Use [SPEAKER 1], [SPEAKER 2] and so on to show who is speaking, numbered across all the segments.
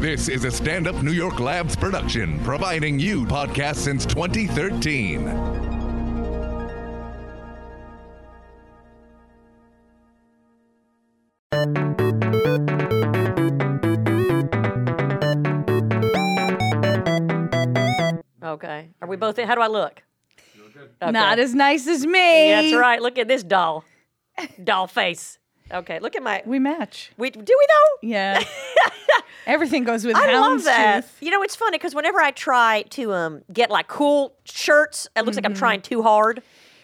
[SPEAKER 1] This is a stand up New York Labs production, providing you podcasts since 2013.
[SPEAKER 2] Okay. Are we both in? How do I look? Okay.
[SPEAKER 3] Not as nice as me.
[SPEAKER 2] That's right. Look at this doll. doll face. Okay. Look at my.
[SPEAKER 3] We match.
[SPEAKER 2] We, do we though?
[SPEAKER 3] Yeah. Everything goes with
[SPEAKER 2] I love that.
[SPEAKER 3] houndstooth.
[SPEAKER 2] You know, it's funny because whenever I try to um, get like cool shirts, it looks like I'm trying
[SPEAKER 3] Mm-hmm.
[SPEAKER 2] too hard.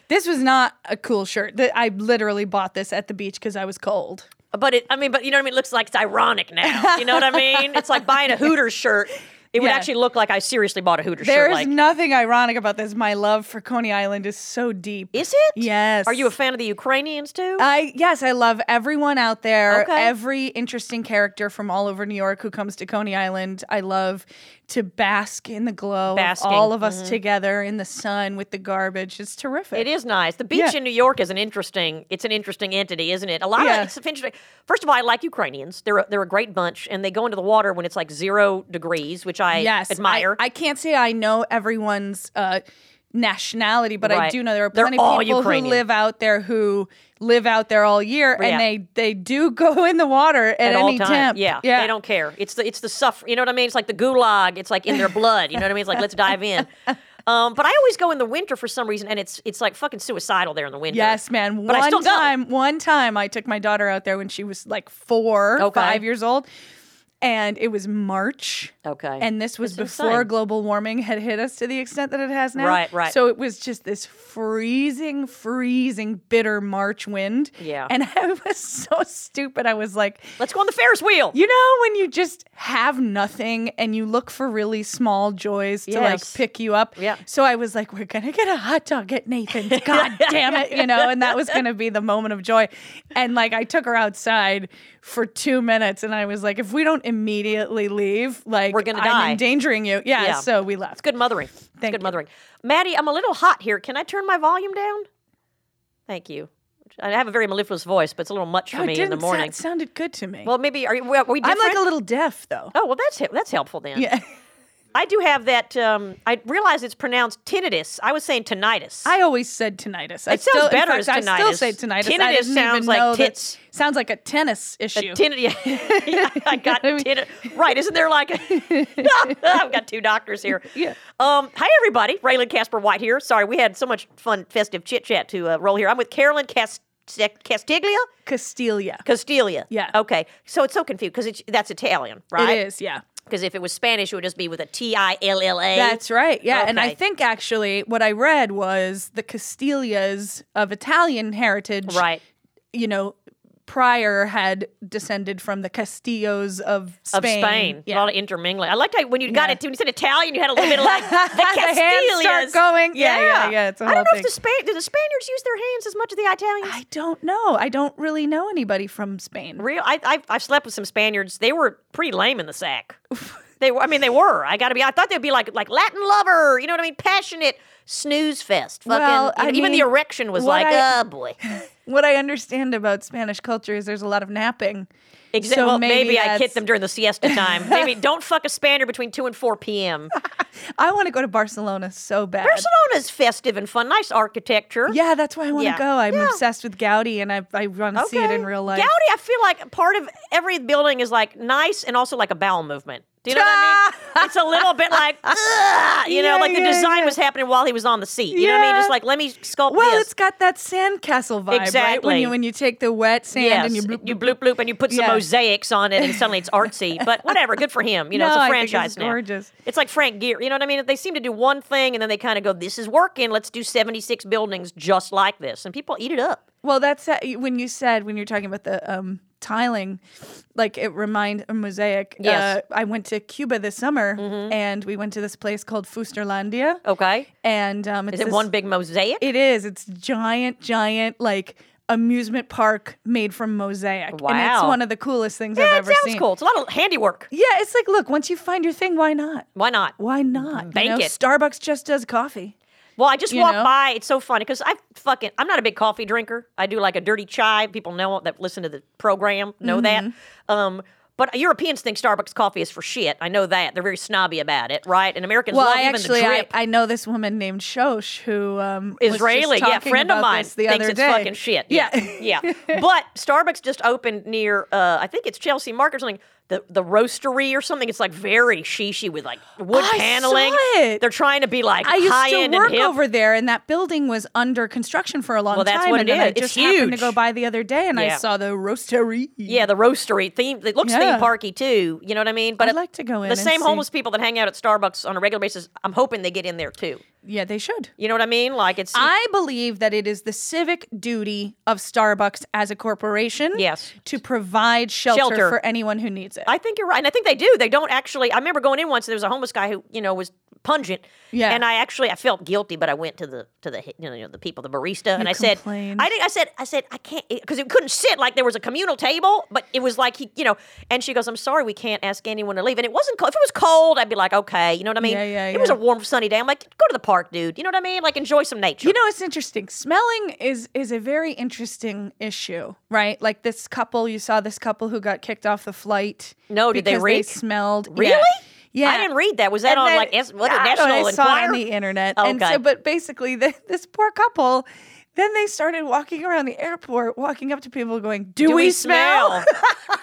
[SPEAKER 3] This was not a cool shirt. Th- I literally bought this at the beach because I was cold.
[SPEAKER 2] But it, I mean, but you know what I mean? It looks like it's ironic now. You know what I mean? It's like buying a Hooters shirt. It would
[SPEAKER 3] Yeah.
[SPEAKER 2] actually look like I seriously bought a Hooters
[SPEAKER 3] There
[SPEAKER 2] shirt.
[SPEAKER 3] is
[SPEAKER 2] Like,
[SPEAKER 3] nothing ironic about this. My love for Coney Island is so deep.
[SPEAKER 2] is it?
[SPEAKER 3] Yes.
[SPEAKER 2] Are you a fan of the Ukrainians too?
[SPEAKER 3] I yes, I love everyone out there.
[SPEAKER 2] Okay.
[SPEAKER 3] Every interesting character from all over New York who comes to Coney Island. I love to bask in the glow of
[SPEAKER 2] Basking. Mm-hmm.
[SPEAKER 3] all of us together in the sun with the garbage. It's terrific.
[SPEAKER 2] It is nice. The beach
[SPEAKER 3] Yeah.
[SPEAKER 2] in New York is an interesting. It's an interesting entity, isn't it? A lot
[SPEAKER 3] Yeah.
[SPEAKER 2] of it's interesting. First of all, I like Ukrainians. They're a, they're a great bunch, and they go into the water when it's like zero degrees, which I
[SPEAKER 3] yes, I-
[SPEAKER 2] admire.
[SPEAKER 3] I, can't say I know everyone's uh, nationality, but I
[SPEAKER 2] Right.
[SPEAKER 3] do know there are
[SPEAKER 2] They're
[SPEAKER 3] plenty
[SPEAKER 2] all
[SPEAKER 3] of people
[SPEAKER 2] Ukrainian.
[SPEAKER 3] who live out there who live out there all year,
[SPEAKER 2] Yeah.
[SPEAKER 3] and they they do go in the water at,
[SPEAKER 2] at all
[SPEAKER 3] any
[SPEAKER 2] time.
[SPEAKER 3] temp.
[SPEAKER 2] Yeah,
[SPEAKER 3] yeah,
[SPEAKER 2] they don't care. It's the it's the suffer. You know what I mean? It's like the gulag. It's like in their blood. You know what I mean? It's like let's dive in. Um, but I always go in the winter for some reason, and it's it's like fucking suicidal there in the winter.
[SPEAKER 3] Yes, man.
[SPEAKER 2] But
[SPEAKER 3] one
[SPEAKER 2] I still go.
[SPEAKER 3] time, one time I took my daughter out there when she was like four,
[SPEAKER 2] Okay.
[SPEAKER 3] five years old. And it was March.
[SPEAKER 2] Okay.
[SPEAKER 3] And this was
[SPEAKER 2] That's
[SPEAKER 3] before
[SPEAKER 2] insane.
[SPEAKER 3] global warming had hit us to the extent that it has now.
[SPEAKER 2] Right, right.
[SPEAKER 3] So it was just this freezing, freezing, bitter March wind.
[SPEAKER 2] Yeah.
[SPEAKER 3] And I was so stupid. I was like,
[SPEAKER 2] Let's go on the Ferris wheel.
[SPEAKER 3] you know, when you just have nothing and you look for really small joys to
[SPEAKER 2] Yes.
[SPEAKER 3] like pick you up.
[SPEAKER 2] Yeah.
[SPEAKER 3] So I was like, we're gonna get a hot dog at Nathan's. God damn it, you know, and that was gonna be the moment of joy. And like I took her outside for two minutes and I was like, if we don't immediately leave, like
[SPEAKER 2] We're gonna
[SPEAKER 3] I'm
[SPEAKER 2] die."
[SPEAKER 3] endangering you. Yeah,
[SPEAKER 2] Yeah.
[SPEAKER 3] So we left.
[SPEAKER 2] Good mothering.
[SPEAKER 3] Thank
[SPEAKER 2] Good
[SPEAKER 3] you.
[SPEAKER 2] mothering. Maddie, I'm a little hot here. Can I turn my volume down? Thank you. I have a very mellifluous voice, but it's a little much for
[SPEAKER 3] Oh, it
[SPEAKER 2] me in
[SPEAKER 3] didn't
[SPEAKER 2] the
[SPEAKER 3] sound-
[SPEAKER 2] morning.
[SPEAKER 3] sounded good to me.
[SPEAKER 2] well, maybe are you? Are we
[SPEAKER 3] I'm
[SPEAKER 2] different?
[SPEAKER 3] like a little deaf though.
[SPEAKER 2] Oh well, that's he- that's helpful then.
[SPEAKER 3] Yeah.
[SPEAKER 2] I do have that. Um, I realize it's pronounced tinnitus. I was saying tinnitus.
[SPEAKER 3] I always said tinnitus. I
[SPEAKER 2] It sounds
[SPEAKER 3] still, in
[SPEAKER 2] better
[SPEAKER 3] fact,
[SPEAKER 2] as
[SPEAKER 3] I still
[SPEAKER 2] tinnitus.
[SPEAKER 3] say tinnitus.
[SPEAKER 2] Tinnitus
[SPEAKER 3] I didn't
[SPEAKER 2] sounds
[SPEAKER 3] even
[SPEAKER 2] like
[SPEAKER 3] know that-
[SPEAKER 2] tits.
[SPEAKER 3] sounds like a tennis issue.
[SPEAKER 2] Tinnitus. Yeah, I got
[SPEAKER 3] I mean-
[SPEAKER 2] tinnitus. Right? Isn't there like? I've got two doctors here.
[SPEAKER 3] Yeah.
[SPEAKER 2] Um, hi everybody. Raylan Casper White here. Sorry, we had so much fun festive chit chat to uh, roll here. I'm with Carolyn Cast- Castiglia.
[SPEAKER 3] Castilia.
[SPEAKER 2] Castiglia.
[SPEAKER 3] Yeah.
[SPEAKER 2] Okay. So it's so confused because that's Italian, right?
[SPEAKER 3] It is, yeah.
[SPEAKER 2] Because if it was Spanish, it would just be with a T I L L A.
[SPEAKER 3] That's right. Yeah. And I
[SPEAKER 2] Okay.
[SPEAKER 3] think actually what I read was the Castilias of Italian heritage,
[SPEAKER 2] right.
[SPEAKER 3] you know, prior had descended from the Castillos of
[SPEAKER 2] Of
[SPEAKER 3] Spain.
[SPEAKER 2] Spain, a
[SPEAKER 3] Yeah.
[SPEAKER 2] lot of intermingling. I liked how when you got
[SPEAKER 3] Yeah.
[SPEAKER 2] it when you said Italian, you had a little bit of like the Castilias.
[SPEAKER 3] The hands start going. Yeah, yeah, yeah, it's a
[SPEAKER 2] I don't
[SPEAKER 3] whole
[SPEAKER 2] know
[SPEAKER 3] thing.
[SPEAKER 2] if the Span- do the Spaniards use their hands as much as the Italians.
[SPEAKER 3] I don't know. I don't really know anybody from Spain.
[SPEAKER 2] Real, I, I I've slept with some Spaniards. They were pretty lame in the sack. they were. I mean, they were. I got to be. I thought they'd be like like Latin lover. You know what I mean? Passionate snooze fest. Fucking.
[SPEAKER 3] Well, I
[SPEAKER 2] even, even the
[SPEAKER 3] mean,
[SPEAKER 2] erection was
[SPEAKER 3] what
[SPEAKER 2] like,
[SPEAKER 3] I-
[SPEAKER 2] oh boy.
[SPEAKER 3] What I understand about Spanish culture is there's a lot of napping.
[SPEAKER 2] Exa-
[SPEAKER 3] So
[SPEAKER 2] well, maybe,
[SPEAKER 3] maybe
[SPEAKER 2] I
[SPEAKER 3] that's-
[SPEAKER 2] hit them during the siesta time. maybe don't fuck a Spaniard between two and four p.m.
[SPEAKER 3] I want to go to Barcelona so bad.
[SPEAKER 2] Barcelona's festive and fun. Nice architecture.
[SPEAKER 3] Yeah, that's why I want to
[SPEAKER 2] Yeah.
[SPEAKER 3] go. I'm
[SPEAKER 2] Yeah.
[SPEAKER 3] obsessed with Gaudi, and I I want to see it in real life.
[SPEAKER 2] Gaudi, I feel like part of every building is like nice and also like a bowel movement. Do you know what I mean? It's a little bit like, "Ugh," you know,
[SPEAKER 3] Yeah,
[SPEAKER 2] like the
[SPEAKER 3] yeah,
[SPEAKER 2] design
[SPEAKER 3] yeah.
[SPEAKER 2] was happening while he was on the seat. You know what I mean?
[SPEAKER 3] Yeah.
[SPEAKER 2] Just like, let me sculpt
[SPEAKER 3] Well,
[SPEAKER 2] this.
[SPEAKER 3] it's got that sandcastle vibe, right? When
[SPEAKER 2] Exactly.
[SPEAKER 3] you when you take the wet sand
[SPEAKER 2] yes.
[SPEAKER 3] and you bloop, bloop,
[SPEAKER 2] bloop, bloop, and you put some
[SPEAKER 3] Yeah.
[SPEAKER 2] mosaics on it, and suddenly it's artsy. But whatever, good for him. You know,
[SPEAKER 3] No,
[SPEAKER 2] it's a
[SPEAKER 3] I think it's
[SPEAKER 2] franchise now.
[SPEAKER 3] gorgeous.
[SPEAKER 2] It's like Frank Gear. You know what I mean? They seem to do one thing, and then they kind of go, "This is working. Let's do seventy-six buildings just like this," and people eat it up.
[SPEAKER 3] Well, that's uh, when you said when you're talking about the um, tiling, like it remind a mosaic.
[SPEAKER 2] Yes. Mm-hmm.
[SPEAKER 3] Uh, I went to Cuba this summer, and we went to this place called Fusterlandia,
[SPEAKER 2] Okay,
[SPEAKER 3] and um,
[SPEAKER 2] Oh.
[SPEAKER 3] it's
[SPEAKER 2] is it
[SPEAKER 3] this-
[SPEAKER 2] one big mosaic?
[SPEAKER 3] It is. It's giant, giant like amusement park made from mosaic. and it's
[SPEAKER 2] Wow.
[SPEAKER 3] one of the coolest things
[SPEAKER 2] yeah,
[SPEAKER 3] I've
[SPEAKER 2] it
[SPEAKER 3] ever
[SPEAKER 2] sounds
[SPEAKER 3] seen.
[SPEAKER 2] cool. It's a lot of handiwork.
[SPEAKER 3] Yeah, it's like look, once you find your thing, why not?
[SPEAKER 2] Why not?
[SPEAKER 3] Why not?
[SPEAKER 2] Bank
[SPEAKER 3] you know?
[SPEAKER 2] it.
[SPEAKER 3] Starbucks just does coffee.
[SPEAKER 2] Well, I just
[SPEAKER 3] You
[SPEAKER 2] walked
[SPEAKER 3] know?
[SPEAKER 2] by. It's so funny because I fucking I'm not a big coffee
[SPEAKER 3] Mm-hmm.
[SPEAKER 2] drinker. I do like a dirty chai. People know that listen to the program know that. Um, But Europeans think Starbucks coffee is for shit. I know that. They're very snobby about it, right? And Americans
[SPEAKER 3] Well,
[SPEAKER 2] love
[SPEAKER 3] I
[SPEAKER 2] even
[SPEAKER 3] actually
[SPEAKER 2] the
[SPEAKER 3] I,
[SPEAKER 2] drip.
[SPEAKER 3] I know this woman named Shosh who um, was just
[SPEAKER 2] Israeli, yeah,
[SPEAKER 3] talking
[SPEAKER 2] friend of
[SPEAKER 3] about
[SPEAKER 2] mine
[SPEAKER 3] this the
[SPEAKER 2] thinks
[SPEAKER 3] other
[SPEAKER 2] it's
[SPEAKER 3] day.
[SPEAKER 2] fucking shit. Yeah, yeah. But Starbucks just opened near, uh, I think it's Chelsea Market or something. The the roastery or something. It's like very shishy with like wood
[SPEAKER 3] I saw
[SPEAKER 2] paneling.
[SPEAKER 3] it.
[SPEAKER 2] They're trying to be like
[SPEAKER 3] I
[SPEAKER 2] high
[SPEAKER 3] used
[SPEAKER 2] end
[SPEAKER 3] to work
[SPEAKER 2] and hip.
[SPEAKER 3] over there, and that building was under construction for a long
[SPEAKER 2] Well, that's
[SPEAKER 3] time.
[SPEAKER 2] what
[SPEAKER 3] and
[SPEAKER 2] it
[SPEAKER 3] then I
[SPEAKER 2] is. It's
[SPEAKER 3] just happened to
[SPEAKER 2] huge.
[SPEAKER 3] go by the other day, and
[SPEAKER 2] Yeah.
[SPEAKER 3] I saw the roastery.
[SPEAKER 2] yeah, the roastery theme. It looks
[SPEAKER 3] Yeah.
[SPEAKER 2] theme parky too. You know what I mean? But it-
[SPEAKER 3] I'd like to go in
[SPEAKER 2] The
[SPEAKER 3] and
[SPEAKER 2] same
[SPEAKER 3] see.
[SPEAKER 2] homeless people that hang out at Starbucks on a regular basis. I'm hoping they get in there too.
[SPEAKER 3] yeah, they should.
[SPEAKER 2] You know what I mean? Like it's
[SPEAKER 3] I believe that it is the civic duty of Starbucks as a corporation,
[SPEAKER 2] Yes.
[SPEAKER 3] to provide shelter,
[SPEAKER 2] Shelter.
[SPEAKER 3] for anyone who needs it.
[SPEAKER 2] I think you're right. And I think they do. They don't actually. I remember going in once. and There was a homeless guy who you know was pungent.
[SPEAKER 3] Yeah.
[SPEAKER 2] And I actually I felt guilty, but I went to the to the you know the people, the barista, and I
[SPEAKER 3] complained.
[SPEAKER 2] said I didn't. I said I said I can't because it couldn't sit. Like there was a communal table, but it was like he you know. And she goes, I'm sorry, we can't ask anyone to leave. And it wasn't cold. If it was cold, I'd be like, okay, you know what I mean.
[SPEAKER 3] Yeah, yeah,
[SPEAKER 2] it was a
[SPEAKER 3] yeah.
[SPEAKER 2] warm sunny day. I'm like, go to the park, dude. You know what I mean? Like enjoy some nature.
[SPEAKER 3] You know, it's interesting. Smelling is is a very interesting issue, right? Like this couple, you saw this couple who got kicked off the flight.
[SPEAKER 2] No, did they
[SPEAKER 3] because
[SPEAKER 2] reek?
[SPEAKER 3] smelled.
[SPEAKER 2] Really?
[SPEAKER 3] Yeah. Yeah.
[SPEAKER 2] I didn't read that. Was that
[SPEAKER 3] And
[SPEAKER 2] on
[SPEAKER 3] then-
[SPEAKER 2] like S- what, the
[SPEAKER 3] I don't know,
[SPEAKER 2] National
[SPEAKER 3] I saw it
[SPEAKER 2] Enquirer? Oh,
[SPEAKER 3] on the internet. And
[SPEAKER 2] Okay.
[SPEAKER 3] so, but basically, the, this poor couple. Then they started walking around the airport, walking up to people, going, "Do,
[SPEAKER 2] Do we smell?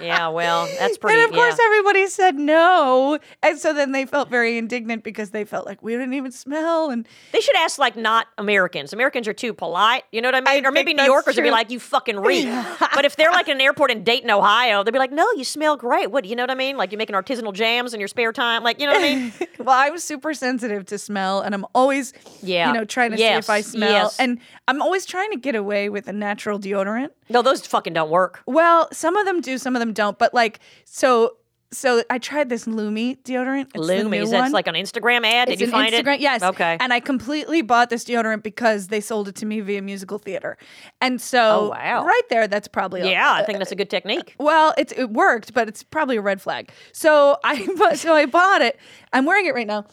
[SPEAKER 2] yeah, well, that's pretty.
[SPEAKER 3] And of course,
[SPEAKER 2] yeah.
[SPEAKER 3] everybody said no, and so then they felt very indignant because they felt like we didn't even smell, and
[SPEAKER 2] They should ask like not Americans. Americans are too polite. You know what I mean? or maybe
[SPEAKER 3] think
[SPEAKER 2] New
[SPEAKER 3] that's
[SPEAKER 2] Yorkers would be
[SPEAKER 3] true.
[SPEAKER 2] like, "You fucking reek." but if they're like in an airport in Dayton, Ohio, they'd be like, "No, you smell great." What you know what I mean? Like you're making artisanal jams in your spare time. Like you know what I mean?
[SPEAKER 3] Well, I'm super sensitive to smell, and I'm always,
[SPEAKER 2] Yeah.
[SPEAKER 3] you know, trying to see
[SPEAKER 2] Yes,
[SPEAKER 3] if I smell,
[SPEAKER 2] yes.
[SPEAKER 3] and I'm always trying to get away with a natural deodorant.
[SPEAKER 2] no, those fucking don't work.
[SPEAKER 3] Well, some of them do, some of them don't, but like, so, so I tried this Lumi deodorant. It's the new
[SPEAKER 2] Loomies. That's
[SPEAKER 3] one.
[SPEAKER 2] like an Instagram ad.
[SPEAKER 3] It's
[SPEAKER 2] Did you
[SPEAKER 3] an
[SPEAKER 2] find
[SPEAKER 3] Instagram,
[SPEAKER 2] it?
[SPEAKER 3] yes.
[SPEAKER 2] Okay.
[SPEAKER 3] And I completely bought this deodorant because they sold it to me via musical theater, and
[SPEAKER 2] Oh,
[SPEAKER 3] so
[SPEAKER 2] wow.
[SPEAKER 3] right there, that's probably a-
[SPEAKER 2] yeah, I think that's a good technique.
[SPEAKER 3] well, it, it worked, but it's probably a red flag. So I bu- so I bought it. I'm wearing it right now.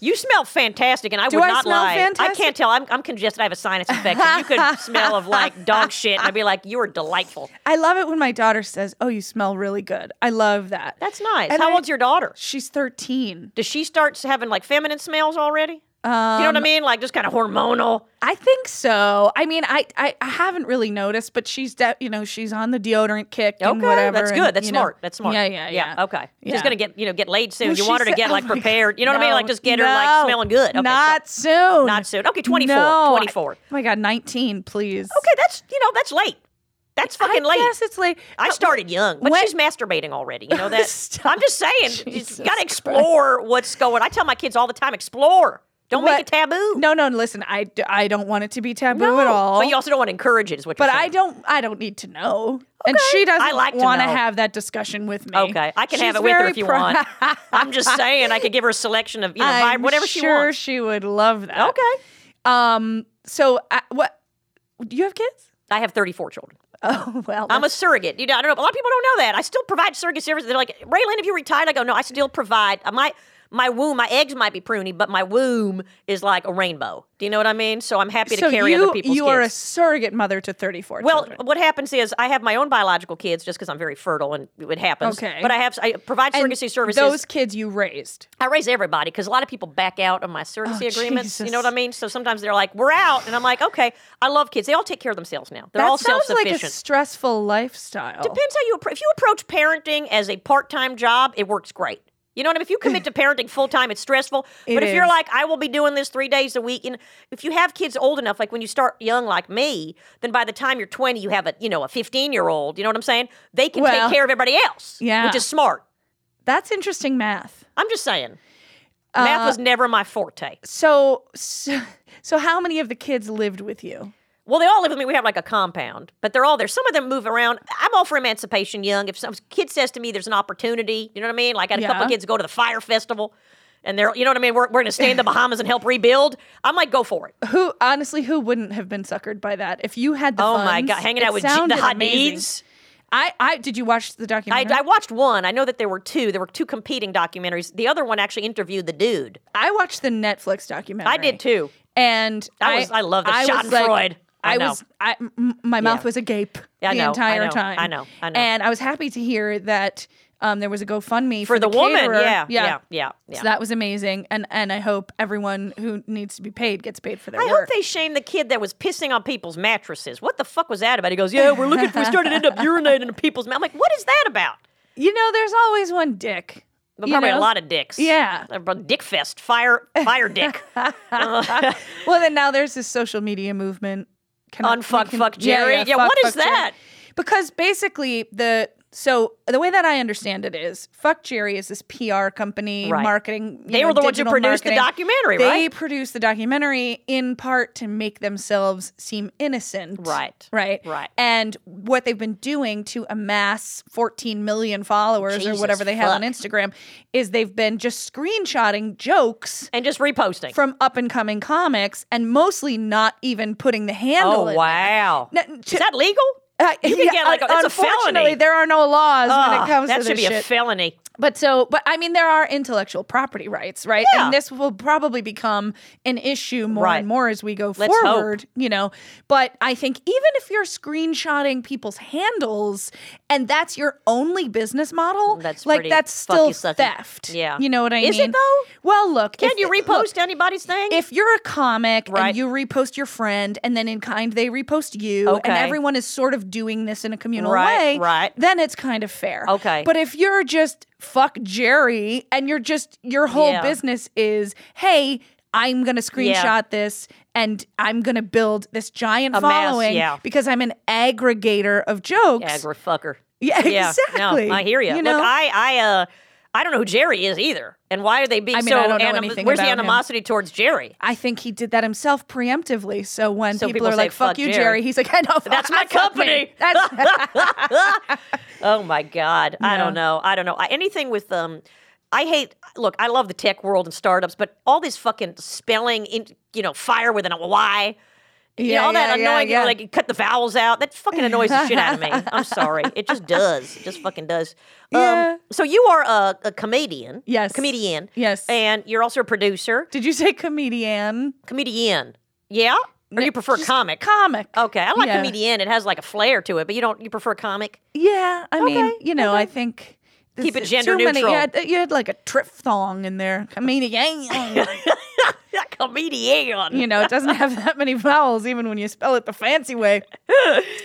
[SPEAKER 2] You smell fantastic, and I would
[SPEAKER 3] I
[SPEAKER 2] not
[SPEAKER 3] smell
[SPEAKER 2] lie. I
[SPEAKER 3] fantastic?
[SPEAKER 2] can't tell. I'm, I'm congested. I have a sinus infection. You could smell of like dog shit, and I'd be like, "You are delightful."
[SPEAKER 3] I love it when my daughter says, "Oh, you smell really good." I love that.
[SPEAKER 2] That's nice.
[SPEAKER 3] And
[SPEAKER 2] How
[SPEAKER 3] I-
[SPEAKER 2] old's your daughter?
[SPEAKER 3] She's 13.
[SPEAKER 2] Does she start having like feminine smells already? you
[SPEAKER 3] Um,
[SPEAKER 2] know what I mean? Like just kind of hormonal.
[SPEAKER 3] I think so. I mean, I I, I haven't really noticed, but she's de- you know she's on the deodorant kick and
[SPEAKER 2] Okay,
[SPEAKER 3] whatever.
[SPEAKER 2] that's
[SPEAKER 3] and,
[SPEAKER 2] good. That's
[SPEAKER 3] you know-
[SPEAKER 2] smart. That's smart.
[SPEAKER 3] Yeah, yeah, yeah.
[SPEAKER 2] Okay,
[SPEAKER 3] Yeah.
[SPEAKER 2] she's gonna get you know get laid soon.
[SPEAKER 3] Well,
[SPEAKER 2] you
[SPEAKER 3] she
[SPEAKER 2] want her to
[SPEAKER 3] said-
[SPEAKER 2] get
[SPEAKER 3] oh
[SPEAKER 2] like
[SPEAKER 3] my God.
[SPEAKER 2] prepared. You know what I mean? Like
[SPEAKER 3] No,
[SPEAKER 2] just get her like
[SPEAKER 3] no,
[SPEAKER 2] smelling good. Okay, so-
[SPEAKER 3] not soon.
[SPEAKER 2] Not soon. Okay, 24,
[SPEAKER 3] No,
[SPEAKER 2] 24.
[SPEAKER 3] I- oh my god, 19, please.
[SPEAKER 2] okay, that's you know that's late. That's fucking
[SPEAKER 3] I
[SPEAKER 2] late.
[SPEAKER 3] guess it's late.
[SPEAKER 2] I started young, but
[SPEAKER 3] when-
[SPEAKER 2] she's masturbating already. You know that.
[SPEAKER 3] Stop.
[SPEAKER 2] I'm just saying,
[SPEAKER 3] Jesus
[SPEAKER 2] you gotta explore what's going. I tell my kids all the time, explore. Don't
[SPEAKER 3] What-
[SPEAKER 2] make it taboo.
[SPEAKER 3] No, no. Listen, I, d- I don't want it to be taboo at
[SPEAKER 2] No.
[SPEAKER 3] all.
[SPEAKER 2] But you also don't want to encourage it. Is what.
[SPEAKER 3] But
[SPEAKER 2] you're
[SPEAKER 3] I
[SPEAKER 2] saying.
[SPEAKER 3] don't. I don't need to know. And she doesn't
[SPEAKER 2] I like to
[SPEAKER 3] want to
[SPEAKER 2] know.
[SPEAKER 3] have that discussion with me.
[SPEAKER 2] Okay, I can have
[SPEAKER 3] She's
[SPEAKER 2] it with her
[SPEAKER 3] very
[SPEAKER 2] if you
[SPEAKER 3] pro-
[SPEAKER 2] want. I'm just saying, I could give her a selection of you know vibe,
[SPEAKER 3] I'm
[SPEAKER 2] whatever
[SPEAKER 3] sure
[SPEAKER 2] she wants.
[SPEAKER 3] she would love that.
[SPEAKER 2] Okay,
[SPEAKER 3] Um. So I, what? Do you have kids?
[SPEAKER 2] I have 34 children.
[SPEAKER 3] Oh well.
[SPEAKER 2] I'm a surrogate. You know, I don't know. A lot of people don't know that. I still provide surrogate services. They're like, Raylan, if you retired, I go, no, I still provide uh, my my womb. My eggs might be pruny, but my womb is like a rainbow. Do you know what I mean? So I'm happy to
[SPEAKER 3] so
[SPEAKER 2] carry
[SPEAKER 3] you
[SPEAKER 2] other people's
[SPEAKER 3] you
[SPEAKER 2] kids.
[SPEAKER 3] are a surrogate mother to 34
[SPEAKER 2] Well,
[SPEAKER 3] children.
[SPEAKER 2] what happens is I have my own biological kids just because I'm very fertile and it happens.
[SPEAKER 3] Okay.
[SPEAKER 2] But I have I provide
[SPEAKER 3] And
[SPEAKER 2] surrogacy services.
[SPEAKER 3] Those kids you raised.
[SPEAKER 2] I raise everybody because a lot of people back out of my surrogacy
[SPEAKER 3] Oh,
[SPEAKER 2] agreements. You know what I
[SPEAKER 3] Jesus.
[SPEAKER 2] mean? So sometimes they're like, "We're out," and I'm like, "Okay, I love kids. They all take care of themselves now. They're
[SPEAKER 3] that
[SPEAKER 2] all
[SPEAKER 3] sounds like
[SPEAKER 2] self-sufficient."
[SPEAKER 3] a stressful lifestyle.
[SPEAKER 2] Depends how you appro- if you approach parenting as a part-time job, it works great. You know what I mean? If you commit to parenting full time, it's stressful.
[SPEAKER 3] It
[SPEAKER 2] but if you're
[SPEAKER 3] is.
[SPEAKER 2] like, I will be doing this three days a week, and if you have kids old enough, like when you start young, like me, then by the time you're 20, you have a you know a 15 year old. You know what I'm saying? They can
[SPEAKER 3] Well,
[SPEAKER 2] take care of everybody else,
[SPEAKER 3] yeah.
[SPEAKER 2] which is smart.
[SPEAKER 3] That's interesting math.
[SPEAKER 2] I'm just saying,
[SPEAKER 3] Uh,
[SPEAKER 2] math was never my forte.
[SPEAKER 3] So, so so how many of the kids lived with you?
[SPEAKER 2] Well, they all live with me. We have like a compound, but they're all there. Some of them move around. I'm all for emancipation young. If some kid says to me there's an opportunity, you know what I mean? Like I had a couple
[SPEAKER 3] Yeah.
[SPEAKER 2] of kids go to the fire festival and they're, you know what I mean? We're, we're going to stay in the Bahamas and help rebuild. I'm like, go for it.
[SPEAKER 3] Who honestly, who wouldn't have been suckered by that if you had the
[SPEAKER 2] Oh
[SPEAKER 3] funds?
[SPEAKER 2] my God. Hanging
[SPEAKER 3] it
[SPEAKER 2] out with G- the
[SPEAKER 3] sounded
[SPEAKER 2] hot
[SPEAKER 3] amazing.
[SPEAKER 2] needs.
[SPEAKER 3] I, I did you watch the
[SPEAKER 2] I,
[SPEAKER 3] documentary?
[SPEAKER 2] I watched one. I know that there were two. There were two competing documentaries. The other one actually interviewed the dude.
[SPEAKER 3] I watched the Netflix documentary.
[SPEAKER 2] I did too.
[SPEAKER 3] and
[SPEAKER 2] I was- I love that
[SPEAKER 3] was
[SPEAKER 2] Schadenfreude.
[SPEAKER 3] like- I,
[SPEAKER 2] know.
[SPEAKER 3] was I m- my mouth was agape
[SPEAKER 2] Yeah, I
[SPEAKER 3] the
[SPEAKER 2] know, I
[SPEAKER 3] entire
[SPEAKER 2] know,
[SPEAKER 3] time.
[SPEAKER 2] I know, I know.
[SPEAKER 3] And I was happy to hear that um, there was a GoFundMe for,
[SPEAKER 2] for the, woman.
[SPEAKER 3] caterer.
[SPEAKER 2] Yeah, yeah, yeah, yeah.
[SPEAKER 3] So that was amazing, and and I hope everyone who needs to be paid gets paid for their
[SPEAKER 2] I hope
[SPEAKER 3] work.
[SPEAKER 2] they shame the kid that was pissing on people's mattresses. What the fuck was that about? He goes, "Yeah, we're looking. we started to end up urinating in people's." Ma-. I'm like, what is that about?
[SPEAKER 3] you know, there's always one dick.
[SPEAKER 2] But
[SPEAKER 3] you
[SPEAKER 2] probably a
[SPEAKER 3] know?
[SPEAKER 2] lot of dicks.
[SPEAKER 3] Yeah.
[SPEAKER 2] A bro- dick fest. Fire, fire, dick.
[SPEAKER 3] Well, then now there's this social media movement. Can I-
[SPEAKER 2] On
[SPEAKER 3] we
[SPEAKER 2] fuck,
[SPEAKER 3] can-
[SPEAKER 2] fuck Jerry? Yeah, what is
[SPEAKER 3] Jerry.
[SPEAKER 2] that?
[SPEAKER 3] Because basically the so the way that I understand it is, fuck Jerry is this PR company
[SPEAKER 2] Right.
[SPEAKER 3] marketing. you
[SPEAKER 2] They
[SPEAKER 3] know,
[SPEAKER 2] were the ones who
[SPEAKER 3] digital
[SPEAKER 2] produced the
[SPEAKER 3] marketing.
[SPEAKER 2] documentary,
[SPEAKER 3] They
[SPEAKER 2] right?
[SPEAKER 3] produced the documentary in part to make themselves seem innocent.
[SPEAKER 2] Right.
[SPEAKER 3] Right.
[SPEAKER 2] Right.
[SPEAKER 3] And what they've been doing to amass 14 million followers
[SPEAKER 2] Jesus
[SPEAKER 3] or whatever they have on
[SPEAKER 2] fuck.
[SPEAKER 3] Instagram is they've been just screenshotting jokes
[SPEAKER 2] and just reposting.
[SPEAKER 3] from up and coming comics and mostly not even putting the handle.
[SPEAKER 2] oh
[SPEAKER 3] in
[SPEAKER 2] wow.
[SPEAKER 3] there. N- to-
[SPEAKER 2] is that legal?
[SPEAKER 3] uh,
[SPEAKER 2] you can
[SPEAKER 3] yeah,
[SPEAKER 2] get, like,
[SPEAKER 3] un-
[SPEAKER 2] a- it's a felony.
[SPEAKER 3] unfortunately, there are no laws when
[SPEAKER 2] Ugh,
[SPEAKER 3] it comes
[SPEAKER 2] that
[SPEAKER 3] to
[SPEAKER 2] should
[SPEAKER 3] this
[SPEAKER 2] be a
[SPEAKER 3] shit.
[SPEAKER 2] felony.
[SPEAKER 3] but so, but I mean, there are intellectual property rights, right?
[SPEAKER 2] Yeah.
[SPEAKER 3] And this will probably become an issue more
[SPEAKER 2] Right.
[SPEAKER 3] and more as we go
[SPEAKER 2] Let's hope.
[SPEAKER 3] forward, you know. But I think even if you're screenshotting people's handles and that's your only business model,
[SPEAKER 2] That's
[SPEAKER 3] like
[SPEAKER 2] pretty
[SPEAKER 3] that's still
[SPEAKER 2] fucky-sucky.
[SPEAKER 3] theft.
[SPEAKER 2] Yeah.
[SPEAKER 3] you know what I
[SPEAKER 2] Is it
[SPEAKER 3] mean?
[SPEAKER 2] though?
[SPEAKER 3] Well, look,
[SPEAKER 2] Can
[SPEAKER 3] if-
[SPEAKER 2] you
[SPEAKER 3] look,
[SPEAKER 2] repost anybody's thing?
[SPEAKER 3] if you're a comic
[SPEAKER 2] Right.
[SPEAKER 3] and you repost your friend and then in kind they repost you
[SPEAKER 2] Okay.
[SPEAKER 3] and everyone is sort of doing this in a communal
[SPEAKER 2] Right,
[SPEAKER 3] way,
[SPEAKER 2] right.
[SPEAKER 3] then it's kind of fair.
[SPEAKER 2] Okay.
[SPEAKER 3] But if you're just fuck Jerry and you're just your whole
[SPEAKER 2] Yeah.
[SPEAKER 3] business is, hey, I'm gonna screenshot this and I'm gonna build this giant
[SPEAKER 2] A mass,
[SPEAKER 3] following
[SPEAKER 2] yeah.
[SPEAKER 3] because I'm an aggregator of jokes.
[SPEAKER 2] Agri fucker.
[SPEAKER 3] yeah,
[SPEAKER 2] Yeah,
[SPEAKER 3] exactly.
[SPEAKER 2] No, I hear you.
[SPEAKER 3] You know?
[SPEAKER 2] Look, I, I, uh, I don't know who Jerry is either, and why are they being
[SPEAKER 3] I mean,
[SPEAKER 2] so?
[SPEAKER 3] I don't know
[SPEAKER 2] anim-
[SPEAKER 3] anything
[SPEAKER 2] where's the
[SPEAKER 3] about him.
[SPEAKER 2] animosity towards Jerry?
[SPEAKER 3] I think he did that himself preemptively. So when
[SPEAKER 2] So
[SPEAKER 3] people,
[SPEAKER 2] people
[SPEAKER 3] are
[SPEAKER 2] say,
[SPEAKER 3] like, fuck,
[SPEAKER 2] "Fuck
[SPEAKER 3] you,
[SPEAKER 2] Jerry."
[SPEAKER 3] Jerry, he's like, I know.
[SPEAKER 2] That's my
[SPEAKER 3] fuck
[SPEAKER 2] company.
[SPEAKER 3] me." That's,
[SPEAKER 2] oh my god, I
[SPEAKER 3] No.
[SPEAKER 2] don't know. I don't know. I, anything with um, I hate. Look, I love the tech world and startups, but all this fucking spelling in, you know, fire with an Y. You know,
[SPEAKER 3] Yeah,
[SPEAKER 2] all that
[SPEAKER 3] yeah, yeah,
[SPEAKER 2] annoying, you know,
[SPEAKER 3] yeah.
[SPEAKER 2] like you cut the vowels out. That fucking annoys the shit out of me. I'm sorry. It just does. It just fucking does. Um,
[SPEAKER 3] Yeah.
[SPEAKER 2] So you are a, a comedian.
[SPEAKER 3] Yes.
[SPEAKER 2] Comedian.
[SPEAKER 3] Yes.
[SPEAKER 2] And you're also a producer.
[SPEAKER 3] Did you say comedian?
[SPEAKER 2] comedian. Yeah? Or you prefer
[SPEAKER 3] Just
[SPEAKER 2] comic?
[SPEAKER 3] Comic.
[SPEAKER 2] okay, I like
[SPEAKER 3] Yeah.
[SPEAKER 2] comedian. It has like a flair to it, but you don't you prefer comic?
[SPEAKER 3] Yeah, I mean,
[SPEAKER 2] Okay,
[SPEAKER 3] you know, I think. this-
[SPEAKER 2] Keep it
[SPEAKER 3] too
[SPEAKER 2] gender
[SPEAKER 3] many-
[SPEAKER 2] neutral.
[SPEAKER 3] you, had, you had like a triphthong in there. Comedian.
[SPEAKER 2] comedian.
[SPEAKER 3] you know, it doesn't have that many vowels, even when you spell it the fancy way.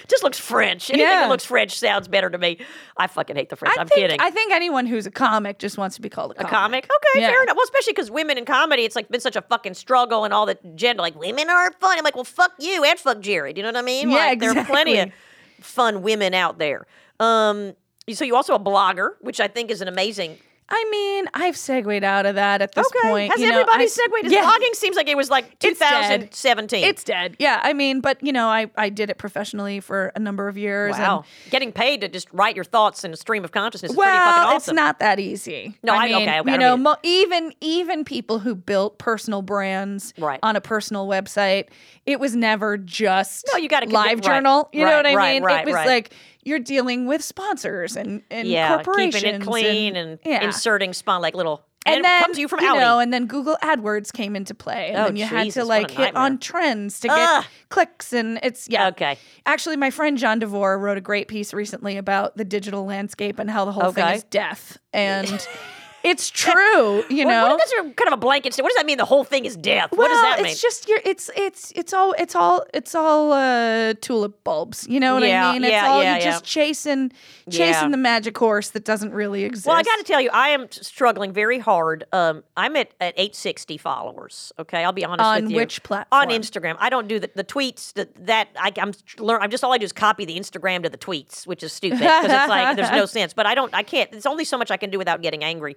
[SPEAKER 2] Just looks French. Anything
[SPEAKER 3] Yeah.
[SPEAKER 2] that looks French sounds better to me. I fucking hate the French.
[SPEAKER 3] I
[SPEAKER 2] am
[SPEAKER 3] think,
[SPEAKER 2] kidding.
[SPEAKER 3] I think anyone who's a comic just wants to be called a comic.
[SPEAKER 2] comic. Okay,
[SPEAKER 3] Yeah.
[SPEAKER 2] fair enough. Well, especially because women in comedy, it's like been such a fucking struggle and all the gender. Like women aren't fun. I'm like, well, fuck you and fuck Jerry. Do you know what I mean?
[SPEAKER 3] Yeah,
[SPEAKER 2] like there are plenty of
[SPEAKER 3] exactly.
[SPEAKER 2] fun women out there. Um, so you're also a blogger, which I think is an amazing.
[SPEAKER 3] I mean, I've segued out of that at this
[SPEAKER 2] Okay,
[SPEAKER 3] point.
[SPEAKER 2] has
[SPEAKER 3] you know,
[SPEAKER 2] everybody
[SPEAKER 3] I-
[SPEAKER 2] segued?
[SPEAKER 3] Yeah.
[SPEAKER 2] Blogging seems like it was like
[SPEAKER 3] It's dead.
[SPEAKER 2] 2017.
[SPEAKER 3] It's dead. Yeah, I mean, but you know, I I did it professionally for a number of years. and-
[SPEAKER 2] wow, getting paid to just write your thoughts in a stream of consciousness is pretty
[SPEAKER 3] well,
[SPEAKER 2] fucking
[SPEAKER 3] it's
[SPEAKER 2] awesome.
[SPEAKER 3] not that easy.
[SPEAKER 2] No, I-
[SPEAKER 3] I
[SPEAKER 2] okay, okay,
[SPEAKER 3] mean,
[SPEAKER 2] I
[SPEAKER 3] you
[SPEAKER 2] don't
[SPEAKER 3] know,
[SPEAKER 2] mean-
[SPEAKER 3] mo- even even people who built personal brands
[SPEAKER 2] Right.
[SPEAKER 3] on a personal website, it was never just
[SPEAKER 2] No, you gotta keep it-
[SPEAKER 3] live
[SPEAKER 2] right,
[SPEAKER 3] journal. You
[SPEAKER 2] right,
[SPEAKER 3] know what I
[SPEAKER 2] right,
[SPEAKER 3] mean?
[SPEAKER 2] right,
[SPEAKER 3] it was
[SPEAKER 2] right.
[SPEAKER 3] like you're dealing with sponsors and and
[SPEAKER 2] yeah,
[SPEAKER 3] corporations,
[SPEAKER 2] keeping it clean and,
[SPEAKER 3] yeah.
[SPEAKER 2] inserting spawn like little.
[SPEAKER 3] And,
[SPEAKER 2] And, it
[SPEAKER 3] then
[SPEAKER 2] comes to you from
[SPEAKER 3] you
[SPEAKER 2] Audi.
[SPEAKER 3] know, and then Google AdWords came into play, and
[SPEAKER 2] Oh,
[SPEAKER 3] then you had
[SPEAKER 2] Jesus,
[SPEAKER 3] to
[SPEAKER 2] what
[SPEAKER 3] like
[SPEAKER 2] a
[SPEAKER 3] hit
[SPEAKER 2] nightmare.
[SPEAKER 3] on trends to get
[SPEAKER 2] Ugh.
[SPEAKER 3] clicks, and it's yeah.
[SPEAKER 2] Okay.
[SPEAKER 3] Actually, my friend John DeVore wrote a great piece recently about the digital landscape and how the whole
[SPEAKER 2] Okay.
[SPEAKER 3] thing is death, and it's true. You
[SPEAKER 2] What-
[SPEAKER 3] know,
[SPEAKER 2] What, that's a- kind of a blanket statement. What does that mean? The whole thing is death. what does
[SPEAKER 3] well,
[SPEAKER 2] that mean?
[SPEAKER 3] It's just your. It's it's it's all it's all it's all uh, tulip bulbs. You know what
[SPEAKER 2] Yeah,
[SPEAKER 3] I mean? It's
[SPEAKER 2] yeah,
[SPEAKER 3] all
[SPEAKER 2] yeah,
[SPEAKER 3] you
[SPEAKER 2] yeah.
[SPEAKER 3] just chasing chasing
[SPEAKER 2] Yeah.
[SPEAKER 3] the magic horse that doesn't really exist.
[SPEAKER 2] well, I got to tell you, I am struggling very hard. Um, I'm at, at 860 followers. Okay, I'll be honest
[SPEAKER 3] On
[SPEAKER 2] with you.
[SPEAKER 3] which
[SPEAKER 2] On
[SPEAKER 3] platform?
[SPEAKER 2] Instagram. I don't do the, the tweets. The, that I, I'm learn. I'm just all I do is copy the Instagram to the tweets, which is stupid because it's like there's no sense. But I don't. I can't. There's only so much I can do without getting angry.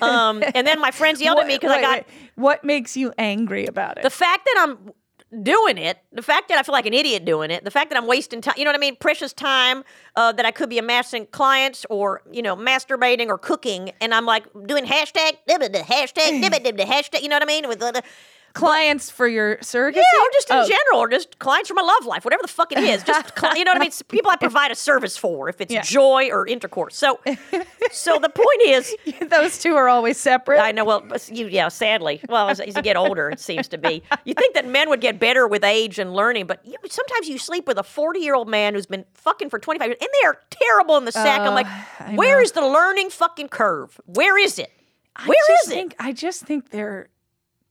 [SPEAKER 2] Um, and then my friends yelled
[SPEAKER 3] What-
[SPEAKER 2] at me because I
[SPEAKER 3] wait,
[SPEAKER 2] got
[SPEAKER 3] wait. What makes you angry about it?
[SPEAKER 2] the fact that I'm doing it, the fact that I feel like an idiot doing it, the fact that I'm wasting time, you know what I mean? Precious time uh, that I could be amassing clients or, you know, masturbating or cooking. And I'm like doing hashtag, da-da-da, hashtag, da-da-da-da, hashtag, you know what I mean? With the, the-
[SPEAKER 3] clients for your surrogacy?
[SPEAKER 2] Yeah, or just in
[SPEAKER 3] Oh,
[SPEAKER 2] general, or just clients for my love life, whatever the fuck it is. Just cli- you know what I mean? It's people I provide a service for, if it's
[SPEAKER 3] Yeah.
[SPEAKER 2] joy or intercourse. So, so the point is,
[SPEAKER 3] Those two are always separate.
[SPEAKER 2] I know. Well, but you yeah. Sadly, well, as, as you get older, it seems to be. You think that men would get better with age and learning, but you, sometimes you sleep with a forty-year-old man who's been fucking for twenty-five years, and they are terrible in the sack.
[SPEAKER 3] Uh,
[SPEAKER 2] I'm like, where is the learning fucking curve? Where is it? Where
[SPEAKER 3] I
[SPEAKER 2] is
[SPEAKER 3] just
[SPEAKER 2] it?
[SPEAKER 3] Think, I just think their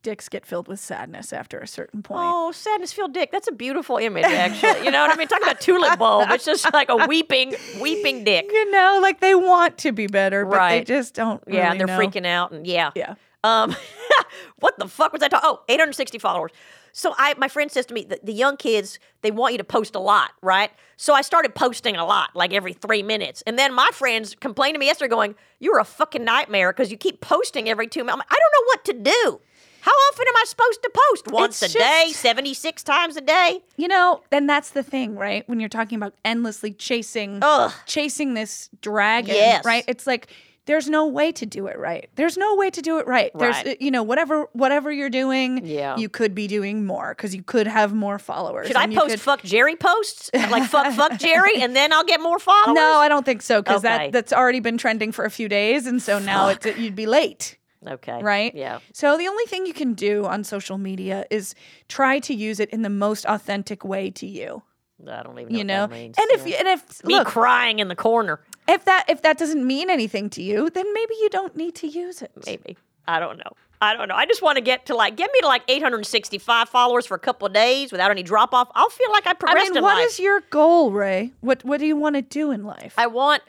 [SPEAKER 3] dicks get filled with sadness after a certain point.
[SPEAKER 2] Oh, sadness filled dick. That's a beautiful image, actually. You know what I mean? Talk about tulip bulb. It's just like a weeping, weeping dick.
[SPEAKER 3] You know, like they want to be better, but
[SPEAKER 2] Right.
[SPEAKER 3] they just don't.
[SPEAKER 2] Yeah,
[SPEAKER 3] really
[SPEAKER 2] and they're
[SPEAKER 3] know.
[SPEAKER 2] freaking out, and yeah.
[SPEAKER 3] Yeah.
[SPEAKER 2] Um, what the fuck was I talking? Oh, 860 followers. So I, my friend says to me, the, the young kids, they want you to post a lot, right? So I started posting a lot, like every three minutes. And then my friends complained to me yesterday, going, "You're a fucking nightmare because you keep posting every two minutes." Like, I don't know what to do. How often am I supposed to post? Once
[SPEAKER 3] It's
[SPEAKER 2] a day,
[SPEAKER 3] just-
[SPEAKER 2] 76 times a day?
[SPEAKER 3] You know, and that's the thing, right? When you're talking about endlessly chasing,
[SPEAKER 2] Ugh.
[SPEAKER 3] chasing this dragon,
[SPEAKER 2] Yes.
[SPEAKER 3] right? It's like there's no way to do it right. There's no way to do it right.
[SPEAKER 2] Right.
[SPEAKER 3] There's, uh, you know, whatever whatever you're doing,
[SPEAKER 2] Yeah.
[SPEAKER 3] you could be doing more because you could have more followers.
[SPEAKER 2] Should I
[SPEAKER 3] and you
[SPEAKER 2] post
[SPEAKER 3] could-
[SPEAKER 2] fuck Jerry posts? Like fuck fuck Jerry and then I'll get more followers?
[SPEAKER 3] No, I don't think so because
[SPEAKER 2] Okay.
[SPEAKER 3] that that's already been trending for a few days, and so now it's you'd be late.
[SPEAKER 2] Okay.
[SPEAKER 3] right?
[SPEAKER 2] Yeah.
[SPEAKER 3] So the only thing you can do on social media is try to use it in the most authentic way to you.
[SPEAKER 2] I don't even know
[SPEAKER 3] You
[SPEAKER 2] what
[SPEAKER 3] know,
[SPEAKER 2] Oh, that means.
[SPEAKER 3] and if
[SPEAKER 2] Yeah.
[SPEAKER 3] you and if
[SPEAKER 2] me
[SPEAKER 3] look,
[SPEAKER 2] crying in the corner,
[SPEAKER 3] if that if that doesn't mean anything to you, then maybe you don't need to use it.
[SPEAKER 2] maybe. I don't know. I don't know. I just want to get to like get me to like 865 followers for a couple of days without any drop off. I'll feel like I
[SPEAKER 3] I
[SPEAKER 2] progressed
[SPEAKER 3] mean,
[SPEAKER 2] in
[SPEAKER 3] what
[SPEAKER 2] life.
[SPEAKER 3] is your goal, Ray? What what do you want to do in life?
[SPEAKER 2] I want.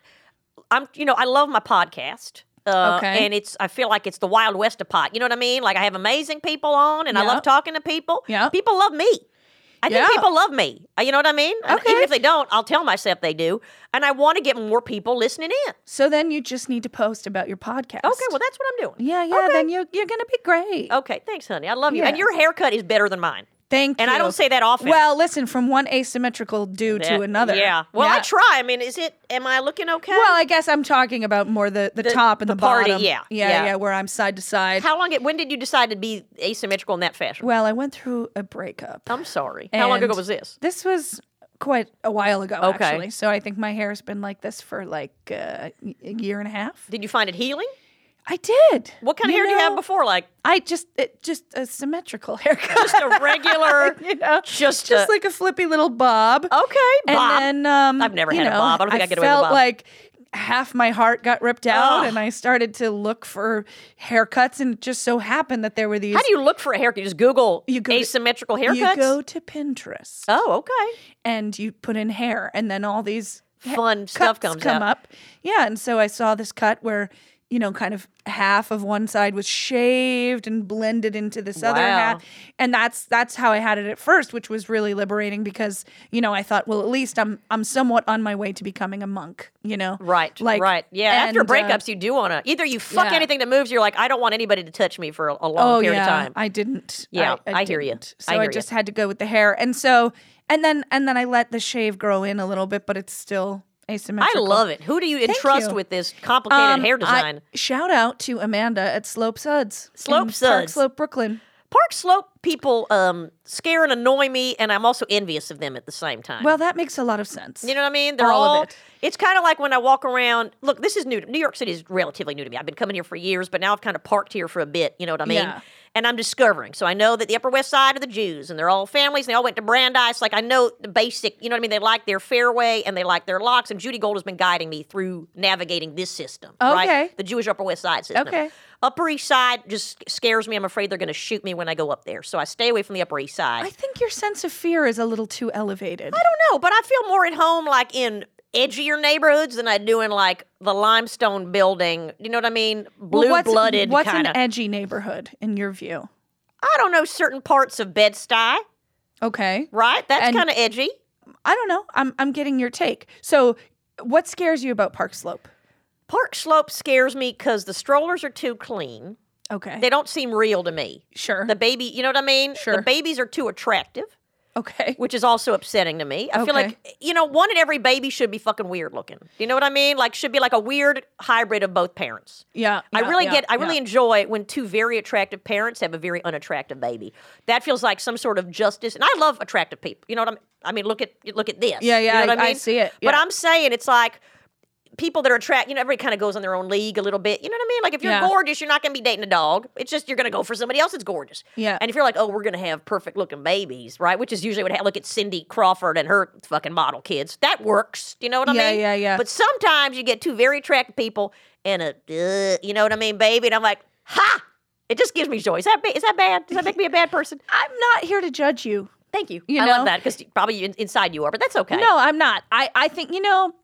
[SPEAKER 2] I'm. You know, I love my podcast. Uh,
[SPEAKER 3] Okay.
[SPEAKER 2] And it's. I feel like it's the Wild West of pot. You know what I mean? Like I have amazing people on, and I
[SPEAKER 3] Yeah.
[SPEAKER 2] love talking to people.
[SPEAKER 3] Yeah.
[SPEAKER 2] People love me. I think
[SPEAKER 3] Yeah.
[SPEAKER 2] people love me. Uh, You know what I mean? And
[SPEAKER 3] Okay.
[SPEAKER 2] even if they don't, I'll tell myself they do. And I want to get more people listening in.
[SPEAKER 3] so then you just need to post about your podcast.
[SPEAKER 2] Okay. Well, that's what I'm doing.
[SPEAKER 3] yeah, yeah. Then you you're gonna be great.
[SPEAKER 2] Okay. Thanks, honey. I love you. And
[SPEAKER 3] Yeah.
[SPEAKER 2] your haircut is better than mine.
[SPEAKER 3] Thank
[SPEAKER 2] And
[SPEAKER 3] you.
[SPEAKER 2] I don't say that often.
[SPEAKER 3] Well, listen, from one asymmetrical do
[SPEAKER 2] That-
[SPEAKER 3] to another.
[SPEAKER 2] Yeah. Well, I
[SPEAKER 3] Yeah.
[SPEAKER 2] try. I mean, is it? Am I looking okay?
[SPEAKER 3] Well, I guess I'm talking about more the, the,
[SPEAKER 2] The-
[SPEAKER 3] top and
[SPEAKER 2] the
[SPEAKER 3] the,
[SPEAKER 2] party,
[SPEAKER 3] bottom.
[SPEAKER 2] yeah,
[SPEAKER 3] yeah,
[SPEAKER 2] yeah.
[SPEAKER 3] yeah, where I'm side to side.
[SPEAKER 2] how long? It, when did you decide to be asymmetrical in that fashion?
[SPEAKER 3] Well, I went through a breakup.
[SPEAKER 2] I'm sorry. How long
[SPEAKER 3] and
[SPEAKER 2] ago was this?
[SPEAKER 3] This was quite a while ago,
[SPEAKER 2] Okay.
[SPEAKER 3] actually. So I think my hair's been like this for like uh, a year and a half.
[SPEAKER 2] Did you find it healing?
[SPEAKER 3] I did.
[SPEAKER 2] What kind of hair do you have
[SPEAKER 3] know,
[SPEAKER 2] before? Like
[SPEAKER 3] I just it, just a symmetrical haircut.
[SPEAKER 2] just a regular,
[SPEAKER 3] you know,
[SPEAKER 2] just,
[SPEAKER 3] just
[SPEAKER 2] a,
[SPEAKER 3] like a flippy little bob.
[SPEAKER 2] okay,
[SPEAKER 3] and
[SPEAKER 2] Bob.
[SPEAKER 3] then um,
[SPEAKER 2] I've never
[SPEAKER 3] you
[SPEAKER 2] had a
[SPEAKER 3] know,
[SPEAKER 2] bob. I don't think I get away with a
[SPEAKER 3] felt
[SPEAKER 2] bob.
[SPEAKER 3] like half my heart got ripped out,
[SPEAKER 2] Ugh.
[SPEAKER 3] and I started to look for haircuts, and it just so happened that there were these.
[SPEAKER 2] how do you look for a haircut? You just Google
[SPEAKER 3] You go to-
[SPEAKER 2] asymmetrical haircuts.
[SPEAKER 3] You go to Pinterest
[SPEAKER 2] oh, okay.
[SPEAKER 3] and you put in hair, and then all these ha-
[SPEAKER 2] Fun stuff
[SPEAKER 3] cuts
[SPEAKER 2] comes
[SPEAKER 3] come
[SPEAKER 2] out.
[SPEAKER 3] up. Yeah, and so I saw this cut where you know, kind of half of one side was shaved and blended into this other
[SPEAKER 2] Wow.
[SPEAKER 3] half, and that's that's how I had it at first, which was really liberating because you know I thought, well, at least I'm I'm somewhat on my way to becoming a monk. You know,
[SPEAKER 2] Right,
[SPEAKER 3] Like
[SPEAKER 2] right. Yeah, after
[SPEAKER 3] and, uh,
[SPEAKER 2] breakups, you do want to either you fuck
[SPEAKER 3] yeah.
[SPEAKER 2] anything that moves. You're like, I don't want anybody to touch me for a, a long
[SPEAKER 3] oh
[SPEAKER 2] period
[SPEAKER 3] yeah,
[SPEAKER 2] of time.
[SPEAKER 3] I didn't.
[SPEAKER 2] Yeah, I hear you.
[SPEAKER 3] didn't. So
[SPEAKER 2] I
[SPEAKER 3] I,
[SPEAKER 2] hear you.
[SPEAKER 3] just had to go with the hair, and so and then and then I let the shave grow in a little bit, but it's still
[SPEAKER 2] I
[SPEAKER 3] asymmetrical.
[SPEAKER 2] love it. Who do you entrust
[SPEAKER 3] you.
[SPEAKER 2] with this complicated
[SPEAKER 3] Um,
[SPEAKER 2] hair
[SPEAKER 3] I-
[SPEAKER 2] design?
[SPEAKER 3] shout out to Amanda at Slope Suds. in
[SPEAKER 2] Slope
[SPEAKER 3] Park
[SPEAKER 2] Suds.
[SPEAKER 3] Slope, Brooklyn.
[SPEAKER 2] Park Slope people um, scare and annoy me, and I'm also envious of them at the same time.
[SPEAKER 3] Well, that makes a lot of sense.
[SPEAKER 2] you know what I mean? They're all.
[SPEAKER 3] all of it.
[SPEAKER 2] It's kind of like when I walk around. Look, this is new. New York City is relatively new to me. I've been coming here for years, but now I've kind of parked here for a bit. You know what I mean?
[SPEAKER 3] Yeah.
[SPEAKER 2] And I'm discovering. So I know that the Upper West Side are the Jews, and they're all families. And they all went to Brandeis. Like I know the basic. You know what I mean? They like their fairway and they like their locks. And Judy Gold has been guiding me through navigating this system. Right?
[SPEAKER 3] Okay.
[SPEAKER 2] The Jewish Upper West Side system.
[SPEAKER 3] Okay.
[SPEAKER 2] Upper East Side just scares me. I'm afraid they're going to shoot me when I go up there. So I stay away from the Upper East Side.
[SPEAKER 3] I think your sense of fear is a little too elevated. I
[SPEAKER 2] don't know, but I feel more at home like in edgier neighborhoods than I do in like the limestone building. You know what I mean? Blue blooded
[SPEAKER 3] What's
[SPEAKER 2] kind
[SPEAKER 3] an e-,
[SPEAKER 2] of.
[SPEAKER 3] edgy neighborhood in your view?
[SPEAKER 2] I don't know certain parts of Bed Stuy,
[SPEAKER 3] Okay,
[SPEAKER 2] right? That's
[SPEAKER 3] And-
[SPEAKER 2] kind of edgy.
[SPEAKER 3] I don't know. I'm I'm getting your take. So, what scares you about Park Slope?
[SPEAKER 2] Park Slope scares me because the strollers are too clean.
[SPEAKER 3] Okay,
[SPEAKER 2] They don't seem real to me.
[SPEAKER 3] sure.
[SPEAKER 2] The baby, you know what I mean?
[SPEAKER 3] Sure.
[SPEAKER 2] The babies are too attractive.
[SPEAKER 3] Okay.
[SPEAKER 2] which is also upsetting to me. I feel
[SPEAKER 3] Okay.
[SPEAKER 2] like you know, one in every baby should be fucking weird looking. Do you know what I mean? Like should be like a weird hybrid of both parents.
[SPEAKER 3] Yeah,
[SPEAKER 2] I
[SPEAKER 3] yeah,
[SPEAKER 2] really
[SPEAKER 3] yeah,
[SPEAKER 2] get I really
[SPEAKER 3] yeah.
[SPEAKER 2] enjoy when two very attractive parents have a very unattractive baby. That feels like some sort of justice. And I love attractive people. You know what I mean? I mean, look at look at this.
[SPEAKER 3] Yeah, yeah,
[SPEAKER 2] You know what
[SPEAKER 3] I-
[SPEAKER 2] I,
[SPEAKER 3] I
[SPEAKER 2] mean?
[SPEAKER 3] see it,
[SPEAKER 2] But
[SPEAKER 3] yeah.
[SPEAKER 2] I'm saying it's like people that are attract. You know, everybody kind of goes on their own league a little bit. You know what I mean? Like if you're
[SPEAKER 3] Yeah.
[SPEAKER 2] gorgeous, you're not going to be dating a dog. It's just you're going to go for somebody else that's gorgeous.
[SPEAKER 3] Yeah.
[SPEAKER 2] And if you're like, oh, we're going to have perfect looking babies, right? Which is usually what ha- look at Cindy Crawford and her fucking model kids. That works. Do you know what I
[SPEAKER 3] Yeah,
[SPEAKER 2] mean?
[SPEAKER 3] yeah, yeah.
[SPEAKER 2] But sometimes you get two very attractive people and a, uh, you know what I mean, baby? And I'm like, ha! It just gives me joy. Is that, ba- is that bad? Does that make me a bad person?
[SPEAKER 3] I'm not here to judge you.
[SPEAKER 2] Thank you.
[SPEAKER 3] You
[SPEAKER 2] I
[SPEAKER 3] know?
[SPEAKER 2] love that because probably you- inside you are, but that's okay.
[SPEAKER 3] No, I'm not. I, I think, you know,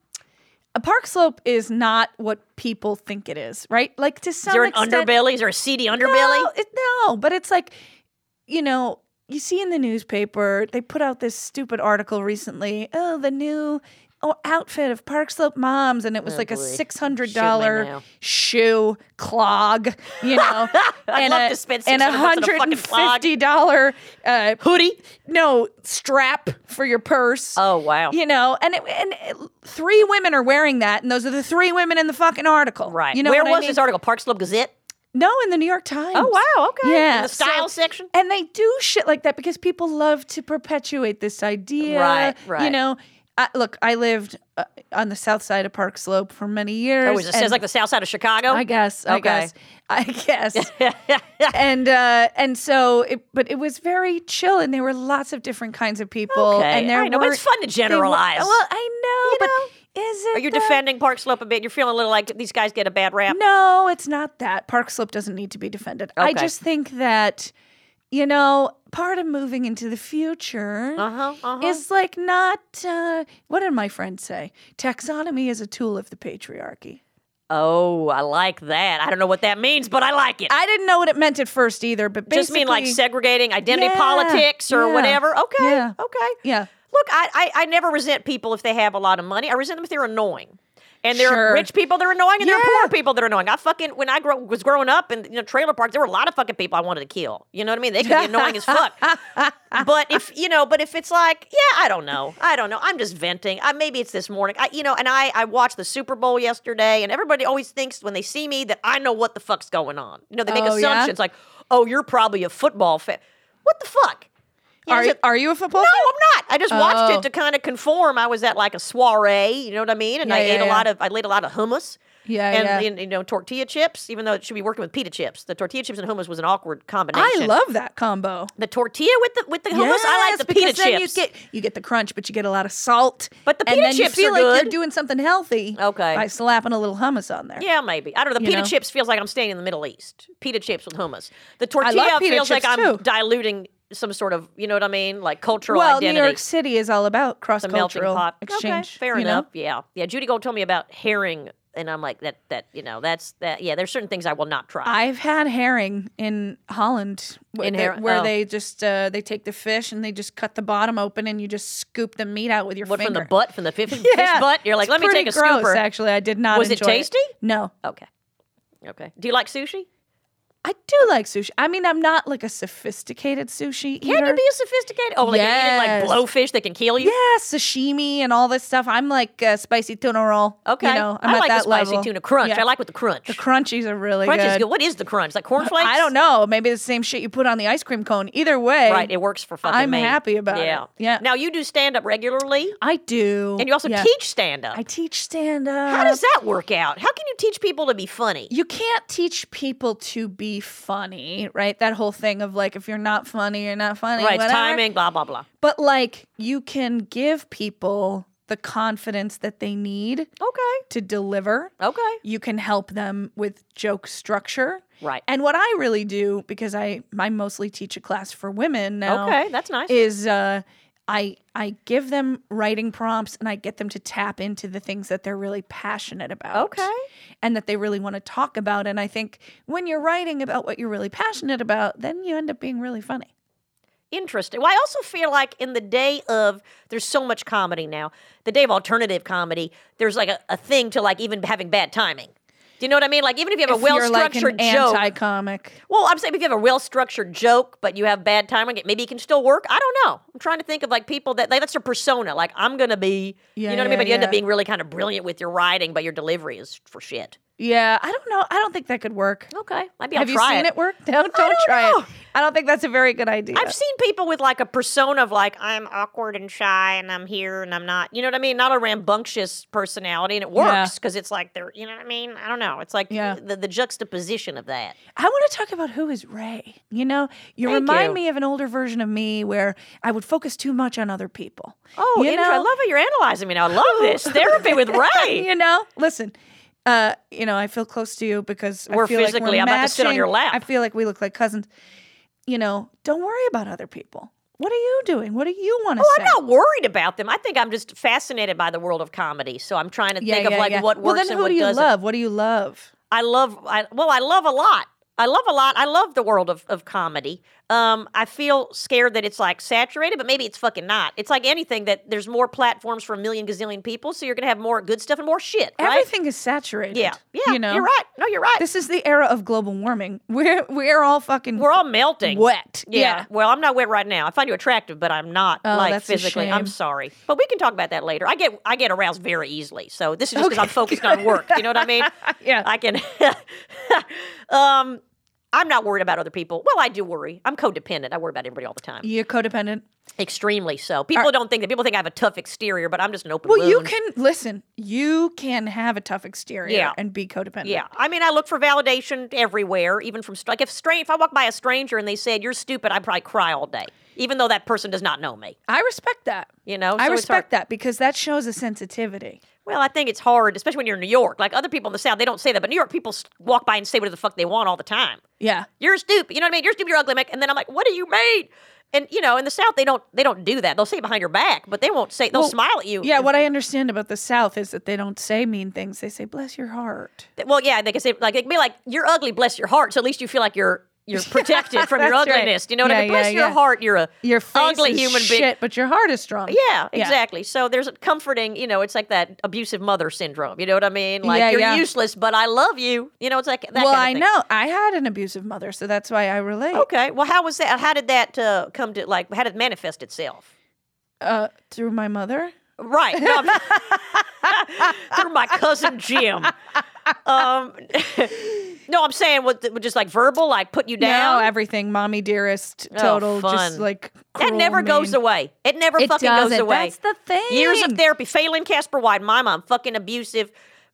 [SPEAKER 3] a park slope is not what people think it is, right? Like to
[SPEAKER 2] Is
[SPEAKER 3] some
[SPEAKER 2] there an
[SPEAKER 3] extent.
[SPEAKER 2] underbelly? Is there a seedy underbelly?
[SPEAKER 3] No, it, no, but it's like, you know, you see in the newspaper, they put out this stupid article recently. Oh, the new oh, outfit of Park Slope moms. And it was like a
[SPEAKER 2] Oh, boy. Shoot me
[SPEAKER 3] $600
[SPEAKER 2] now.
[SPEAKER 3] shoe clog, you know,
[SPEAKER 2] I'd
[SPEAKER 3] and,
[SPEAKER 2] love
[SPEAKER 3] a,
[SPEAKER 2] to spend
[SPEAKER 3] and a
[SPEAKER 2] $600 on a fucking clog.
[SPEAKER 3] $150 uh, hoodie. No, strap for your purse.
[SPEAKER 2] Oh, wow.
[SPEAKER 3] You know, and it, and it- three women are wearing that, and those are the three women in the fucking article.
[SPEAKER 2] Right.
[SPEAKER 3] You know
[SPEAKER 2] Where
[SPEAKER 3] what I
[SPEAKER 2] was
[SPEAKER 3] mean?
[SPEAKER 2] this article? Park Slope Gazette?
[SPEAKER 3] No, in the New York Times.
[SPEAKER 2] Oh, wow, okay.
[SPEAKER 3] Yeah.
[SPEAKER 2] In the style
[SPEAKER 3] so-
[SPEAKER 2] section?
[SPEAKER 3] And they do shit like that because people love to perpetuate this idea.
[SPEAKER 2] Right, right.
[SPEAKER 3] You know, I, look, I lived uh, on the south side of Park Slope for many years.
[SPEAKER 2] Oh, is it
[SPEAKER 3] and
[SPEAKER 2] says like the south side of Chicago?
[SPEAKER 3] I guess. I
[SPEAKER 2] Okay.
[SPEAKER 3] guess. I guess. and uh, and so, it, but it was very chill, and there were lots of different kinds of people.
[SPEAKER 2] Okay,
[SPEAKER 3] And there
[SPEAKER 2] I know,
[SPEAKER 3] were,
[SPEAKER 2] but it's fun to
[SPEAKER 3] they were-
[SPEAKER 2] generalize.
[SPEAKER 3] well, I know,
[SPEAKER 2] know?
[SPEAKER 3] but is it?
[SPEAKER 2] Are you
[SPEAKER 3] though?
[SPEAKER 2] defending Park Slope a bit? You're feeling a little like these guys get a bad rap.
[SPEAKER 3] No, it's not that. Park Slope doesn't need to be defended. I
[SPEAKER 2] Okay.
[SPEAKER 3] just think that, you know, part of moving into the future
[SPEAKER 2] Uh-huh, uh-huh.
[SPEAKER 3] is like not, uh, what did my friend say? Taxonomy is a tool of the patriarchy.
[SPEAKER 2] Oh, I like that. I don't know what that means, but I like it.
[SPEAKER 3] I didn't know what it meant at first either, but basically.
[SPEAKER 2] Just mean like segregating identity
[SPEAKER 3] Yeah,
[SPEAKER 2] politics or
[SPEAKER 3] yeah,
[SPEAKER 2] whatever. Okay.
[SPEAKER 3] yeah,
[SPEAKER 2] Okay.
[SPEAKER 3] yeah.
[SPEAKER 2] Look, I, I I never resent people if they have a lot of money. I resent them if they're annoying. And there
[SPEAKER 3] Sure.
[SPEAKER 2] are rich people that are annoying, and there
[SPEAKER 3] Yeah.
[SPEAKER 2] are poor people that are annoying. I fucking when I grow, was growing up in you know trailer parks, there were a lot of fucking people I wanted to kill. You know what I mean? They could be annoying as fuck. But if you know, but if it's like, yeah, I don't know, I don't know. I'm just venting. I, maybe it's this morning. I you know, and I I watched the Super Bowl yesterday, and everybody always thinks when they see me that I know what the fuck's going on. You know, they make
[SPEAKER 3] Oh, yeah?
[SPEAKER 2] assumptions like, oh, you're probably a football fan. What the fuck? You know,
[SPEAKER 3] Are,
[SPEAKER 2] is it-
[SPEAKER 3] are you a football
[SPEAKER 2] no, I'm not. I just watched
[SPEAKER 3] Oh.
[SPEAKER 2] it to kind of conform. I was at like a soiree, you know what I mean? And
[SPEAKER 3] Yeah,
[SPEAKER 2] I
[SPEAKER 3] yeah,
[SPEAKER 2] ate a
[SPEAKER 3] yeah.
[SPEAKER 2] lot of I ate a lot of hummus.
[SPEAKER 3] Yeah,
[SPEAKER 2] and,
[SPEAKER 3] yeah.
[SPEAKER 2] and, you know tortilla chips, even though it should be working with pita chips. The tortilla chips and hummus was an awkward combination.
[SPEAKER 3] I love that combo.
[SPEAKER 2] the tortilla with the with the hummus. I
[SPEAKER 3] Yes,
[SPEAKER 2] like the
[SPEAKER 3] because
[SPEAKER 2] pita
[SPEAKER 3] then
[SPEAKER 2] chips.
[SPEAKER 3] You get, you get the crunch, but you get a lot of salt.
[SPEAKER 2] But the
[SPEAKER 3] and
[SPEAKER 2] pita
[SPEAKER 3] then
[SPEAKER 2] chips are
[SPEAKER 3] you feel like you're
[SPEAKER 2] good.
[SPEAKER 3] doing something healthy.
[SPEAKER 2] Okay.
[SPEAKER 3] By slapping a little hummus on there.
[SPEAKER 2] yeah, maybe. I don't know. The
[SPEAKER 3] You
[SPEAKER 2] pita
[SPEAKER 3] know?
[SPEAKER 2] chips feels like I'm staying in the Middle East. Pita chips with hummus. The tortilla
[SPEAKER 3] pita
[SPEAKER 2] feels like
[SPEAKER 3] chips,
[SPEAKER 2] I'm
[SPEAKER 3] too.
[SPEAKER 2] diluting some sort of, you know what I mean? Like cultural
[SPEAKER 3] well,
[SPEAKER 2] identity.
[SPEAKER 3] New York City is all about cross
[SPEAKER 2] the melting
[SPEAKER 3] cultural
[SPEAKER 2] pot
[SPEAKER 3] exchange.
[SPEAKER 2] Okay, fair
[SPEAKER 3] you know?
[SPEAKER 2] enough. Yeah, yeah. Judy Gold told me about herring, and I'm like, that that you know, that's that. Yeah, there's certain things I will not try.
[SPEAKER 3] I've had herring in Holland, where,
[SPEAKER 2] In
[SPEAKER 3] they,
[SPEAKER 2] her-
[SPEAKER 3] where
[SPEAKER 2] oh.
[SPEAKER 3] they just uh, they take the fish and they just cut the bottom open and you just scoop the meat out with your
[SPEAKER 2] what
[SPEAKER 3] finger.
[SPEAKER 2] from the butt, from the fish, fish
[SPEAKER 3] Yeah.
[SPEAKER 2] butt? You're like,
[SPEAKER 3] It's
[SPEAKER 2] let me
[SPEAKER 3] pretty
[SPEAKER 2] take a
[SPEAKER 3] gross,
[SPEAKER 2] scooper.
[SPEAKER 3] Actually, I did not.
[SPEAKER 2] Was it
[SPEAKER 3] enjoy
[SPEAKER 2] tasty?
[SPEAKER 3] No,
[SPEAKER 2] Okay, okay. Do you like sushi?
[SPEAKER 3] I do like sushi. I mean, I'm not like a sophisticated sushi eater.
[SPEAKER 2] Can you be a sophisticated? Oh, like you're
[SPEAKER 3] Yes.
[SPEAKER 2] eating like blowfish that can kill you.
[SPEAKER 3] Yeah, sashimi and all this stuff. I'm like uh, spicy tuna roll.
[SPEAKER 2] Okay,
[SPEAKER 3] you know,
[SPEAKER 2] I
[SPEAKER 3] I'm at
[SPEAKER 2] like
[SPEAKER 3] that
[SPEAKER 2] the spicy
[SPEAKER 3] level.
[SPEAKER 2] tuna crunch.
[SPEAKER 3] Yeah.
[SPEAKER 2] I like with the crunch.
[SPEAKER 3] the crunchies are really
[SPEAKER 2] crunch
[SPEAKER 3] good.
[SPEAKER 2] is good. What is the crunch? Like cornflakes?
[SPEAKER 3] I don't know. Maybe the same shit you put on the ice cream cone. Either way,
[SPEAKER 2] Right, it works for fucking
[SPEAKER 3] I'm
[SPEAKER 2] me.
[SPEAKER 3] happy about it.
[SPEAKER 2] yeah.
[SPEAKER 3] Yeah.
[SPEAKER 2] Now you do stand up regularly,
[SPEAKER 3] I do.
[SPEAKER 2] and you also
[SPEAKER 3] Yeah.
[SPEAKER 2] teach stand up.
[SPEAKER 3] I teach stand up.
[SPEAKER 2] How does that work out? How can you teach people to be funny?
[SPEAKER 3] you can't teach people to be funny, right? That whole thing of like, if you're not funny, you're not funny.
[SPEAKER 2] Right, it's
[SPEAKER 3] whatever.
[SPEAKER 2] timing, blah blah blah.
[SPEAKER 3] But like, you can give people the confidence that they need
[SPEAKER 2] Okay.
[SPEAKER 3] to deliver.
[SPEAKER 2] Okay.
[SPEAKER 3] you can help them with joke structure.
[SPEAKER 2] Right.
[SPEAKER 3] And what I really do, because I I mostly teach a class for women now.
[SPEAKER 2] Okay, that's nice.
[SPEAKER 3] Is uh, I I give them writing prompts and I get them to tap into the things that they're really passionate about.
[SPEAKER 2] Okay.
[SPEAKER 3] And that they really want to talk about. And I think when you're writing about what you're really passionate about, then you end up being really funny.
[SPEAKER 2] Interesting. Well, I also feel like in the day of there's so much comedy now, the day of alternative comedy, there's like a, a thing to like even having bad timing. Do Do you know what I mean? Like even if you have a well
[SPEAKER 3] you're like
[SPEAKER 2] structured
[SPEAKER 3] an
[SPEAKER 2] joke,
[SPEAKER 3] anti-comic.
[SPEAKER 2] well, I'm saying if you have a well structured joke, but you have bad timing, it maybe you can still work. I don't know. I'm trying to think of like people that like, that's their persona. Like I'm gonna be,
[SPEAKER 3] Yeah,
[SPEAKER 2] you know what I
[SPEAKER 3] yeah,
[SPEAKER 2] mean. But you end
[SPEAKER 3] yeah.
[SPEAKER 2] up being really kind of brilliant with your writing, but your delivery is for shit.
[SPEAKER 3] Yeah, I don't know. I don't think that could work.
[SPEAKER 2] Okay, maybe
[SPEAKER 3] Have
[SPEAKER 2] I'll
[SPEAKER 3] you
[SPEAKER 2] try
[SPEAKER 3] seen it, work? No, don't,
[SPEAKER 2] don't
[SPEAKER 3] try
[SPEAKER 2] know.
[SPEAKER 3] it. I don't think that's a very good idea.
[SPEAKER 2] I've seen people with like a persona of like I'm awkward and shy and I'm here and I'm not. You know what I mean? Not a rambunctious personality, and it
[SPEAKER 3] Yeah.
[SPEAKER 2] works because it's like they're. You know what I mean? I don't know. It's like
[SPEAKER 3] Yeah.
[SPEAKER 2] the, the juxtaposition of that.
[SPEAKER 3] I want to talk about who is Ray. You know, you
[SPEAKER 2] Thank
[SPEAKER 3] remind
[SPEAKER 2] you.
[SPEAKER 3] me of an older version of me where I would focus too much on other people.
[SPEAKER 2] Oh,
[SPEAKER 3] you
[SPEAKER 2] inter- I love how you're analyzing me now. I love this therapy with Ray.
[SPEAKER 3] you know, listen. Uh, you know, I feel close to you because I
[SPEAKER 2] We're
[SPEAKER 3] feel like
[SPEAKER 2] physically-
[SPEAKER 3] we're
[SPEAKER 2] I'm about to sit on
[SPEAKER 3] matching.
[SPEAKER 2] your lap.
[SPEAKER 3] I feel like we look like cousins. You know, don't worry about other people. What are you doing? What do you want to
[SPEAKER 2] Oh,
[SPEAKER 3] say?
[SPEAKER 2] I'm not worried about them. I think I'm just fascinated by the world of comedy. So I'm trying to think of like what works
[SPEAKER 3] well, then
[SPEAKER 2] and
[SPEAKER 3] who
[SPEAKER 2] what
[SPEAKER 3] do you
[SPEAKER 2] doesn't.
[SPEAKER 3] love? What do you love?
[SPEAKER 2] I love. I, well, I love a lot. I love a lot. I love the world of, of comedy. Um, I feel scared that it's like saturated, but maybe it's fucking not. It's like anything that there's more platforms for a million gazillion people, so you're gonna have more good stuff and more shit, right?
[SPEAKER 3] Everything is saturated.
[SPEAKER 2] yeah, yeah.
[SPEAKER 3] You know,
[SPEAKER 2] are right. No, you're right.
[SPEAKER 3] This is the era of global warming. We're we're all fucking
[SPEAKER 2] We're all melting.
[SPEAKER 3] wet.
[SPEAKER 2] Yeah. Well, I'm not wet right now. I find you attractive, but I'm not
[SPEAKER 3] Oh,
[SPEAKER 2] like
[SPEAKER 3] that's a
[SPEAKER 2] physically. I'm
[SPEAKER 3] shame.
[SPEAKER 2] sorry, but we can talk about that later. I get I get aroused very easily, so this is just because I'm focused on work. You know what I mean?
[SPEAKER 3] Yeah.
[SPEAKER 2] I can. um, I'm not worried about other people. Well, I do worry. I'm codependent. I worry about everybody all the time.
[SPEAKER 3] You're codependent.
[SPEAKER 2] Extremely so. People don't think that. People think I have a tough exterior, but I'm just an open.
[SPEAKER 3] Well, you
[SPEAKER 2] wound.
[SPEAKER 3] can listen. You can have a tough exterior
[SPEAKER 2] Yeah.
[SPEAKER 3] and be codependent.
[SPEAKER 2] Yeah, I mean, I look for validation everywhere, even from str- like if strange. If I walk by a stranger and they said you're stupid, I'd probably cry all day, even though that person does not know me.
[SPEAKER 3] I respect that.
[SPEAKER 2] You know, Oh,
[SPEAKER 3] I
[SPEAKER 2] so it's hard.
[SPEAKER 3] respect that because that shows a sensitivity.
[SPEAKER 2] Well, I think it's hard, especially when you're in New York. Like other people in the South, they don't say that, but New York people s- walk by and say whatever the fuck they want all the time.
[SPEAKER 3] Yeah.
[SPEAKER 2] You're stupid. You know what I mean? You're stupid. You're ugly. I'm like- And then I'm like, what do you mean? And you know, in the South, they don't they don't do that. They'll say it behind your back, but they won't say. They'll
[SPEAKER 3] Well,
[SPEAKER 2] smile at you.
[SPEAKER 3] Yeah. What I understand about the South is that they don't say mean things. They say "bless your heart."
[SPEAKER 2] Well, yeah, they can say like they can be like, "You're ugly. Bless your heart." So at least you feel like you're you're protected from your
[SPEAKER 3] That's right.
[SPEAKER 2] ugliness. You know what
[SPEAKER 3] Yeah,
[SPEAKER 2] I mean? Bless
[SPEAKER 3] yeah,
[SPEAKER 2] your
[SPEAKER 3] yeah.
[SPEAKER 2] heart. You're a
[SPEAKER 3] Your face
[SPEAKER 2] ugly
[SPEAKER 3] is
[SPEAKER 2] human
[SPEAKER 3] shit,
[SPEAKER 2] being.
[SPEAKER 3] but your heart is strong.
[SPEAKER 2] Yeah, exactly. So there's a comforting, you know, it's like that abusive mother syndrome. You know what I mean? Like
[SPEAKER 3] Yeah,
[SPEAKER 2] you're
[SPEAKER 3] yeah.
[SPEAKER 2] useless, but I love you. You know, it's like that.
[SPEAKER 3] well,
[SPEAKER 2] kind of
[SPEAKER 3] I
[SPEAKER 2] thing.
[SPEAKER 3] know I had an abusive mother, so that's why I relate
[SPEAKER 2] Okay. Well, how was that? How did that uh, come to like? How did it manifest itself?
[SPEAKER 3] uh, through my mother.
[SPEAKER 2] Right. No, I'm- through my cousin Jim. Um, no, I'm saying what what just like verbal, like put you down.
[SPEAKER 3] Now everything, mommy dearest,
[SPEAKER 2] Oh,
[SPEAKER 3] total,
[SPEAKER 2] fun.
[SPEAKER 3] just like
[SPEAKER 2] that
[SPEAKER 3] cruel,
[SPEAKER 2] never goes
[SPEAKER 3] mean.
[SPEAKER 2] away. It never
[SPEAKER 3] It
[SPEAKER 2] fucking goes
[SPEAKER 3] doesn't.
[SPEAKER 2] away.
[SPEAKER 3] That's the thing.
[SPEAKER 2] Years of therapy, failing Casper White, my mom, fucking abusive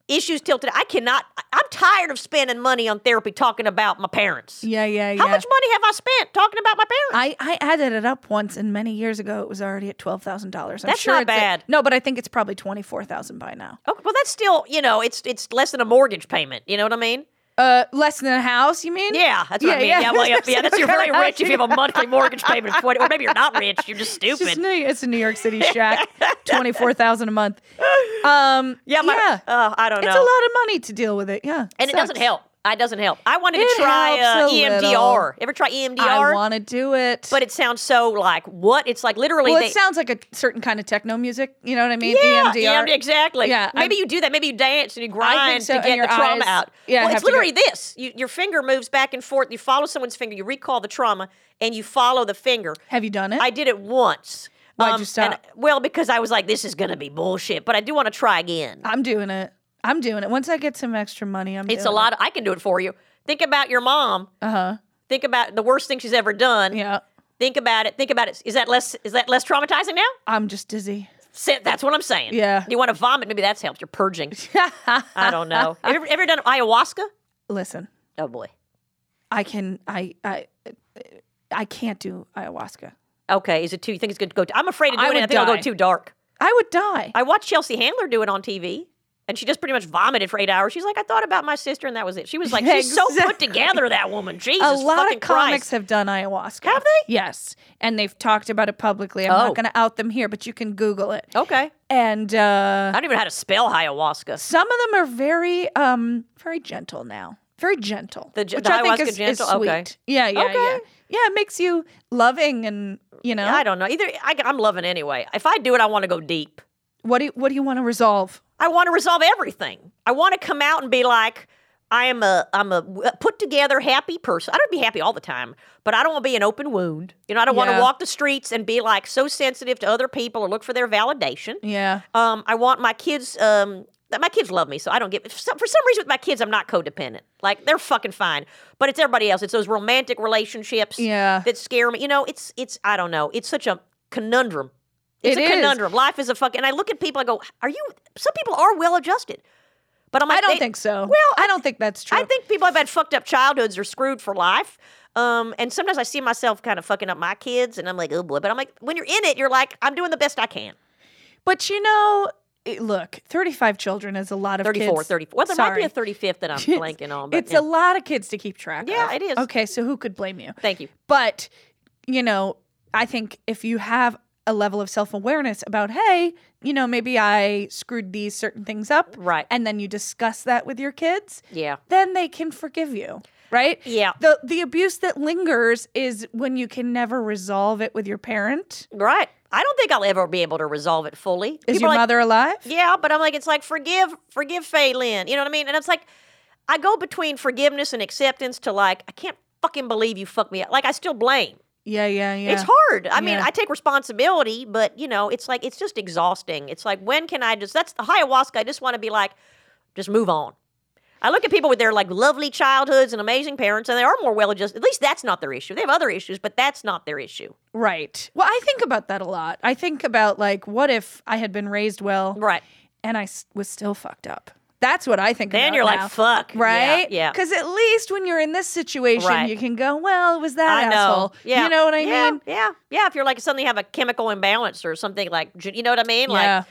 [SPEAKER 2] issues till today. I cannot. I- I'm tired of spending money on therapy talking about my parents.
[SPEAKER 3] Yeah, yeah, yeah.
[SPEAKER 2] How much money have I spent talking about my parents?
[SPEAKER 3] I, I added it up once, and many years ago, it was already at twelve thousand dollars.
[SPEAKER 2] That's
[SPEAKER 3] sure
[SPEAKER 2] not
[SPEAKER 3] it's at-
[SPEAKER 2] bad.
[SPEAKER 3] no, but I think it's probably twenty four thousand by now.
[SPEAKER 2] Okay, well, that's still, you know, it's it's less than a mortgage payment. You know what I mean?
[SPEAKER 3] Uh, less than a house, you mean?
[SPEAKER 2] Yeah, that's what I mean. Yeah, well, yeah, yeah, that's you're very rich if you have a monthly mortgage payment of twenty, or maybe you're not rich. You're just
[SPEAKER 3] It's, just
[SPEAKER 2] stupid.
[SPEAKER 3] New, it's a New York City shack, twenty four thousand a month. Um,
[SPEAKER 2] Yeah, my, Uh, I don't know.
[SPEAKER 3] it's a lot of money to deal with it. Yeah,
[SPEAKER 2] and it doesn't
[SPEAKER 3] sucks.
[SPEAKER 2] help. It doesn't help. I wanted to
[SPEAKER 3] It
[SPEAKER 2] try uh,
[SPEAKER 3] helps a
[SPEAKER 2] EMDR.
[SPEAKER 3] little.
[SPEAKER 2] Ever try E EMDR?
[SPEAKER 3] I want to do it,
[SPEAKER 2] but it sounds so like what? It's like literally
[SPEAKER 3] well,
[SPEAKER 2] they.
[SPEAKER 3] it sounds like a certain kind of techno music. You know what I mean? E
[SPEAKER 2] yeah, E
[SPEAKER 3] EMDR.
[SPEAKER 2] EMD, exactly.
[SPEAKER 3] Yeah,
[SPEAKER 2] maybe
[SPEAKER 3] I'm-
[SPEAKER 2] you do that. Maybe you dance and you grind
[SPEAKER 3] so,
[SPEAKER 2] to
[SPEAKER 3] and
[SPEAKER 2] get
[SPEAKER 3] your
[SPEAKER 2] the trauma
[SPEAKER 3] eyes-
[SPEAKER 2] out.
[SPEAKER 3] yeah,
[SPEAKER 2] well,
[SPEAKER 3] have
[SPEAKER 2] it's
[SPEAKER 3] to go-
[SPEAKER 2] literally this: you, your finger moves back and forth. You follow someone's finger. You recall the trauma and you follow the finger.
[SPEAKER 3] Have you done it?
[SPEAKER 2] I did it once. Um,
[SPEAKER 3] Why'd you
[SPEAKER 2] and-
[SPEAKER 3] stop?
[SPEAKER 2] well, because I was like, this is gonna be bullshit, but I do want to try again.
[SPEAKER 3] I'm doing it. I'm doing it. Once I get some extra money, I'm.
[SPEAKER 2] it's a
[SPEAKER 3] doing
[SPEAKER 2] lot. Of, I can do it for you. Think about your mom.
[SPEAKER 3] Uh huh.
[SPEAKER 2] Think about the worst thing she's ever done.
[SPEAKER 3] Yeah.
[SPEAKER 2] Think about it. Think about it. Is that less? Is that less traumatizing now?
[SPEAKER 3] I'm just dizzy.
[SPEAKER 2] Say- That's what I'm saying.
[SPEAKER 3] Yeah.
[SPEAKER 2] You want to vomit? Maybe that's helped. You're purging. I don't know. Have you ever, ever done ayahuasca?
[SPEAKER 3] Listen,
[SPEAKER 2] Oh boy.
[SPEAKER 3] I can. I. I. I can't do ayahuasca.
[SPEAKER 2] Okay. Is it too? You think it's good to go? Too, I'm afraid of
[SPEAKER 3] I
[SPEAKER 2] doing it.
[SPEAKER 3] would
[SPEAKER 2] I think I'll go
[SPEAKER 3] die.
[SPEAKER 2] too dark.
[SPEAKER 3] I would die.
[SPEAKER 2] I watched Chelsea Handler do it on TV, and she just pretty much vomited for eight hours. She's like, I thought about my sister, and that was it. She was like, she's so put
[SPEAKER 3] Exactly.
[SPEAKER 2] together, that woman. Jesus
[SPEAKER 3] a lot
[SPEAKER 2] fucking
[SPEAKER 3] of comics
[SPEAKER 2] Christ.
[SPEAKER 3] have done ayahuasca.
[SPEAKER 2] Have they?
[SPEAKER 3] Yes, and they've talked about it publicly. I'm
[SPEAKER 2] Oh.
[SPEAKER 3] not going to out them here, but you can Google it.
[SPEAKER 2] okay.
[SPEAKER 3] And uh,
[SPEAKER 2] I don't even know how to spell ayahuasca.
[SPEAKER 3] some of them are very, um, very gentle now. Very gentle.
[SPEAKER 2] The ge-
[SPEAKER 3] which
[SPEAKER 2] the
[SPEAKER 3] I think
[SPEAKER 2] ayahuasca
[SPEAKER 3] is,
[SPEAKER 2] gentle?
[SPEAKER 3] is sweet.
[SPEAKER 2] Okay.
[SPEAKER 3] Yeah, yeah,
[SPEAKER 2] Okay.
[SPEAKER 3] yeah. Yeah, it makes you loving and you know.
[SPEAKER 2] I don't know either. I, I'm loving anyway. If I do it, I want to go deep.
[SPEAKER 3] what do you, what do you want to resolve?
[SPEAKER 2] I want to resolve everything. I want to come out and be like, I am a I'm a w- put together happy person. I don't be happy all the time, but I don't want to be an open wound. You know, I don't want
[SPEAKER 3] Yeah.
[SPEAKER 2] to walk the streets and be like so sensitive to other people or look for their validation.
[SPEAKER 3] Yeah.
[SPEAKER 2] Um, I want my kids. Um, that my kids love me, so I don't get. For some, for some reason, with my kids, I'm not codependent. Like they're fucking fine, but it's everybody else. It's those romantic relationships
[SPEAKER 3] Yeah.
[SPEAKER 2] that scare me. You know, it's it's I don't know. It's such a conundrum. It's
[SPEAKER 3] It
[SPEAKER 2] a
[SPEAKER 3] is.
[SPEAKER 2] conundrum. Life is a fucking. And I look at people. I go, are you? Some people are well adjusted, but I'm like,
[SPEAKER 3] I don't
[SPEAKER 2] they-
[SPEAKER 3] think so.
[SPEAKER 2] Well,
[SPEAKER 3] I don't think that's true.
[SPEAKER 2] I think people have had fucked up childhoods are screwed for life. Um, and sometimes I see myself kind of fucking up my kids, and I'm like, oh boy. But I'm like, when you're in it, you're like, I'm doing the best I can.
[SPEAKER 3] But you know, it- look, 35 children is a lot of
[SPEAKER 2] 34,
[SPEAKER 3] kids.
[SPEAKER 2] 34. Well, there
[SPEAKER 3] Sorry.
[SPEAKER 2] might be a 35th that I'm blanking on, but
[SPEAKER 3] it's
[SPEAKER 2] yeah.
[SPEAKER 3] a lot of kids to keep track
[SPEAKER 2] Yeah,
[SPEAKER 3] of.
[SPEAKER 2] it is.
[SPEAKER 3] Okay, so who could blame you?
[SPEAKER 2] thank you.
[SPEAKER 3] But, you know, I think if you have a level of self awareness about, hey, you know, maybe I screwed these certain things up.
[SPEAKER 2] Right.
[SPEAKER 3] And then you discuss that with your kids,
[SPEAKER 2] Yeah.
[SPEAKER 3] then they can forgive you. Right?
[SPEAKER 2] Yeah.
[SPEAKER 3] The the abuse that lingers is when you can never resolve it with your parent.
[SPEAKER 2] Right. I don't think I'll ever be able to resolve it fully.
[SPEAKER 3] Is
[SPEAKER 2] People
[SPEAKER 3] your
[SPEAKER 2] are like,
[SPEAKER 3] mother alive?
[SPEAKER 2] Yeah, but I'm like, it's like forgive, forgive Faye Lynn. You know what I mean? And it's like, I go between forgiveness and acceptance to like, I can't fucking believe you fucked me up. Like I still blame.
[SPEAKER 3] Yeah, yeah, yeah.
[SPEAKER 2] It's hard. I mean,
[SPEAKER 3] Yeah.
[SPEAKER 2] I take responsibility, but you know, it's like it's just exhausting. It's like when can I just? That's the ayahuasca. I just want to be like, just move on. I look at people with their like lovely childhoods and amazing parents, and they are more well adjusted. At least that's not their issue. They have other issues, but that's not their issue.
[SPEAKER 3] Right. Well, I think about that a lot. I think about like, what if I had been raised well,
[SPEAKER 2] Right.
[SPEAKER 3] and I s- was still fucked up? That's what I think.
[SPEAKER 2] Then
[SPEAKER 3] about
[SPEAKER 2] you're
[SPEAKER 3] now.
[SPEAKER 2] like, fuck. Yeah,
[SPEAKER 3] right?
[SPEAKER 2] Yeah.
[SPEAKER 3] Because at least when you're in this situation,
[SPEAKER 2] Right.
[SPEAKER 3] you can go, well, it was that
[SPEAKER 2] I know.
[SPEAKER 3] asshole.
[SPEAKER 2] Yeah.
[SPEAKER 3] You know what I
[SPEAKER 2] Yeah,
[SPEAKER 3] mean?
[SPEAKER 2] Yeah. Yeah. If you're like suddenly have a chemical imbalance or something like, you know what I mean? Like,
[SPEAKER 3] Yeah.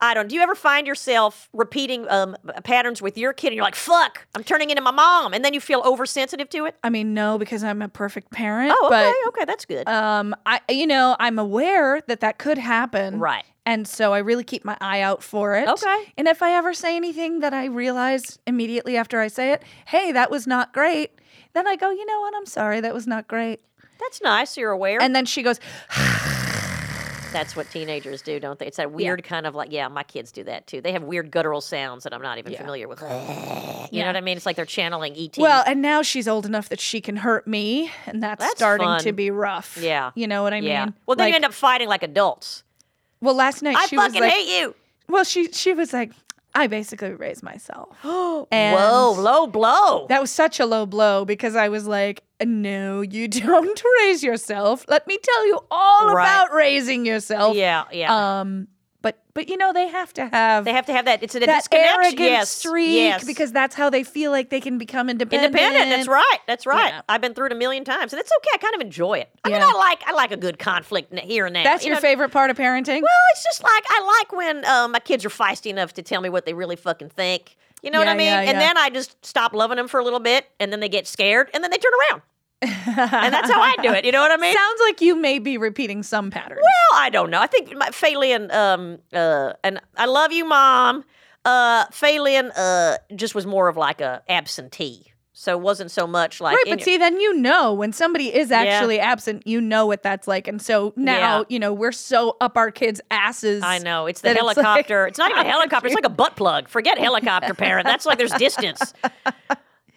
[SPEAKER 2] I don't. Do you ever find yourself repeating um, patterns with your kid, and you're like, "Fuck, I'm turning into my mom," and then you feel oversensitive to it?
[SPEAKER 3] I mean, no, because I'm a perfect parent.
[SPEAKER 2] Oh, okay,
[SPEAKER 3] But
[SPEAKER 2] okay, that's good.
[SPEAKER 3] um, I, you know, I'm aware that that could happen.
[SPEAKER 2] Right.
[SPEAKER 3] And so I really keep my eye out for it.
[SPEAKER 2] Okay.
[SPEAKER 3] And if I ever say anything that I realize immediately after I say it, hey, that was not great, then I go, you know what? I'm sorry. That was not great.
[SPEAKER 2] that's nice. You're aware.
[SPEAKER 3] And then she goes,
[SPEAKER 2] that's what teenagers do, don't they? It's that weird kind of like, yeah, my kids do that too. They have weird guttural sounds that I'm not even familiar with. you know what I mean? It's like they're channeling E ET.
[SPEAKER 3] well, and now she's old enough that she can hurt me. And that's,
[SPEAKER 2] That's
[SPEAKER 3] starting
[SPEAKER 2] fun.
[SPEAKER 3] to be rough.
[SPEAKER 2] Yeah.
[SPEAKER 3] You know what I
[SPEAKER 2] yeah.
[SPEAKER 3] mean?
[SPEAKER 2] Well, then you
[SPEAKER 3] Like-
[SPEAKER 2] end up fighting like adults.
[SPEAKER 3] Well, last night
[SPEAKER 2] I
[SPEAKER 3] she was
[SPEAKER 2] fucking
[SPEAKER 3] like,
[SPEAKER 2] hate you.
[SPEAKER 3] well, she, she was like, I basically raised myself. and
[SPEAKER 2] Whoa, low blow.
[SPEAKER 3] That was such a low blow because I was like, no, you don't raise yourself. Let me tell you all
[SPEAKER 2] Right.
[SPEAKER 3] about raising yourself.
[SPEAKER 2] yeah, yeah.
[SPEAKER 3] Um, but but you know they have to have
[SPEAKER 2] they have to have that. It's a
[SPEAKER 3] that
[SPEAKER 2] disconnection.
[SPEAKER 3] arrogant
[SPEAKER 2] yes,
[SPEAKER 3] streak
[SPEAKER 2] yes.
[SPEAKER 3] because that's how they feel like they can become independent.
[SPEAKER 2] independent. That's right. That's right.
[SPEAKER 3] Yeah.
[SPEAKER 2] I've been through it a million times, and it's okay. I kind of enjoy it. I mean,
[SPEAKER 3] Yeah.
[SPEAKER 2] I like I like a good conflict n- here and there.
[SPEAKER 3] That's
[SPEAKER 2] you
[SPEAKER 3] your
[SPEAKER 2] know?
[SPEAKER 3] favorite part of parenting.
[SPEAKER 2] Well, it's just like I like when um, my kids are feisty enough to tell me what they really fucking think. You know what
[SPEAKER 3] Yeah,
[SPEAKER 2] I mean?
[SPEAKER 3] yeah, yeah.
[SPEAKER 2] And then I just stop loving them for a little bit, and then they get scared, and then they turn around, and that's how I do it. You know what I mean?
[SPEAKER 3] Sounds like you may be repeating some patterns.
[SPEAKER 2] Well, I don't know. I think my Phelan, um, uh, and I love you, mom. Uh, Phelan, uh, just was more of like a absentee, so it wasn't so much like.
[SPEAKER 3] Right,
[SPEAKER 2] in
[SPEAKER 3] but
[SPEAKER 2] your-
[SPEAKER 3] see, then you know when somebody is actually absent, you know what that's like, and so now
[SPEAKER 2] Yeah.
[SPEAKER 3] you know we're so up our kids' asses.
[SPEAKER 2] I know it's the
[SPEAKER 3] that it's like-
[SPEAKER 2] helicopter. It's, not even a helicopter. It's like a butt plug. Forget helicopter parent. That's like there's distance.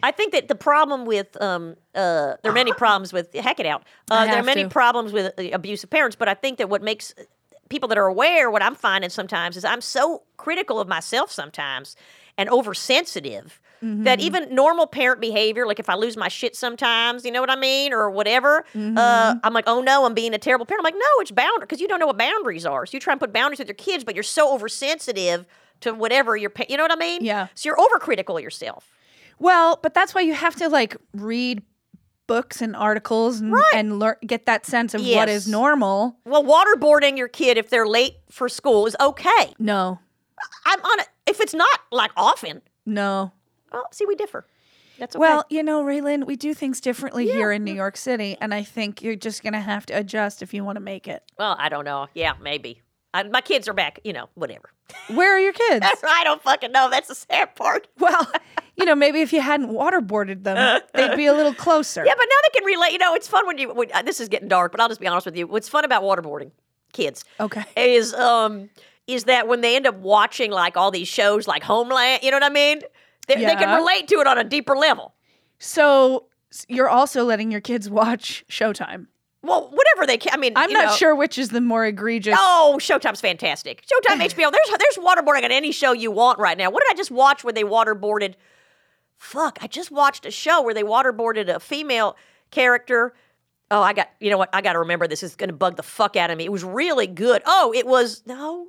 [SPEAKER 2] I think that the problem with um uh there are many problems with heck it out. Uh,
[SPEAKER 3] I
[SPEAKER 2] there are
[SPEAKER 3] have
[SPEAKER 2] many
[SPEAKER 3] to.
[SPEAKER 2] problems with uh, abusive parents, but I think that what makes uh, people that are aware what I'm finding sometimes is I'm so critical of myself sometimes and oversensitive. That even normal parent behavior, like if I lose my shit sometimes, you know what I mean, or whatever, uh, I'm like, oh no, I'm being a terrible parent. I'm like, no, it's boundary because you don't know what boundaries are. So you try and put boundaries with your kids, but you're so oversensitive to whatever your, pa- you know what I mean?
[SPEAKER 3] Yeah.
[SPEAKER 2] So you're overcritical of yourself.
[SPEAKER 3] Well, but that's why you have to like read books and articles and, and learn get that sense of what
[SPEAKER 2] Yes.
[SPEAKER 3] is normal.
[SPEAKER 2] Well, waterboarding your kid if they're late for school is okay.
[SPEAKER 3] No,
[SPEAKER 2] I'm on it. If it's not like often,
[SPEAKER 3] no.
[SPEAKER 2] well, see, we differ. That's okay.
[SPEAKER 3] Well, you know, Raylan, we do things differently here in New York City, and I think you're just gonna have to adjust if you want to make it.
[SPEAKER 2] well, I don't know. Yeah, maybe. I, my kids are back. You know, whatever.
[SPEAKER 3] Where are your kids?
[SPEAKER 2] I don't fucking know. That's the sad part.
[SPEAKER 3] well, you know, maybe if you hadn't waterboarded them, they'd be a little closer.
[SPEAKER 2] Yeah, but now they can relate. You know, it's fun when you. When, uh, this is getting dark, but I'll just be honest with you. What's fun about waterboarding kids?
[SPEAKER 3] Okay.
[SPEAKER 2] Is um is that when they end up watching like all these shows like Homeland? You know what I mean? They, they can
[SPEAKER 3] Yeah.
[SPEAKER 2] relate to it on a deeper level.
[SPEAKER 3] So s- you're also letting your kids watch Showtime.
[SPEAKER 2] Well, whatever they can. I mean,
[SPEAKER 3] I'm
[SPEAKER 2] you
[SPEAKER 3] not
[SPEAKER 2] know.
[SPEAKER 3] sure which is the more egregious.
[SPEAKER 2] Oh, Showtime's fantastic. Showtime HBO. There's there's waterboarding on any show you want right now. What did I just watch where they waterboarded? Fuck, I just watched a show where they waterboarded a female character. Oh, I got you know what? I got to remember this is going to bug the fuck out of me. It was really good. Oh, it was no.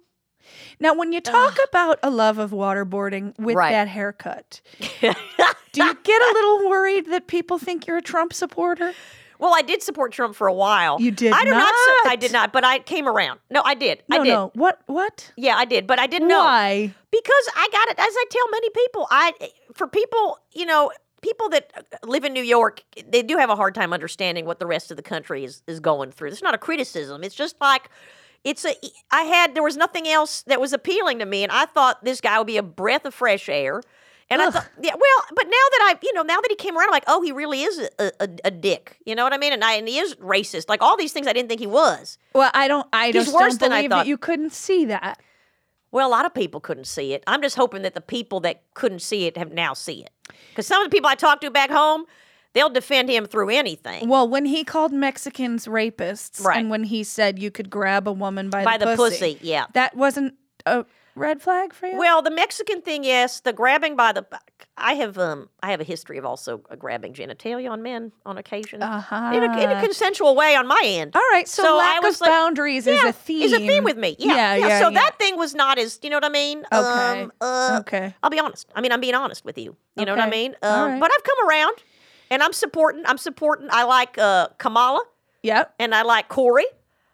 [SPEAKER 3] Now, when you talk about a love of waterboarding with
[SPEAKER 2] Right.
[SPEAKER 3] that haircut, do you get a little worried that people think you're a Trump supporter?
[SPEAKER 2] Well, I did support Trump for a while.
[SPEAKER 3] You did
[SPEAKER 2] I did not. su-
[SPEAKER 3] not.
[SPEAKER 2] I did not. But I came around. No, I did.
[SPEAKER 3] No,
[SPEAKER 2] I did.
[SPEAKER 3] no. What? What?
[SPEAKER 2] Yeah, I did. But I didn't know.
[SPEAKER 3] Why?
[SPEAKER 2] Because I got it, as I tell many people, I for people, you know, people that live in New York, they do have a hard time understanding what the rest of the country is is going through. It's not a criticism. It's just like it's a. I had there was nothing else that was appealing to me, and I thought this guy would be a breath of fresh air. And I thought, yeah, well, but now that I, you know, now that he came around, I'm like, oh, he really is a, a, a dick. You know what I mean? And I, and he is racist. Like all these things, I didn't think he was.
[SPEAKER 3] Well, I don't. I just
[SPEAKER 2] worse
[SPEAKER 3] don't
[SPEAKER 2] than I
[SPEAKER 3] believe
[SPEAKER 2] thought.
[SPEAKER 3] that you couldn't see that.
[SPEAKER 2] Well, a lot of people couldn't see it. I'm just hoping that the people that couldn't see it have now see it. Because some of the people I talk to back home, they'll defend him through anything.
[SPEAKER 3] Well, when he called Mexicans rapists,
[SPEAKER 2] Right.
[SPEAKER 3] and when he said you could grab a woman by,
[SPEAKER 2] By the
[SPEAKER 3] pussy,
[SPEAKER 2] pussy, yeah.
[SPEAKER 3] that wasn't a red flag for you.
[SPEAKER 2] Well, the Mexican thing, yes. The grabbing by the, I have um, I have a history of also uh, grabbing genitalia on men on occasion,
[SPEAKER 3] Uh-huh.
[SPEAKER 2] in, a, in a consensual way on my end.
[SPEAKER 3] All right, so,
[SPEAKER 2] I
[SPEAKER 3] lack
[SPEAKER 2] was
[SPEAKER 3] of
[SPEAKER 2] like,
[SPEAKER 3] boundaries is
[SPEAKER 2] yeah,
[SPEAKER 3] a theme.
[SPEAKER 2] Is a theme with me. Yeah,
[SPEAKER 3] yeah,
[SPEAKER 2] yeah.
[SPEAKER 3] yeah
[SPEAKER 2] so
[SPEAKER 3] yeah.
[SPEAKER 2] that thing was not as you know what I mean.
[SPEAKER 3] Okay.
[SPEAKER 2] Um, uh,
[SPEAKER 3] Okay.
[SPEAKER 2] I'll be honest. I mean, I'm being honest with you. You know what I
[SPEAKER 3] Okay.
[SPEAKER 2] mean?
[SPEAKER 3] All
[SPEAKER 2] Um,
[SPEAKER 3] right.
[SPEAKER 2] But I've come around, and I'm supporting. I'm supporting. I like uh, Kamala,
[SPEAKER 3] Yep.
[SPEAKER 2] and I like Corey,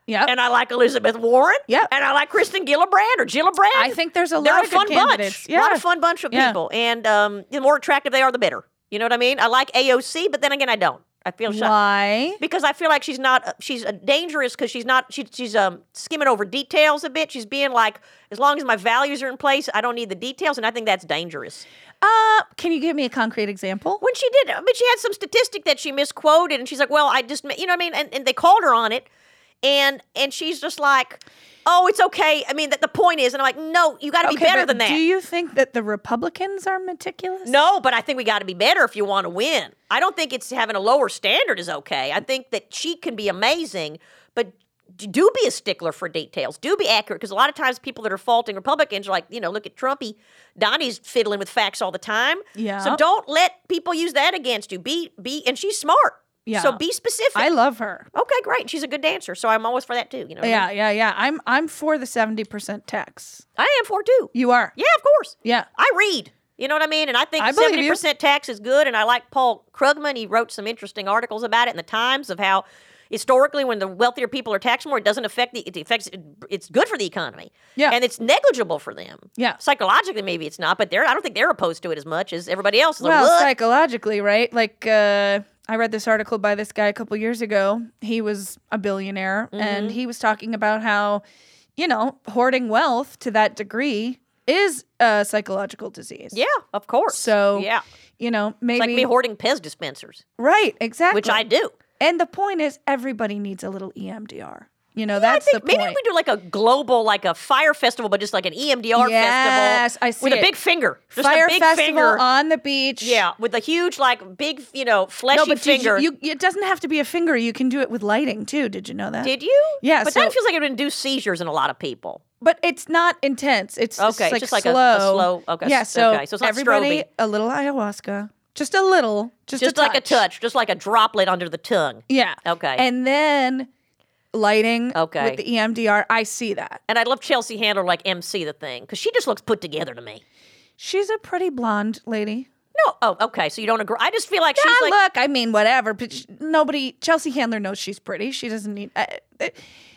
[SPEAKER 3] Yep.
[SPEAKER 2] and I like Elizabeth Warren.
[SPEAKER 3] Yep.
[SPEAKER 2] and I like Kristen Gillibrand or Gillibrand.
[SPEAKER 3] I think there's a
[SPEAKER 2] they're
[SPEAKER 3] lot
[SPEAKER 2] a
[SPEAKER 3] of good
[SPEAKER 2] fun bunch.
[SPEAKER 3] candidates. Yeah.
[SPEAKER 2] A lot of fun bunch of
[SPEAKER 3] Yeah.
[SPEAKER 2] people, and um, the more attractive they are, the better. You know what I mean? I like AOC, but then again, I don't. I feel shy
[SPEAKER 3] Why?
[SPEAKER 2] because I feel like she's not she's uh, dangerous because she's not she, she's um skimming over details a bit. She's being like, as long as my values are in place, I don't need the details, and I think that's dangerous.
[SPEAKER 3] Uh, can you give me a concrete example?
[SPEAKER 2] When she did, but she had some statistic that she misquoted, and she's like, well, I just ma- you know what I mean, and, and they called her on it, and and she's just like, oh, it's okay. I mean that the point is, and I'm like, no, you got to be better
[SPEAKER 3] but
[SPEAKER 2] than that.
[SPEAKER 3] Do you think that the Republicans are meticulous?
[SPEAKER 2] No, but I think we got to be better if you want to win. I don't think it's having a lower standard is okay. I think that she can be amazing, but d- do be a stickler for details. Do be accurate because a lot of times people that are faulting Republicans are like, you know, look at Trumpy. Donnie's fiddling with facts all the time.
[SPEAKER 3] Yeah.
[SPEAKER 2] So don't let people use that against you. Be be and she's smart.
[SPEAKER 3] Yeah.
[SPEAKER 2] So be specific.
[SPEAKER 3] I love her.
[SPEAKER 2] okay, great. She's a good dancer, so I'm always for that too. You know. what I mean?
[SPEAKER 3] Yeah, yeah, yeah. I'm I'm for the seventy percent tax.
[SPEAKER 2] I am for it too.
[SPEAKER 3] You are.
[SPEAKER 2] Yeah, of course.
[SPEAKER 3] Yeah.
[SPEAKER 2] I read. You know what I mean? And I think
[SPEAKER 3] I believe
[SPEAKER 2] seventy
[SPEAKER 3] you.
[SPEAKER 2] percent tax is good. And I like Paul Krugman. He wrote some interesting articles about it in the Times of how historically, when the wealthier people are taxed more, it doesn't affect the it affects it's good for the economy.
[SPEAKER 3] Yeah.
[SPEAKER 2] and it's negligible for them.
[SPEAKER 3] Yeah.
[SPEAKER 2] psychologically maybe it's not, but they're I don't think they're opposed to it as much as everybody else. They're
[SPEAKER 3] Well,
[SPEAKER 2] like, "What?"
[SPEAKER 3] psychologically, right? Like uh, I read this article by this guy a couple years ago. He was a billionaire,
[SPEAKER 2] Mm-hmm.
[SPEAKER 3] and he was talking about how, you know, hoarding wealth to that degree is a psychological disease.
[SPEAKER 2] yeah, of course.
[SPEAKER 3] So
[SPEAKER 2] yeah,
[SPEAKER 3] you know, maybe
[SPEAKER 2] it's like me hoarding Pez dispensers,
[SPEAKER 3] right, exactly.
[SPEAKER 2] which I do.
[SPEAKER 3] And the point is, everybody needs a little E EMDR. You know,
[SPEAKER 2] I
[SPEAKER 3] that's
[SPEAKER 2] think
[SPEAKER 3] the point.
[SPEAKER 2] maybe we do like a global, like a fire festival, but just like an E EMDR
[SPEAKER 3] Yes,
[SPEAKER 2] festival
[SPEAKER 3] I see
[SPEAKER 2] with a
[SPEAKER 3] it.
[SPEAKER 2] big finger, just
[SPEAKER 3] Fire
[SPEAKER 2] a big
[SPEAKER 3] festival
[SPEAKER 2] finger.
[SPEAKER 3] on the beach.
[SPEAKER 2] Yeah, with a huge, like, big, you know, fleshy
[SPEAKER 3] No, but did
[SPEAKER 2] finger.
[SPEAKER 3] You, you, it doesn't have to be a finger. You can do it with lighting too. Did you know that?
[SPEAKER 2] did you?
[SPEAKER 3] Yeah,
[SPEAKER 2] But
[SPEAKER 3] so-
[SPEAKER 2] that feels like it would induce seizures in a lot of people.
[SPEAKER 3] but it's not intense. It's
[SPEAKER 2] Okay,
[SPEAKER 3] just like
[SPEAKER 2] just like a-
[SPEAKER 3] slow.
[SPEAKER 2] a slow- okay,
[SPEAKER 3] Yeah.
[SPEAKER 2] s-
[SPEAKER 3] So,
[SPEAKER 2] okay, so it's not
[SPEAKER 3] everybody,
[SPEAKER 2] strobing.
[SPEAKER 3] a little ayahuasca, just a little, just,
[SPEAKER 2] Just
[SPEAKER 3] a
[SPEAKER 2] like a touch, just like a droplet under the tongue.
[SPEAKER 3] Yeah.
[SPEAKER 2] Okay.
[SPEAKER 3] And then lighting.
[SPEAKER 2] Okay.
[SPEAKER 3] With the E EMDR, I see that.
[SPEAKER 2] And I'd love Chelsea Handler like MC the thing because she just looks put together to me.
[SPEAKER 3] She's a pretty blonde lady.
[SPEAKER 2] No, oh, okay. So you don't agree? I just feel like she's
[SPEAKER 3] I
[SPEAKER 2] like
[SPEAKER 3] Ah, look, I mean, whatever. But sh nobody, Chelsea Handler knows she's pretty. She doesn't need. Uh, uh,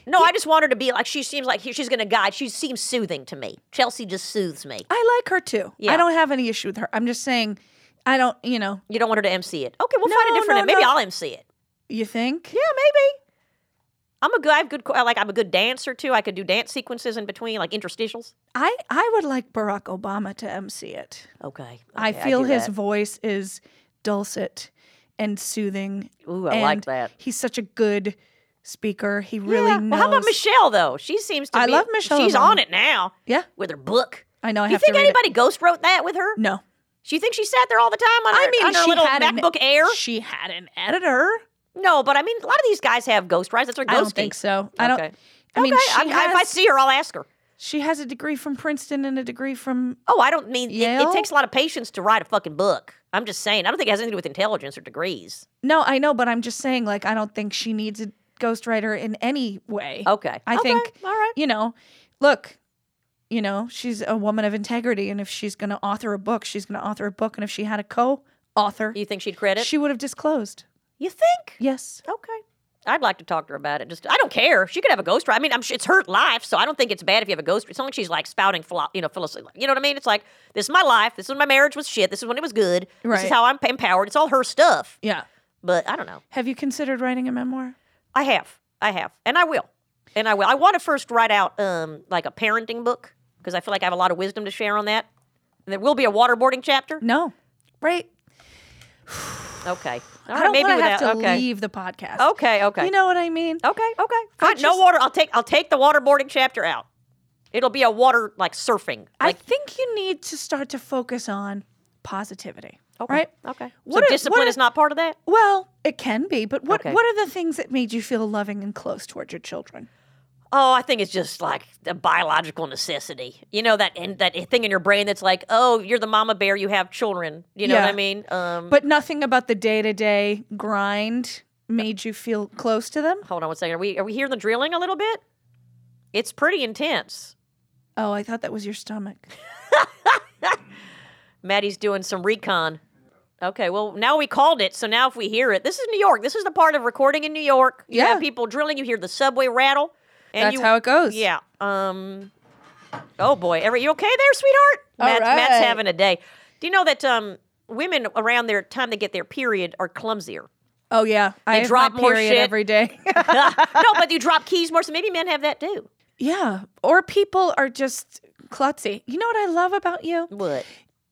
[SPEAKER 2] no. I just want her to be like she seems like he- she's gonna guide. She seems soothing to me. Chelsea just soothes me.
[SPEAKER 3] I like her too.
[SPEAKER 2] Yeah.
[SPEAKER 3] I don't have any issue with her. I'm just saying, I don't. You know,
[SPEAKER 2] You don't want her to MC it? Okay, we'll find a
[SPEAKER 3] No,
[SPEAKER 2] different.
[SPEAKER 3] no,
[SPEAKER 2] maybe
[SPEAKER 3] no.
[SPEAKER 2] I'll MC it.
[SPEAKER 3] you think?
[SPEAKER 2] Yeah, maybe. I'm a good. I have good. I Like I'm a good dancer too. I could do dance sequences in between, like interstitials.
[SPEAKER 3] I I would like Barack Obama to MC it.
[SPEAKER 2] Okay. okay,
[SPEAKER 3] I feel
[SPEAKER 2] do
[SPEAKER 3] his
[SPEAKER 2] that.
[SPEAKER 3] voice is dulcet and soothing.
[SPEAKER 2] Ooh, I
[SPEAKER 3] and
[SPEAKER 2] like that.
[SPEAKER 3] He's such a good speaker. He really
[SPEAKER 2] Yeah.
[SPEAKER 3] knows.
[SPEAKER 2] Well, how about Michelle though? She seems to.
[SPEAKER 3] I
[SPEAKER 2] be-
[SPEAKER 3] love Michelle
[SPEAKER 2] She's
[SPEAKER 3] Obama.
[SPEAKER 2] on it now
[SPEAKER 3] Yeah,
[SPEAKER 2] with her book.
[SPEAKER 3] I know. I
[SPEAKER 2] you
[SPEAKER 3] have
[SPEAKER 2] think
[SPEAKER 3] to read it.
[SPEAKER 2] anybody ghost wrote that with her?
[SPEAKER 3] No,
[SPEAKER 2] She thinks she sat there all the time on her,
[SPEAKER 3] I mean,
[SPEAKER 2] on her
[SPEAKER 3] she
[SPEAKER 2] little
[SPEAKER 3] had an-
[SPEAKER 2] MacBook Air.
[SPEAKER 3] She had an editor.
[SPEAKER 2] No, but I mean, a lot of these guys have ghost rides. That's their
[SPEAKER 3] I
[SPEAKER 2] ghosting.
[SPEAKER 3] don't think so. I don't.
[SPEAKER 2] Okay.
[SPEAKER 3] I mean,
[SPEAKER 2] Okay,
[SPEAKER 3] she,
[SPEAKER 2] I- I-
[SPEAKER 3] has,
[SPEAKER 2] if I see her, I'll ask her.
[SPEAKER 3] she has a degree from Princeton and a degree from.
[SPEAKER 2] Oh, I don't mean it, it
[SPEAKER 3] Yale?
[SPEAKER 2] takes a lot of patience to write a fucking book. I'm just saying. I don't think it has anything to do with intelligence or degrees.
[SPEAKER 3] No, I know, but I'm just saying. Like, I don't think she needs a ghostwriter in any way.
[SPEAKER 2] Okay.
[SPEAKER 3] I
[SPEAKER 2] Okay.
[SPEAKER 3] think.
[SPEAKER 2] All right.
[SPEAKER 3] You know, look. You know, she's a woman of integrity, and if she's going to author a book, she's going to author a book. And if she had a co-author,
[SPEAKER 2] You think she'd credit?
[SPEAKER 3] she would have disclosed.
[SPEAKER 2] you think?
[SPEAKER 3] Yes.
[SPEAKER 2] Okay. I'd like to talk to her about it. Just I don't care. She could have a ghostwriter. I mean, I'm sure it's her life, so I don't think it's bad if you have a ghost. It's not like she's like spouting, philo- you know, philosophy. You know what I mean? It's like this is my life. This is when my marriage was shit. This is when it was good. This
[SPEAKER 3] Right.
[SPEAKER 2] is how I'm empowered. It's all her stuff.
[SPEAKER 3] Yeah.
[SPEAKER 2] But I don't know.
[SPEAKER 3] Have you considered writing a memoir?
[SPEAKER 2] I have. I have. And I will. And I will. I want to first write out um like a parenting book because I feel like I have a lot of wisdom to share on that. And there will be a waterboarding chapter.
[SPEAKER 3] No. Right.
[SPEAKER 2] Okay. All
[SPEAKER 3] I don't
[SPEAKER 2] maybe
[SPEAKER 3] want to have
[SPEAKER 2] without-
[SPEAKER 3] to
[SPEAKER 2] okay.
[SPEAKER 3] leave the podcast.
[SPEAKER 2] Okay, okay.
[SPEAKER 3] You know what I mean?
[SPEAKER 2] Okay, okay. Fine. no
[SPEAKER 3] just-
[SPEAKER 2] water. I'll take I'll take the waterboarding chapter out. It'll be a water like surfing.
[SPEAKER 3] I
[SPEAKER 2] Like
[SPEAKER 3] think you need to start to focus on positivity.
[SPEAKER 2] okay.
[SPEAKER 3] Right?
[SPEAKER 2] Okay.
[SPEAKER 3] What
[SPEAKER 2] so
[SPEAKER 3] are-
[SPEAKER 2] discipline
[SPEAKER 3] what
[SPEAKER 2] is
[SPEAKER 3] are-
[SPEAKER 2] not part of that?
[SPEAKER 3] Well, it can be, but what
[SPEAKER 2] Okay.
[SPEAKER 3] what are the things that made you feel loving and close towards your children?
[SPEAKER 2] Oh, I think it's just like a biological necessity. You know that and that thing in your brain that's like, "Oh, you're the mama bear, you have children." You know what
[SPEAKER 3] Yeah.
[SPEAKER 2] I mean? Um
[SPEAKER 3] But nothing about the day to day grind made you feel close to them?
[SPEAKER 2] Hold on one second. Are we are we hearing the drilling a little bit? It's pretty intense.
[SPEAKER 3] Oh, I thought that was your stomach.
[SPEAKER 2] Maddie's doing some recon. Okay, well now we called it, so now if we hear it, this is New York. This is the part of recording in New York. You
[SPEAKER 3] Yeah.
[SPEAKER 2] have people drilling. You hear the subway rattle. And
[SPEAKER 3] That's
[SPEAKER 2] you-
[SPEAKER 3] how it goes.
[SPEAKER 2] Yeah. Um. Oh boy, every you okay there, sweetheart? Matt's, Matt's
[SPEAKER 3] right.
[SPEAKER 2] having a day. Do you know that um women around their time they get their period are clumsier?
[SPEAKER 3] Oh yeah. I have
[SPEAKER 2] drop
[SPEAKER 3] my
[SPEAKER 2] more
[SPEAKER 3] period
[SPEAKER 2] shit.
[SPEAKER 3] every day.
[SPEAKER 2] no, but you drop keys more, so maybe men have that too.
[SPEAKER 3] yeah. Or people are just klutzy. You know what I love about you?
[SPEAKER 2] What?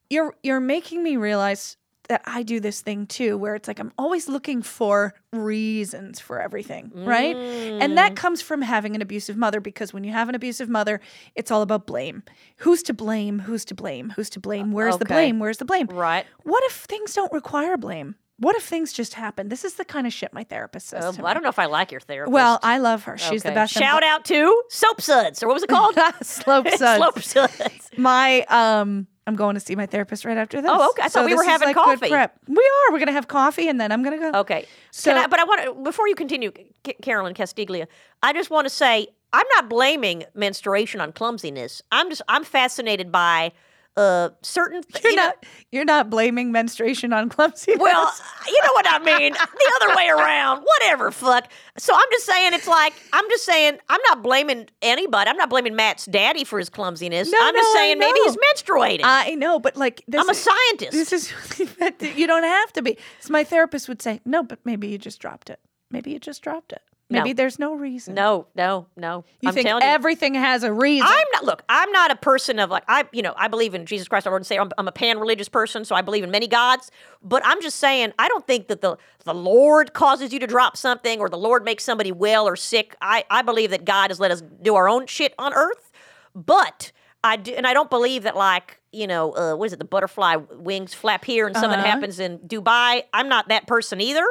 [SPEAKER 3] you're you're making me realize that I do this thing too, where it's like I'm always looking for reasons for everything, right? And
[SPEAKER 2] Mm.
[SPEAKER 3] that comes from having an abusive mother because when you have an abusive mother, it's all about blame. Who's to blame? Who's to blame? Who's to blame? Where's the
[SPEAKER 2] okay.
[SPEAKER 3] blame? Where's the blame?
[SPEAKER 2] Right.
[SPEAKER 3] What if things don't require blame? What if things just happen? This is the kind of shit my therapist says.
[SPEAKER 2] Uh,
[SPEAKER 3] to
[SPEAKER 2] I
[SPEAKER 3] me.
[SPEAKER 2] don't know if I like your therapist.
[SPEAKER 3] Well, I love her. She's the
[SPEAKER 2] Okay.
[SPEAKER 3] best.
[SPEAKER 2] Shout out to Soap Suds, or what was it called?
[SPEAKER 3] slope suds.
[SPEAKER 2] Slope Suds.
[SPEAKER 3] my um I'm going to see my therapist right after this.
[SPEAKER 2] Oh, okay. I thought we
[SPEAKER 3] this
[SPEAKER 2] were
[SPEAKER 3] is,
[SPEAKER 2] having
[SPEAKER 3] like, good
[SPEAKER 2] coffee.
[SPEAKER 3] prep. We are. We're gonna have coffee and then I'm gonna go.
[SPEAKER 2] Okay.
[SPEAKER 3] So-
[SPEAKER 2] Can I, but I want to, before you continue, C- Carolyn Castiglia, I just want to say I'm not blaming menstruation on clumsiness. I'm just, I'm fascinated by uh, certain.
[SPEAKER 3] You're
[SPEAKER 2] you know-
[SPEAKER 3] not you're not blaming menstruation on clumsiness.
[SPEAKER 2] well, you know what I mean. The other way around. Whatever, fuck. So I'm just saying, it's like I'm just saying I'm not blaming anybody. I'm not blaming Matt's daddy for his clumsiness.
[SPEAKER 3] No,
[SPEAKER 2] I'm just
[SPEAKER 3] no, I
[SPEAKER 2] saying maybe
[SPEAKER 3] know.
[SPEAKER 2] he's menstruating.
[SPEAKER 3] I know, but like this
[SPEAKER 2] I'm a
[SPEAKER 3] is-
[SPEAKER 2] scientist.
[SPEAKER 3] This is you don't have to be. So my therapist would say, No, but maybe you just dropped it. Maybe you just dropped it.
[SPEAKER 2] No.
[SPEAKER 3] Maybe there's no reason.
[SPEAKER 2] no, no, no.
[SPEAKER 3] You
[SPEAKER 2] I'm
[SPEAKER 3] think
[SPEAKER 2] telling you.
[SPEAKER 3] everything has a reason.
[SPEAKER 2] I'm not. Look, I'm not a person of like I. You know, I believe in Jesus Christ, our Lord and Savior. I'm, I'm a pan-religious person, so I believe in many gods. But I'm just saying, I don't think that the the Lord causes you to drop something, or the Lord makes somebody well or sick. I I believe that God has let us do our own shit on Earth, but I do, and I don't believe that like you know uh, what is it? The butterfly wings flap here, and something happens in Dubai. I'm not that person either.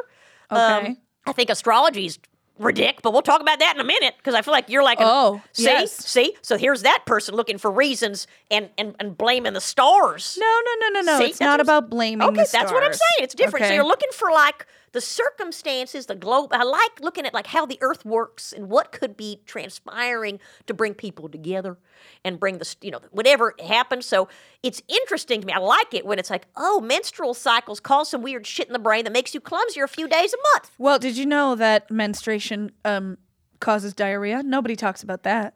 [SPEAKER 2] um,
[SPEAKER 3] Okay.
[SPEAKER 2] I think astrology is ridiculous, but we'll talk about that in a minute because I feel like you're like, an-
[SPEAKER 3] Oh,
[SPEAKER 2] see,
[SPEAKER 3] yes.
[SPEAKER 2] see. So here's that person looking for reasons and and, and blaming the stars.
[SPEAKER 3] no, no, no, no, no.
[SPEAKER 2] See,
[SPEAKER 3] it's
[SPEAKER 2] that's
[SPEAKER 3] not
[SPEAKER 2] what I'm-
[SPEAKER 3] about blaming.
[SPEAKER 2] okay,
[SPEAKER 3] the
[SPEAKER 2] that's what I'm
[SPEAKER 3] stars.
[SPEAKER 2] saying. It's different. So
[SPEAKER 3] Okay.
[SPEAKER 2] you're looking for like the circumstances, the globe. I like looking at like how the earth works and what could be transpiring to bring people together and bring this, you know, whatever happens. So it's interesting to me. I like it when it's like, oh, menstrual cycles cause some weird shit in the brain that makes you clumsier a few days a month.
[SPEAKER 3] Well, did you know that menstruation um, causes diarrhea? Nobody talks about that.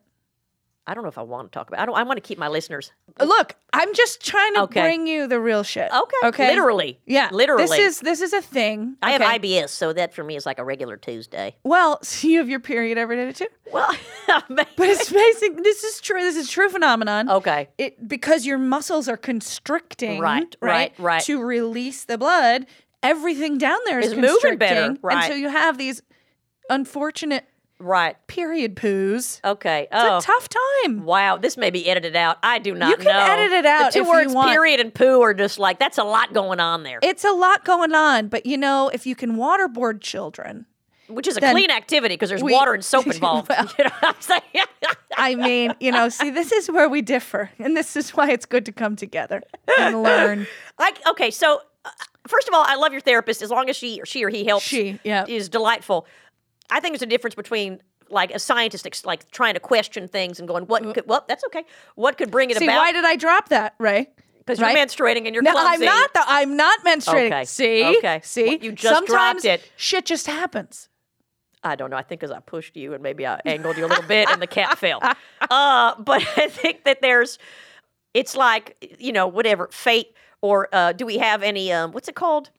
[SPEAKER 2] I don't know if I want to talk about. I don't. I want to keep my listeners.
[SPEAKER 3] Look, I'm just trying to
[SPEAKER 2] Okay.
[SPEAKER 3] bring you the real shit.
[SPEAKER 2] Okay. Literally.
[SPEAKER 3] Yeah.
[SPEAKER 2] Literally.
[SPEAKER 3] This is this is a thing.
[SPEAKER 2] I
[SPEAKER 3] okay?
[SPEAKER 2] have IBS, so that for me is like a regular Tuesday.
[SPEAKER 3] Well, so you have your period every day too.
[SPEAKER 2] Well,
[SPEAKER 3] But it's basic. This is true. This is a true phenomenon.
[SPEAKER 2] okay.
[SPEAKER 3] It because your muscles are constricting.
[SPEAKER 2] Right, right, right.
[SPEAKER 3] To release the blood, everything down there is
[SPEAKER 2] It's moving better,
[SPEAKER 3] constricting,
[SPEAKER 2] right.
[SPEAKER 3] And so you have these unfortunate
[SPEAKER 2] Right.
[SPEAKER 3] Period poos.
[SPEAKER 2] Okay.
[SPEAKER 3] It's
[SPEAKER 2] Oh.
[SPEAKER 3] a tough time.
[SPEAKER 2] Wow, this may be edited out. I do not
[SPEAKER 3] You can
[SPEAKER 2] know.
[SPEAKER 3] edit it out
[SPEAKER 2] The two
[SPEAKER 3] if you
[SPEAKER 2] words
[SPEAKER 3] want.
[SPEAKER 2] period and poo are just like that's a lot going on there.
[SPEAKER 3] It's a lot going on, but you know, if you can waterboard children,
[SPEAKER 2] which is a
[SPEAKER 3] then
[SPEAKER 2] clean activity because there's
[SPEAKER 3] we-
[SPEAKER 2] water and soap involved.
[SPEAKER 3] Well-
[SPEAKER 2] you know what I'm saying?
[SPEAKER 3] I mean, you know, see, this is where we differ, and this is why it's good to come together and learn.
[SPEAKER 2] like okay, so uh, first of all, I love your therapist as long as she she or he helps.
[SPEAKER 3] She, yeah.
[SPEAKER 2] is delightful. I think there's a difference between like a scientist ex- like trying to question things and going what could well that's okay what could bring it
[SPEAKER 3] See, why
[SPEAKER 2] about
[SPEAKER 3] did I drop that, Ray?
[SPEAKER 2] because
[SPEAKER 3] right?
[SPEAKER 2] you're menstruating and you're
[SPEAKER 3] No,
[SPEAKER 2] clumsy.
[SPEAKER 3] I'm not. The, I'm not menstruating.
[SPEAKER 2] Okay.
[SPEAKER 3] See,
[SPEAKER 2] Okay.
[SPEAKER 3] see.
[SPEAKER 2] Well, you just
[SPEAKER 3] Sometimes
[SPEAKER 2] dropped it.
[SPEAKER 3] Shit just happens.
[SPEAKER 2] I don't know. I think because I pushed you and maybe I angled you a little bit and the cat fell. Uh, but I think that there's, it's like, you know, whatever, fate or uh, do we have any, um, what's it called?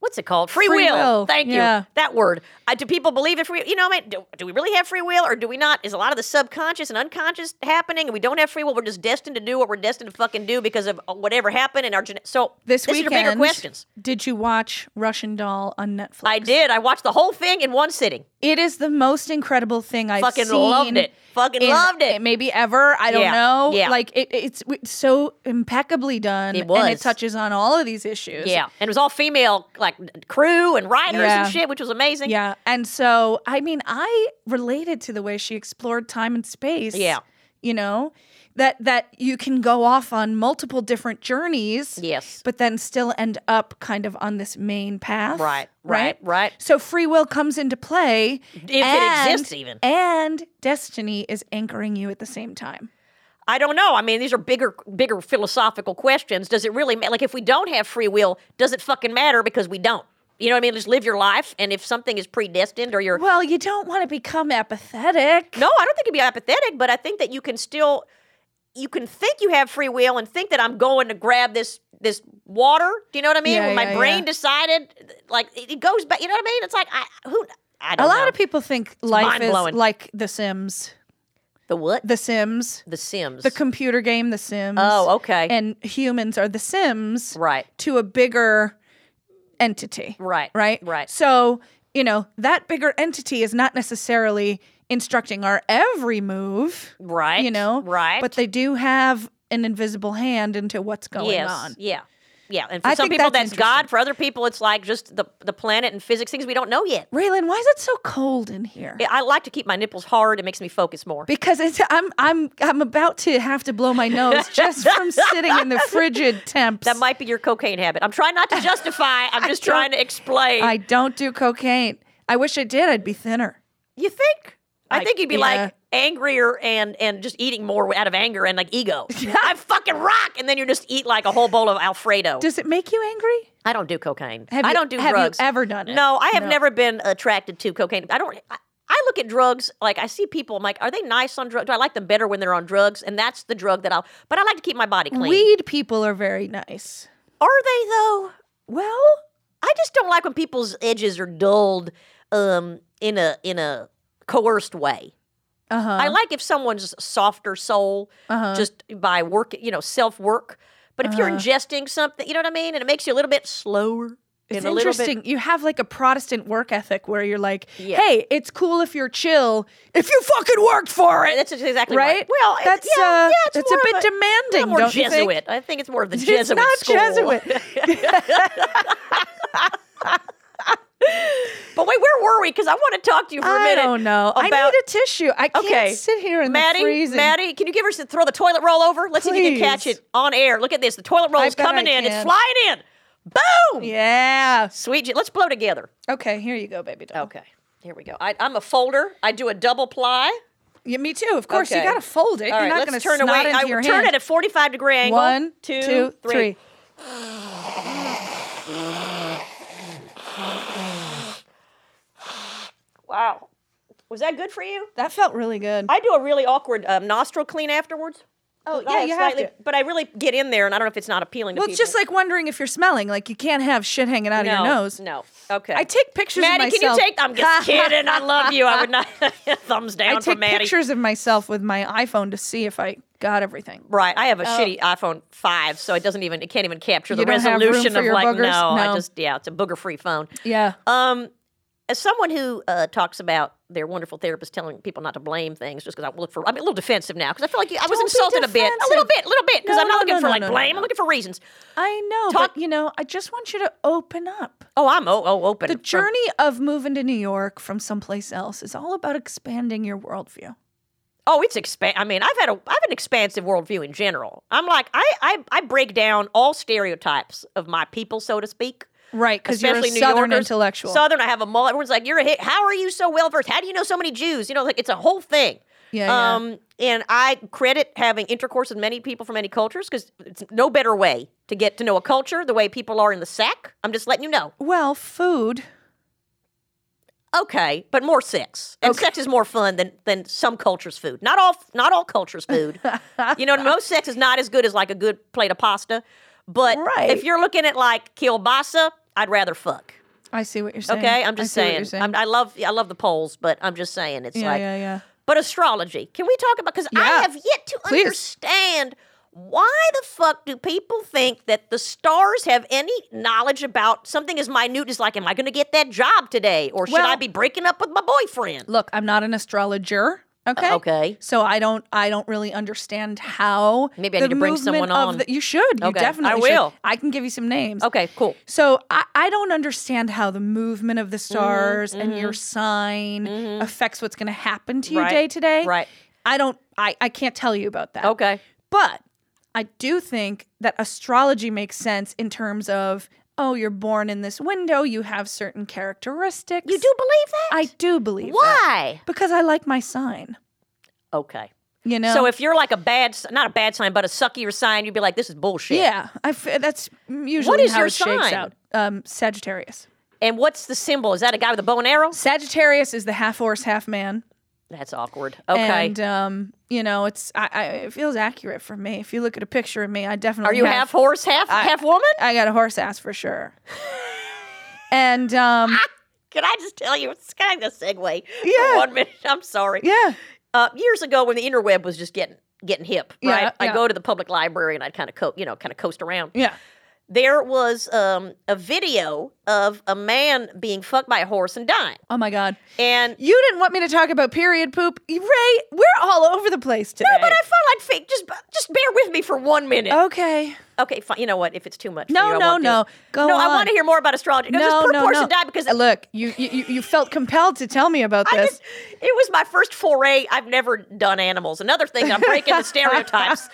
[SPEAKER 2] What's it called? Free,
[SPEAKER 3] Free
[SPEAKER 2] will.
[SPEAKER 3] will,
[SPEAKER 2] Thank
[SPEAKER 3] yeah.
[SPEAKER 2] you. That word. Uh, do people believe in free You know, I mean, do, do we really have free will or do we not? Is a lot of the subconscious and unconscious happening and we don't have free will? We're just destined to do what we're destined to fucking do because of uh, whatever happened in our gen- So
[SPEAKER 3] This
[SPEAKER 2] these are bigger
[SPEAKER 3] weekend,
[SPEAKER 2] questions.
[SPEAKER 3] did you watch Russian Doll on Netflix?
[SPEAKER 2] I did. I watched the whole thing in one sitting.
[SPEAKER 3] It is the most incredible thing I've
[SPEAKER 2] Fucking
[SPEAKER 3] seen.
[SPEAKER 2] loved it. Fucking
[SPEAKER 3] in-
[SPEAKER 2] loved it.
[SPEAKER 3] Maybe ever. I don't
[SPEAKER 2] Yeah,
[SPEAKER 3] know.
[SPEAKER 2] yeah.
[SPEAKER 3] Like it, it's it's so impeccably done.
[SPEAKER 2] It
[SPEAKER 3] And
[SPEAKER 2] was.
[SPEAKER 3] it touches on all of these issues.
[SPEAKER 2] Yeah, and it was all female, like crew and writers
[SPEAKER 3] Yeah.
[SPEAKER 2] and shit, which was amazing.
[SPEAKER 3] Yeah. And so, I mean, I related to the way she explored time and space.
[SPEAKER 2] Yeah.
[SPEAKER 3] You know, that that you can go off on multiple different journeys.
[SPEAKER 2] Yes.
[SPEAKER 3] But then still end up kind of on this main path.
[SPEAKER 2] Right, right, right.
[SPEAKER 3] So free will comes into play.
[SPEAKER 2] If it exists even.
[SPEAKER 3] And destiny is anchoring you at the same time.
[SPEAKER 2] I don't know. I mean, these are bigger, bigger philosophical questions. Does it really matter? Like, if we don't have free will, does it fucking matter because we don't? You know what I mean? Just live your life, and if something is predestined or you're
[SPEAKER 3] Well, you don't want to become apathetic.
[SPEAKER 2] no, I don't think it'd be apathetic, but I think that you can still you can think you have free will and think that I'm going to grab this this water. Do you know what I mean?
[SPEAKER 3] Yeah,
[SPEAKER 2] When my
[SPEAKER 3] yeah,
[SPEAKER 2] brain
[SPEAKER 3] yeah.
[SPEAKER 2] decided, like it it goes back. You know what I mean? It's like I who I
[SPEAKER 3] A
[SPEAKER 2] don't
[SPEAKER 3] lot
[SPEAKER 2] know.
[SPEAKER 3] of people think life is
[SPEAKER 2] mind-blowing.
[SPEAKER 3] like The Sims.
[SPEAKER 2] the what
[SPEAKER 3] The Sims.
[SPEAKER 2] the Sims
[SPEAKER 3] the computer game The Sims.
[SPEAKER 2] Oh, okay.
[SPEAKER 3] And humans are The Sims
[SPEAKER 2] right
[SPEAKER 3] to a bigger entity.
[SPEAKER 2] Right,
[SPEAKER 3] Right?
[SPEAKER 2] right.
[SPEAKER 3] So, you know, that bigger entity is not necessarily instructing our every move.
[SPEAKER 2] right
[SPEAKER 3] You know?
[SPEAKER 2] right
[SPEAKER 3] But they do have an invisible hand into what's going
[SPEAKER 2] yes.
[SPEAKER 3] on.
[SPEAKER 2] Yeah. Yeah. And for
[SPEAKER 3] I
[SPEAKER 2] some
[SPEAKER 3] think
[SPEAKER 2] people
[SPEAKER 3] that's
[SPEAKER 2] that's, God. For other people it's like just the the planet and physics, things we don't know yet.
[SPEAKER 3] Raylan, why is it so cold in here?
[SPEAKER 2] I- I like to keep my nipples hard. It makes me focus more.
[SPEAKER 3] Because it's I'm I'm I'm about to have to blow my nose just from sitting in the frigid temps.
[SPEAKER 2] That might be your cocaine habit. I'm trying not to justify. I'm just trying to explain.
[SPEAKER 3] I don't do cocaine. I wish I did. I'd be thinner.
[SPEAKER 2] you think? I, think you'd be
[SPEAKER 3] yeah.
[SPEAKER 2] like angrier and and just eating more out of anger and like ego. I fucking rock, and then you just eat like a whole bowl of Alfredo.
[SPEAKER 3] Does it make you angry?
[SPEAKER 2] I don't do cocaine.
[SPEAKER 3] Have
[SPEAKER 2] I
[SPEAKER 3] you-
[SPEAKER 2] don't do
[SPEAKER 3] have you
[SPEAKER 2] drugs.
[SPEAKER 3] ever done it?
[SPEAKER 2] No, I have
[SPEAKER 3] No.
[SPEAKER 2] never been attracted to cocaine. I don't. I, I look at drugs like I see people. I'm like, are they nice on drugs? Do I like them better when they're on drugs? And that's the drug that I'll. But I like to keep my body clean.
[SPEAKER 3] Weed people are very nice.
[SPEAKER 2] are they though?
[SPEAKER 3] Well,
[SPEAKER 2] I just don't like when people's edges are dulled um, in a in a coerced way.
[SPEAKER 3] uh-huh.
[SPEAKER 2] I like if someone's softer soul just by work, you know, self work. But if you're
[SPEAKER 3] Uh-huh.
[SPEAKER 2] ingesting something, you know what I mean, and it makes you a little bit slower.
[SPEAKER 3] It's
[SPEAKER 2] and a little bit-
[SPEAKER 3] interesting. You have like a Protestant work ethic where you're like,
[SPEAKER 2] Yeah.
[SPEAKER 3] "Hey, it's cool if you're chill, if you fucking work for it."
[SPEAKER 2] That's exactly right.
[SPEAKER 3] right.
[SPEAKER 2] Well, it-
[SPEAKER 3] that's
[SPEAKER 2] yeah,
[SPEAKER 3] uh,
[SPEAKER 2] yeah, it's,
[SPEAKER 3] it's
[SPEAKER 2] more
[SPEAKER 3] a
[SPEAKER 2] of
[SPEAKER 3] bit
[SPEAKER 2] a little
[SPEAKER 3] demanding.
[SPEAKER 2] more
[SPEAKER 3] don't you
[SPEAKER 2] Jesuit.
[SPEAKER 3] think?
[SPEAKER 2] I think it's more of the
[SPEAKER 3] It's
[SPEAKER 2] Jesuit
[SPEAKER 3] not
[SPEAKER 2] school.
[SPEAKER 3] Jesuit.
[SPEAKER 2] but wait, where were we? Because I want to talk to you for a
[SPEAKER 3] I
[SPEAKER 2] minute.
[SPEAKER 3] don't know. I
[SPEAKER 2] About
[SPEAKER 3] need a tissue. I can't
[SPEAKER 2] Okay.
[SPEAKER 3] sit here in
[SPEAKER 2] Maddie,
[SPEAKER 3] the freezing.
[SPEAKER 2] Maddie, can you give us throw the toilet roll over? Let's see if you can catch
[SPEAKER 3] Please.
[SPEAKER 2] it on air. Look at this. The toilet roll
[SPEAKER 3] I
[SPEAKER 2] is
[SPEAKER 3] bet
[SPEAKER 2] coming
[SPEAKER 3] I
[SPEAKER 2] in. It's
[SPEAKER 3] can.
[SPEAKER 2] flying in. Boom.
[SPEAKER 3] Yeah.
[SPEAKER 2] Sweet. Je- Let's blow together.
[SPEAKER 3] Okay. Here you go, baby doll.
[SPEAKER 2] Okay. Here we go. I, I'm a folder. I do a double ply.
[SPEAKER 3] Yeah, me too. Of course,
[SPEAKER 2] Okay.
[SPEAKER 3] you gotta fold it.
[SPEAKER 2] All right,
[SPEAKER 3] you're not
[SPEAKER 2] let's turn
[SPEAKER 3] gonna snot
[SPEAKER 2] away.
[SPEAKER 3] into
[SPEAKER 2] I
[SPEAKER 3] your
[SPEAKER 2] turn at
[SPEAKER 3] hand.
[SPEAKER 2] a 45 degree angle.
[SPEAKER 3] One,
[SPEAKER 2] two,
[SPEAKER 3] two,
[SPEAKER 2] three.
[SPEAKER 3] three.
[SPEAKER 2] Wow. Was that good for you?
[SPEAKER 3] That felt really good.
[SPEAKER 2] I do a really awkward um, nostril clean afterwards.
[SPEAKER 3] Oh,
[SPEAKER 2] I
[SPEAKER 3] yeah, you have to.
[SPEAKER 2] But I really get in there, and I don't know if it's not appealing to
[SPEAKER 3] Well,
[SPEAKER 2] people.
[SPEAKER 3] it's just like wondering if you're smelling. Like you can't have shit hanging out of
[SPEAKER 2] no,
[SPEAKER 3] your nose.
[SPEAKER 2] No. Okay.
[SPEAKER 3] I take pictures of
[SPEAKER 2] Maddie,
[SPEAKER 3] myself.
[SPEAKER 2] can you take? I'm just kidding. I love you. I would not. Thumbs down
[SPEAKER 3] I
[SPEAKER 2] for
[SPEAKER 3] take
[SPEAKER 2] Maddie.
[SPEAKER 3] pictures of myself with my iPhone to see if I got everything.
[SPEAKER 2] Right. I have a shitty iPhone five, so it doesn't even it can't even capture the
[SPEAKER 3] You don't have room
[SPEAKER 2] resolution
[SPEAKER 3] for
[SPEAKER 2] of
[SPEAKER 3] your
[SPEAKER 2] like
[SPEAKER 3] boogers?
[SPEAKER 2] no, I
[SPEAKER 3] No.
[SPEAKER 2] just yeah, it's a booger free phone.
[SPEAKER 3] Yeah.
[SPEAKER 2] Um as someone who uh, talks about their wonderful therapist telling people not to blame things just because I look for. I'm a little defensive now because I feel like I was
[SPEAKER 3] Don't be
[SPEAKER 2] insulted a bit, a little
[SPEAKER 3] defensive.
[SPEAKER 2] bit, a little bit because
[SPEAKER 3] No,
[SPEAKER 2] I'm not
[SPEAKER 3] no,
[SPEAKER 2] looking
[SPEAKER 3] no,
[SPEAKER 2] for
[SPEAKER 3] no,
[SPEAKER 2] like
[SPEAKER 3] no, no,
[SPEAKER 2] blame.
[SPEAKER 3] no.
[SPEAKER 2] I'm looking for reasons.
[SPEAKER 3] I know,
[SPEAKER 2] Talk-
[SPEAKER 3] but you know, I just want you to open up.
[SPEAKER 2] Oh, I'm oh, oh open.
[SPEAKER 3] The
[SPEAKER 2] for-
[SPEAKER 3] journey of moving to New York from someplace else is all about expanding your worldview.
[SPEAKER 2] Oh, it's expand. I mean, I've had a I've an expansive worldview in general. I'm like I I, I break down all stereotypes of my people, so to speak.
[SPEAKER 3] Right, because you're a
[SPEAKER 2] Especially New
[SPEAKER 3] Southern
[SPEAKER 2] Yorkers.
[SPEAKER 3] intellectual.
[SPEAKER 2] Southern, I have a mullet. Everyone's like, "You're a hit. How are you so well versed? How do you know so many Jews?" You know, like it's a whole thing.
[SPEAKER 3] Yeah, yeah.
[SPEAKER 2] Um, and I credit having intercourse with many people from many cultures because it's no better way to get to know a culture the way people are in the sack. I'm just letting you know.
[SPEAKER 3] well, food.
[SPEAKER 2] Okay, but more sex, and sex is more fun than than some cultures' food. Not all not all cultures' food. you know, most sex is not as good as like a good plate of pasta. But
[SPEAKER 3] Right.
[SPEAKER 2] if you're looking at like kielbasa, I'd rather fuck.
[SPEAKER 3] I see what you're saying.
[SPEAKER 2] Okay, I'm
[SPEAKER 3] I
[SPEAKER 2] just
[SPEAKER 3] see what
[SPEAKER 2] saying.
[SPEAKER 3] you're
[SPEAKER 2] I'm, I love I love the polls, but I'm just saying it's
[SPEAKER 3] yeah,
[SPEAKER 2] like.
[SPEAKER 3] yeah, yeah.
[SPEAKER 2] But astrology, can we talk about? Because I
[SPEAKER 3] Yeah.
[SPEAKER 2] have yet to
[SPEAKER 3] Please.
[SPEAKER 2] understand why the fuck do people think that the stars have any knowledge about something as minute as like, am I going to get that job today, or should
[SPEAKER 3] Well-
[SPEAKER 2] I be breaking up with my boyfriend?
[SPEAKER 3] Look, I'm not an astrologer. Okay.
[SPEAKER 2] Uh, okay.
[SPEAKER 3] So I don't. I don't really understand how.
[SPEAKER 2] Maybe I
[SPEAKER 3] the
[SPEAKER 2] need to bring
[SPEAKER 3] movement
[SPEAKER 2] someone
[SPEAKER 3] of
[SPEAKER 2] on.
[SPEAKER 3] the- you should. You
[SPEAKER 2] Okay, I
[SPEAKER 3] definitely. should.
[SPEAKER 2] will.
[SPEAKER 3] I can give you some names.
[SPEAKER 2] Okay, cool.
[SPEAKER 3] So I, I don't understand how the movement of the
[SPEAKER 2] Mm-hmm,
[SPEAKER 3] stars and your sign affects what's going to happen to you
[SPEAKER 2] Right,
[SPEAKER 3] day to day.
[SPEAKER 2] right.
[SPEAKER 3] I don't. I I can't tell you about that.
[SPEAKER 2] Okay.
[SPEAKER 3] But I do think that astrology makes sense in terms of oh, you're born in this window. You have certain characteristics.
[SPEAKER 2] You do believe that?
[SPEAKER 3] I do believe. that.
[SPEAKER 2] Why?
[SPEAKER 3] Because I like my sign.
[SPEAKER 2] Okay.
[SPEAKER 3] You know.
[SPEAKER 2] So if you're like a bad, s- not a bad sign, but a suckier sign, you'd be like, this is bullshit.
[SPEAKER 3] yeah, I f- that's usually
[SPEAKER 2] is
[SPEAKER 3] how
[SPEAKER 2] your
[SPEAKER 3] it shakes
[SPEAKER 2] sign?
[SPEAKER 3] out. Um, Sagittarius.
[SPEAKER 2] And what's the symbol? Is that a guy with a bow and arrow?
[SPEAKER 3] Sagittarius is the half horse, half man.
[SPEAKER 2] That's awkward. Okay.
[SPEAKER 3] And um, you know, it's I, I it feels accurate for me. If you look at a picture of me, I definitely
[SPEAKER 2] Are you
[SPEAKER 3] have,
[SPEAKER 2] half horse, half half woman?
[SPEAKER 3] I got a horse ass for sure. and um,
[SPEAKER 2] Can I just tell you, it's kind of a segue. for
[SPEAKER 3] Yeah.
[SPEAKER 2] one minute. I'm sorry.
[SPEAKER 3] yeah,
[SPEAKER 2] Uh, years ago, when the interweb was just getting getting hip,
[SPEAKER 3] Yeah,
[SPEAKER 2] right? I
[SPEAKER 3] yeah.
[SPEAKER 2] go to the public library and I'd kind of co- you know kind of coast around.
[SPEAKER 3] yeah.
[SPEAKER 2] There was um, a video of a man being fucked by a horse and dying,
[SPEAKER 3] Oh my god,
[SPEAKER 2] and
[SPEAKER 3] you didn't want me to talk about period poop, Ray. We're all over the place today.
[SPEAKER 2] but I felt like fake. Just just bear with me for one minute.
[SPEAKER 3] okay.
[SPEAKER 2] Okay, fine. You know what? If it's too much, for
[SPEAKER 3] No,
[SPEAKER 2] you, I
[SPEAKER 3] no,
[SPEAKER 2] won't do
[SPEAKER 3] no.
[SPEAKER 2] it.
[SPEAKER 3] Go
[SPEAKER 2] Oh. no, I
[SPEAKER 3] on.
[SPEAKER 2] want to hear more about astrology. No, this poor person died because
[SPEAKER 3] look, you, you you- you felt compelled to tell me about
[SPEAKER 2] I
[SPEAKER 3] this.
[SPEAKER 2] just, it was my first foray. I've never done animals. Another thing, I'm breaking the stereotypes.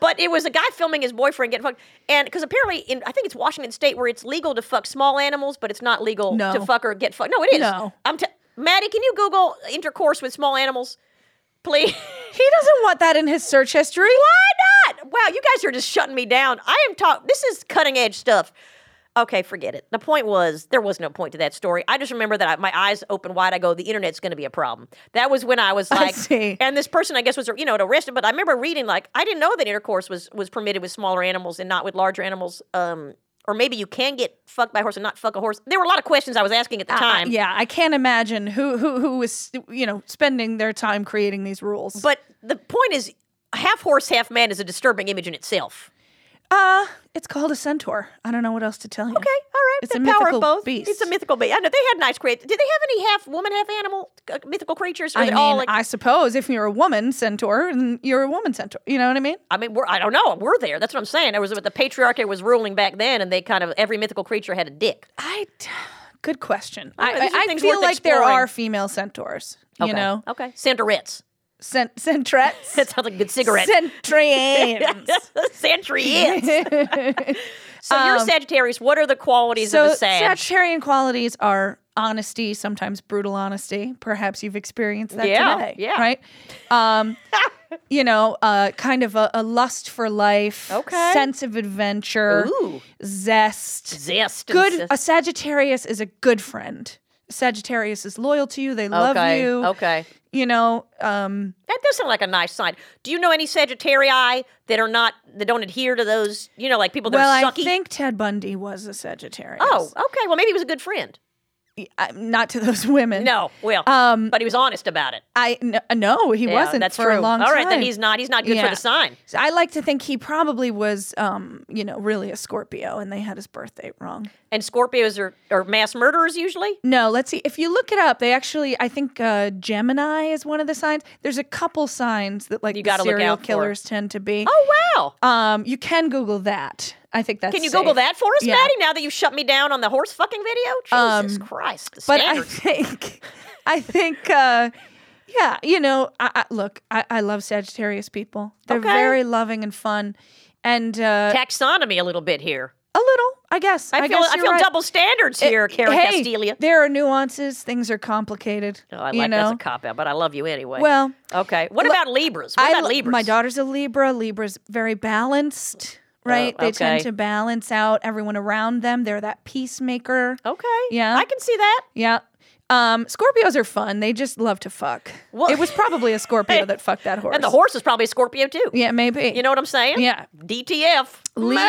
[SPEAKER 2] But it was a guy filming his boyfriend getting fucked, and because apparently, in I think it's Washington State where it's legal to fuck small animals, but it's not legal
[SPEAKER 3] No.
[SPEAKER 2] to fuck or get fucked. No, it is.
[SPEAKER 3] No.
[SPEAKER 2] I'm t- Maddie. Can you Google intercourse with small animals, please?
[SPEAKER 3] he doesn't want that in his search history.
[SPEAKER 2] Why not? Wow, you guys are just shutting me down. I am talk. This is cutting edge stuff. Okay, forget it. The point was there was no point to that story. I just remember that I, my eyes open wide. I go, the internet's going to be a problem. That was when I was like,
[SPEAKER 3] see.
[SPEAKER 2] and this person I guess was you know arrested. But I remember reading like I didn't know that intercourse was was permitted with smaller animals and not with larger animals. Um, or maybe you can get fucked by a horse and not fuck a horse. There were a lot of questions I was asking at the time.
[SPEAKER 3] Uh, Yeah, I can't imagine who who who was you know spending their time creating these rules.
[SPEAKER 2] But the point is, half horse, half man is a disturbing image in itself.
[SPEAKER 3] uh it's called a centaur. I don't know what else to tell you.
[SPEAKER 2] Okay, all right.
[SPEAKER 3] It's
[SPEAKER 2] the
[SPEAKER 3] a
[SPEAKER 2] power
[SPEAKER 3] mythical
[SPEAKER 2] of both.
[SPEAKER 3] beast.
[SPEAKER 2] It's a mythical beast. I know they had nice creatures. Did they have any half woman, half animal uh, mythical creatures? Or
[SPEAKER 3] I
[SPEAKER 2] they
[SPEAKER 3] mean,
[SPEAKER 2] all like,
[SPEAKER 3] I suppose if you're a woman centaur, then you're a woman centaur. You know what I mean?
[SPEAKER 2] I mean, we're, I don't know. We're there. That's what I'm saying. It was what the patriarchy was ruling back then, and they kind of every mythical creature had a dick.
[SPEAKER 3] I good question.
[SPEAKER 2] Okay,
[SPEAKER 3] I,
[SPEAKER 2] these are
[SPEAKER 3] I, I
[SPEAKER 2] things
[SPEAKER 3] feel
[SPEAKER 2] worth
[SPEAKER 3] like there
[SPEAKER 2] exploring.
[SPEAKER 3] are female centaurs.
[SPEAKER 2] Okay.
[SPEAKER 3] You know,
[SPEAKER 2] Okay. Cinderettes.
[SPEAKER 3] Cent- centrets.
[SPEAKER 2] That sounds like a good cigarette.
[SPEAKER 3] Centrians.
[SPEAKER 2] Centrians. so you're Sagittarius. What are the qualities of
[SPEAKER 3] Um, so
[SPEAKER 2] a Sag?
[SPEAKER 3] Sagittarian qualities are honesty, sometimes brutal honesty. Perhaps you've experienced that
[SPEAKER 2] Yeah,
[SPEAKER 3] today,
[SPEAKER 2] yeah.
[SPEAKER 3] right? Um, you know, uh, kind of a, a lust for life,
[SPEAKER 2] Okay.
[SPEAKER 3] sense of adventure,
[SPEAKER 2] Ooh.
[SPEAKER 3] zest.
[SPEAKER 2] Zest. and
[SPEAKER 3] Good.
[SPEAKER 2] zest.
[SPEAKER 3] A Sagittarius is a good friend. Sagittarius is loyal to you. They love
[SPEAKER 2] okay.
[SPEAKER 3] you.
[SPEAKER 2] Okay.
[SPEAKER 3] You know, um,
[SPEAKER 2] That does sound like a nice sign. Do you know any Sagittarii that are not that don't adhere to those? You know, like people that
[SPEAKER 3] well,
[SPEAKER 2] are
[SPEAKER 3] I
[SPEAKER 2] sucky.
[SPEAKER 3] think Ted Bundy was a Sagittarius.
[SPEAKER 2] Oh, okay. Well, maybe he was a good friend.
[SPEAKER 3] I- not to those women.
[SPEAKER 2] No, well, um, but he was honest about it.
[SPEAKER 3] I n- no, he
[SPEAKER 2] Yeah,
[SPEAKER 3] wasn't
[SPEAKER 2] that's
[SPEAKER 3] for
[SPEAKER 2] true.
[SPEAKER 3] a long
[SPEAKER 2] All
[SPEAKER 3] time.
[SPEAKER 2] right, then he's not. He's not good for
[SPEAKER 3] Yeah.
[SPEAKER 2] the sign.
[SPEAKER 3] So I like to think he probably was, um, you know, really a Scorpio, and they had his birth date wrong.
[SPEAKER 2] And Scorpios are, are mass murderers usually.
[SPEAKER 3] No, let's see. If you look it up, they actually, I think uh, Gemini is one of the signs. There's a couple signs that like
[SPEAKER 2] You
[SPEAKER 3] the
[SPEAKER 2] gotta look
[SPEAKER 3] serial
[SPEAKER 2] out for.
[SPEAKER 3] killers tend to be.
[SPEAKER 2] Oh wow!
[SPEAKER 3] Um, you can Google that. I think that's
[SPEAKER 2] Can you
[SPEAKER 3] safe.
[SPEAKER 2] Google that for us,
[SPEAKER 3] Yeah. Um,
[SPEAKER 2] Maddie? Now that you shut me down on the horse fucking video, Jesus Christ! The
[SPEAKER 3] But I
[SPEAKER 2] standards.
[SPEAKER 3] think, I think, uh, yeah, you know, I, I, look, I, I love Sagittarius people. They're
[SPEAKER 2] Okay.
[SPEAKER 3] very loving and fun, and uh,
[SPEAKER 2] taxonomy a little bit here.
[SPEAKER 3] a little, I guess.
[SPEAKER 2] I, feel
[SPEAKER 3] guess
[SPEAKER 2] I
[SPEAKER 3] you're
[SPEAKER 2] feel
[SPEAKER 3] right.
[SPEAKER 2] double standards here, Karen
[SPEAKER 3] Eh, hey,
[SPEAKER 2] Castilia.
[SPEAKER 3] There are nuances. Things are complicated.
[SPEAKER 2] Oh, I
[SPEAKER 3] you
[SPEAKER 2] like
[SPEAKER 3] know?
[SPEAKER 2] that's a cop out, but I love you anyway.
[SPEAKER 3] Well,
[SPEAKER 2] okay. What about Libras? What
[SPEAKER 3] I
[SPEAKER 2] about
[SPEAKER 3] li-
[SPEAKER 2] Libras?
[SPEAKER 3] My daughter's a Libra. Libra's very balanced, right? They tend
[SPEAKER 2] Oh, okay.
[SPEAKER 3] to balance out everyone around them. They're that peacemaker.
[SPEAKER 2] Okay.
[SPEAKER 3] Yeah.
[SPEAKER 2] I can see that.
[SPEAKER 3] Yeah. Um, Scorpios are fun. They just love to fuck.
[SPEAKER 2] Well-
[SPEAKER 3] it was probably a Scorpio that fucked that horse.
[SPEAKER 2] And the horse is probably a Scorpio too.
[SPEAKER 3] Yeah, maybe.
[SPEAKER 2] You know what I'm saying?
[SPEAKER 3] Yeah.
[SPEAKER 2] DTF.
[SPEAKER 3] Leo's.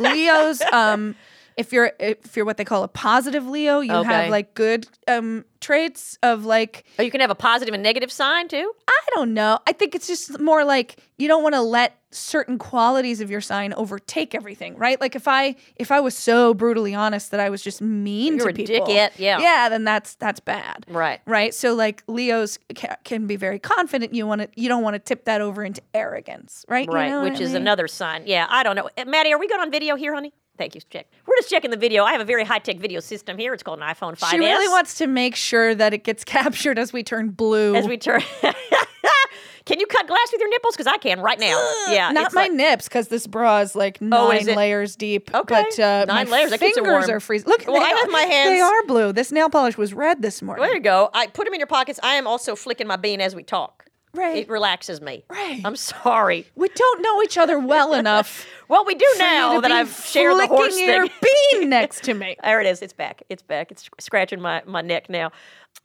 [SPEAKER 3] Leo's. Um, if you're if you're what they call a positive Leo, you
[SPEAKER 2] Okay.
[SPEAKER 3] have like good um traits of like
[SPEAKER 2] Oh, you can have a positive and negative sign too.
[SPEAKER 3] I don't know. I think it's just more like you don't want to let certain qualities of your sign overtake everything, right? Like if I if I was so brutally honest that I was just mean
[SPEAKER 2] You're
[SPEAKER 3] to
[SPEAKER 2] a
[SPEAKER 3] people,
[SPEAKER 2] dickhead, yeah.
[SPEAKER 3] yeah, then that's that's bad,
[SPEAKER 2] Right.
[SPEAKER 3] Right. So like Leo's ca- can be very confident. You want to you don't want to tip that over into arrogance, right? You
[SPEAKER 2] Right,
[SPEAKER 3] know what
[SPEAKER 2] which
[SPEAKER 3] I
[SPEAKER 2] is
[SPEAKER 3] mean?
[SPEAKER 2] another sign. Yeah, I don't know. Uh, Maddie, are we good on video here, honey? Thank you, check. We're just checking the video. I have a very high tech video system here. It's called an iPhone 5S.
[SPEAKER 3] She really wants to make sure that it gets captured as we turn blue.
[SPEAKER 2] As we turn. can you cut glass with your nipples? Because I can right now. yeah.
[SPEAKER 3] Not
[SPEAKER 2] it's
[SPEAKER 3] my
[SPEAKER 2] like-
[SPEAKER 3] nips, because this bra is like nine
[SPEAKER 2] Oh, is it?
[SPEAKER 3] layers deep.
[SPEAKER 2] Okay.
[SPEAKER 3] but uh,
[SPEAKER 2] Nine
[SPEAKER 3] my
[SPEAKER 2] layers, that keeps it
[SPEAKER 3] Fingers
[SPEAKER 2] warm.
[SPEAKER 3] are freezing. Look,
[SPEAKER 2] Well,
[SPEAKER 3] they
[SPEAKER 2] I
[SPEAKER 3] are-
[SPEAKER 2] have my hands-
[SPEAKER 3] They are blue. This nail polish was red this morning.
[SPEAKER 2] There you go. I put them in your pockets. I am also flicking my bean as we talk.
[SPEAKER 3] Right.
[SPEAKER 2] It relaxes me.
[SPEAKER 3] Right.
[SPEAKER 2] I'm sorry.
[SPEAKER 3] We don't know each other well enough.
[SPEAKER 2] Well, we do
[SPEAKER 3] for you
[SPEAKER 2] now
[SPEAKER 3] to
[SPEAKER 2] that
[SPEAKER 3] be
[SPEAKER 2] I've shared the horse
[SPEAKER 3] flicking your
[SPEAKER 2] thing.
[SPEAKER 3] bean next to me.
[SPEAKER 2] There it is. It's back. It's back. It's scratching my, my neck now.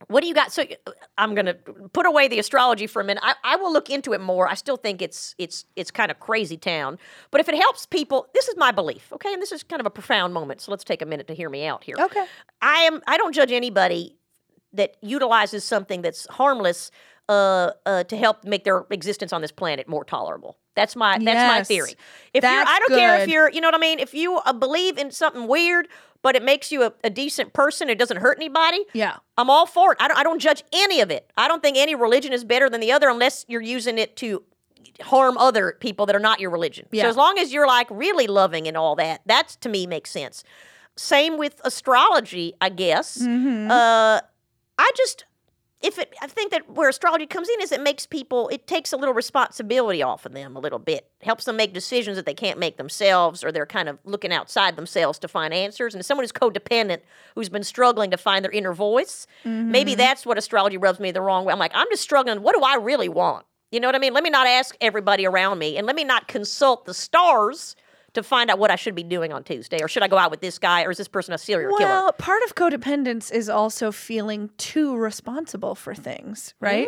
[SPEAKER 2] What do you got? So uh, I'm gonna put away the astrology for a minute. I, I will look into it more. I still think it's it's it's kind of crazy town. But if it helps people, this is my belief. Okay, and this is kind of a profound moment. So let's take a minute to hear me out here.
[SPEAKER 3] Okay.
[SPEAKER 2] I am. I don't judge anybody that utilizes something that's harmless uh, uh, to help make their existence on this planet more tolerable. That's my that's my
[SPEAKER 3] Yes.
[SPEAKER 2] theory. If you're,
[SPEAKER 3] That's
[SPEAKER 2] I don't care if
[SPEAKER 3] good.
[SPEAKER 2] you're, you know what I mean. If you uh, believe in something weird, but it makes you a, a decent person, it doesn't hurt anybody.
[SPEAKER 3] Yeah.
[SPEAKER 2] I'm all for it. I don't, I don't judge any of it. I don't think any religion is better than the other unless you're using it to harm other people that are not your religion. So
[SPEAKER 3] Yeah.
[SPEAKER 2] as long as you're like really loving and all that, that's to me makes sense. Same with astrology, I guess.
[SPEAKER 3] Mm-hmm.
[SPEAKER 2] Uh, I just if it I think that where astrology comes in is it makes people it takes a little responsibility off of them a little bit. Helps them make decisions that they can't make themselves or they're kind of looking outside themselves to find answers. And someone who's codependent who's been struggling to find their inner voice,
[SPEAKER 3] Mm-hmm.
[SPEAKER 2] maybe that's what astrology rubs me the wrong way. I'm like, I'm just struggling. What do I really want? You know what I mean? Let me not ask everybody around me and let me not consult the stars to find out what I should be doing on Tuesday or should I go out with this guy or is this person a serial killer?
[SPEAKER 3] Well, part of codependence is also feeling too responsible for things, right?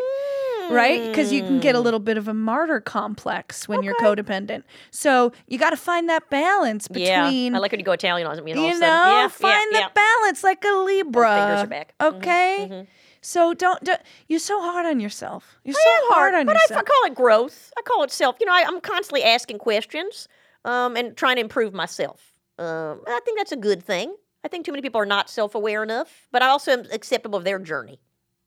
[SPEAKER 3] Right? Because you can get a little bit of a martyr complex when you're codependent. So you got to find that balance between,
[SPEAKER 2] yeah, I like when you go Italian on me. and all of
[SPEAKER 3] you
[SPEAKER 2] a
[SPEAKER 3] know,
[SPEAKER 2] sudden- yeah, yeah,
[SPEAKER 3] find the
[SPEAKER 2] yeah.
[SPEAKER 3] balance like a Libra.
[SPEAKER 2] fingers are back.
[SPEAKER 3] Mm-hmm,
[SPEAKER 2] Mhm,
[SPEAKER 3] Okay? So don't, don't, you're so hard on yourself. You're so hard, on
[SPEAKER 2] but I, I
[SPEAKER 3] yourself.
[SPEAKER 2] call it growth. I call it self. You know, I, I'm constantly asking questions um, and trying to improve myself. Um, I think that's a good thing. I think too many people are not self-aware enough, but I also am acceptable of their journey.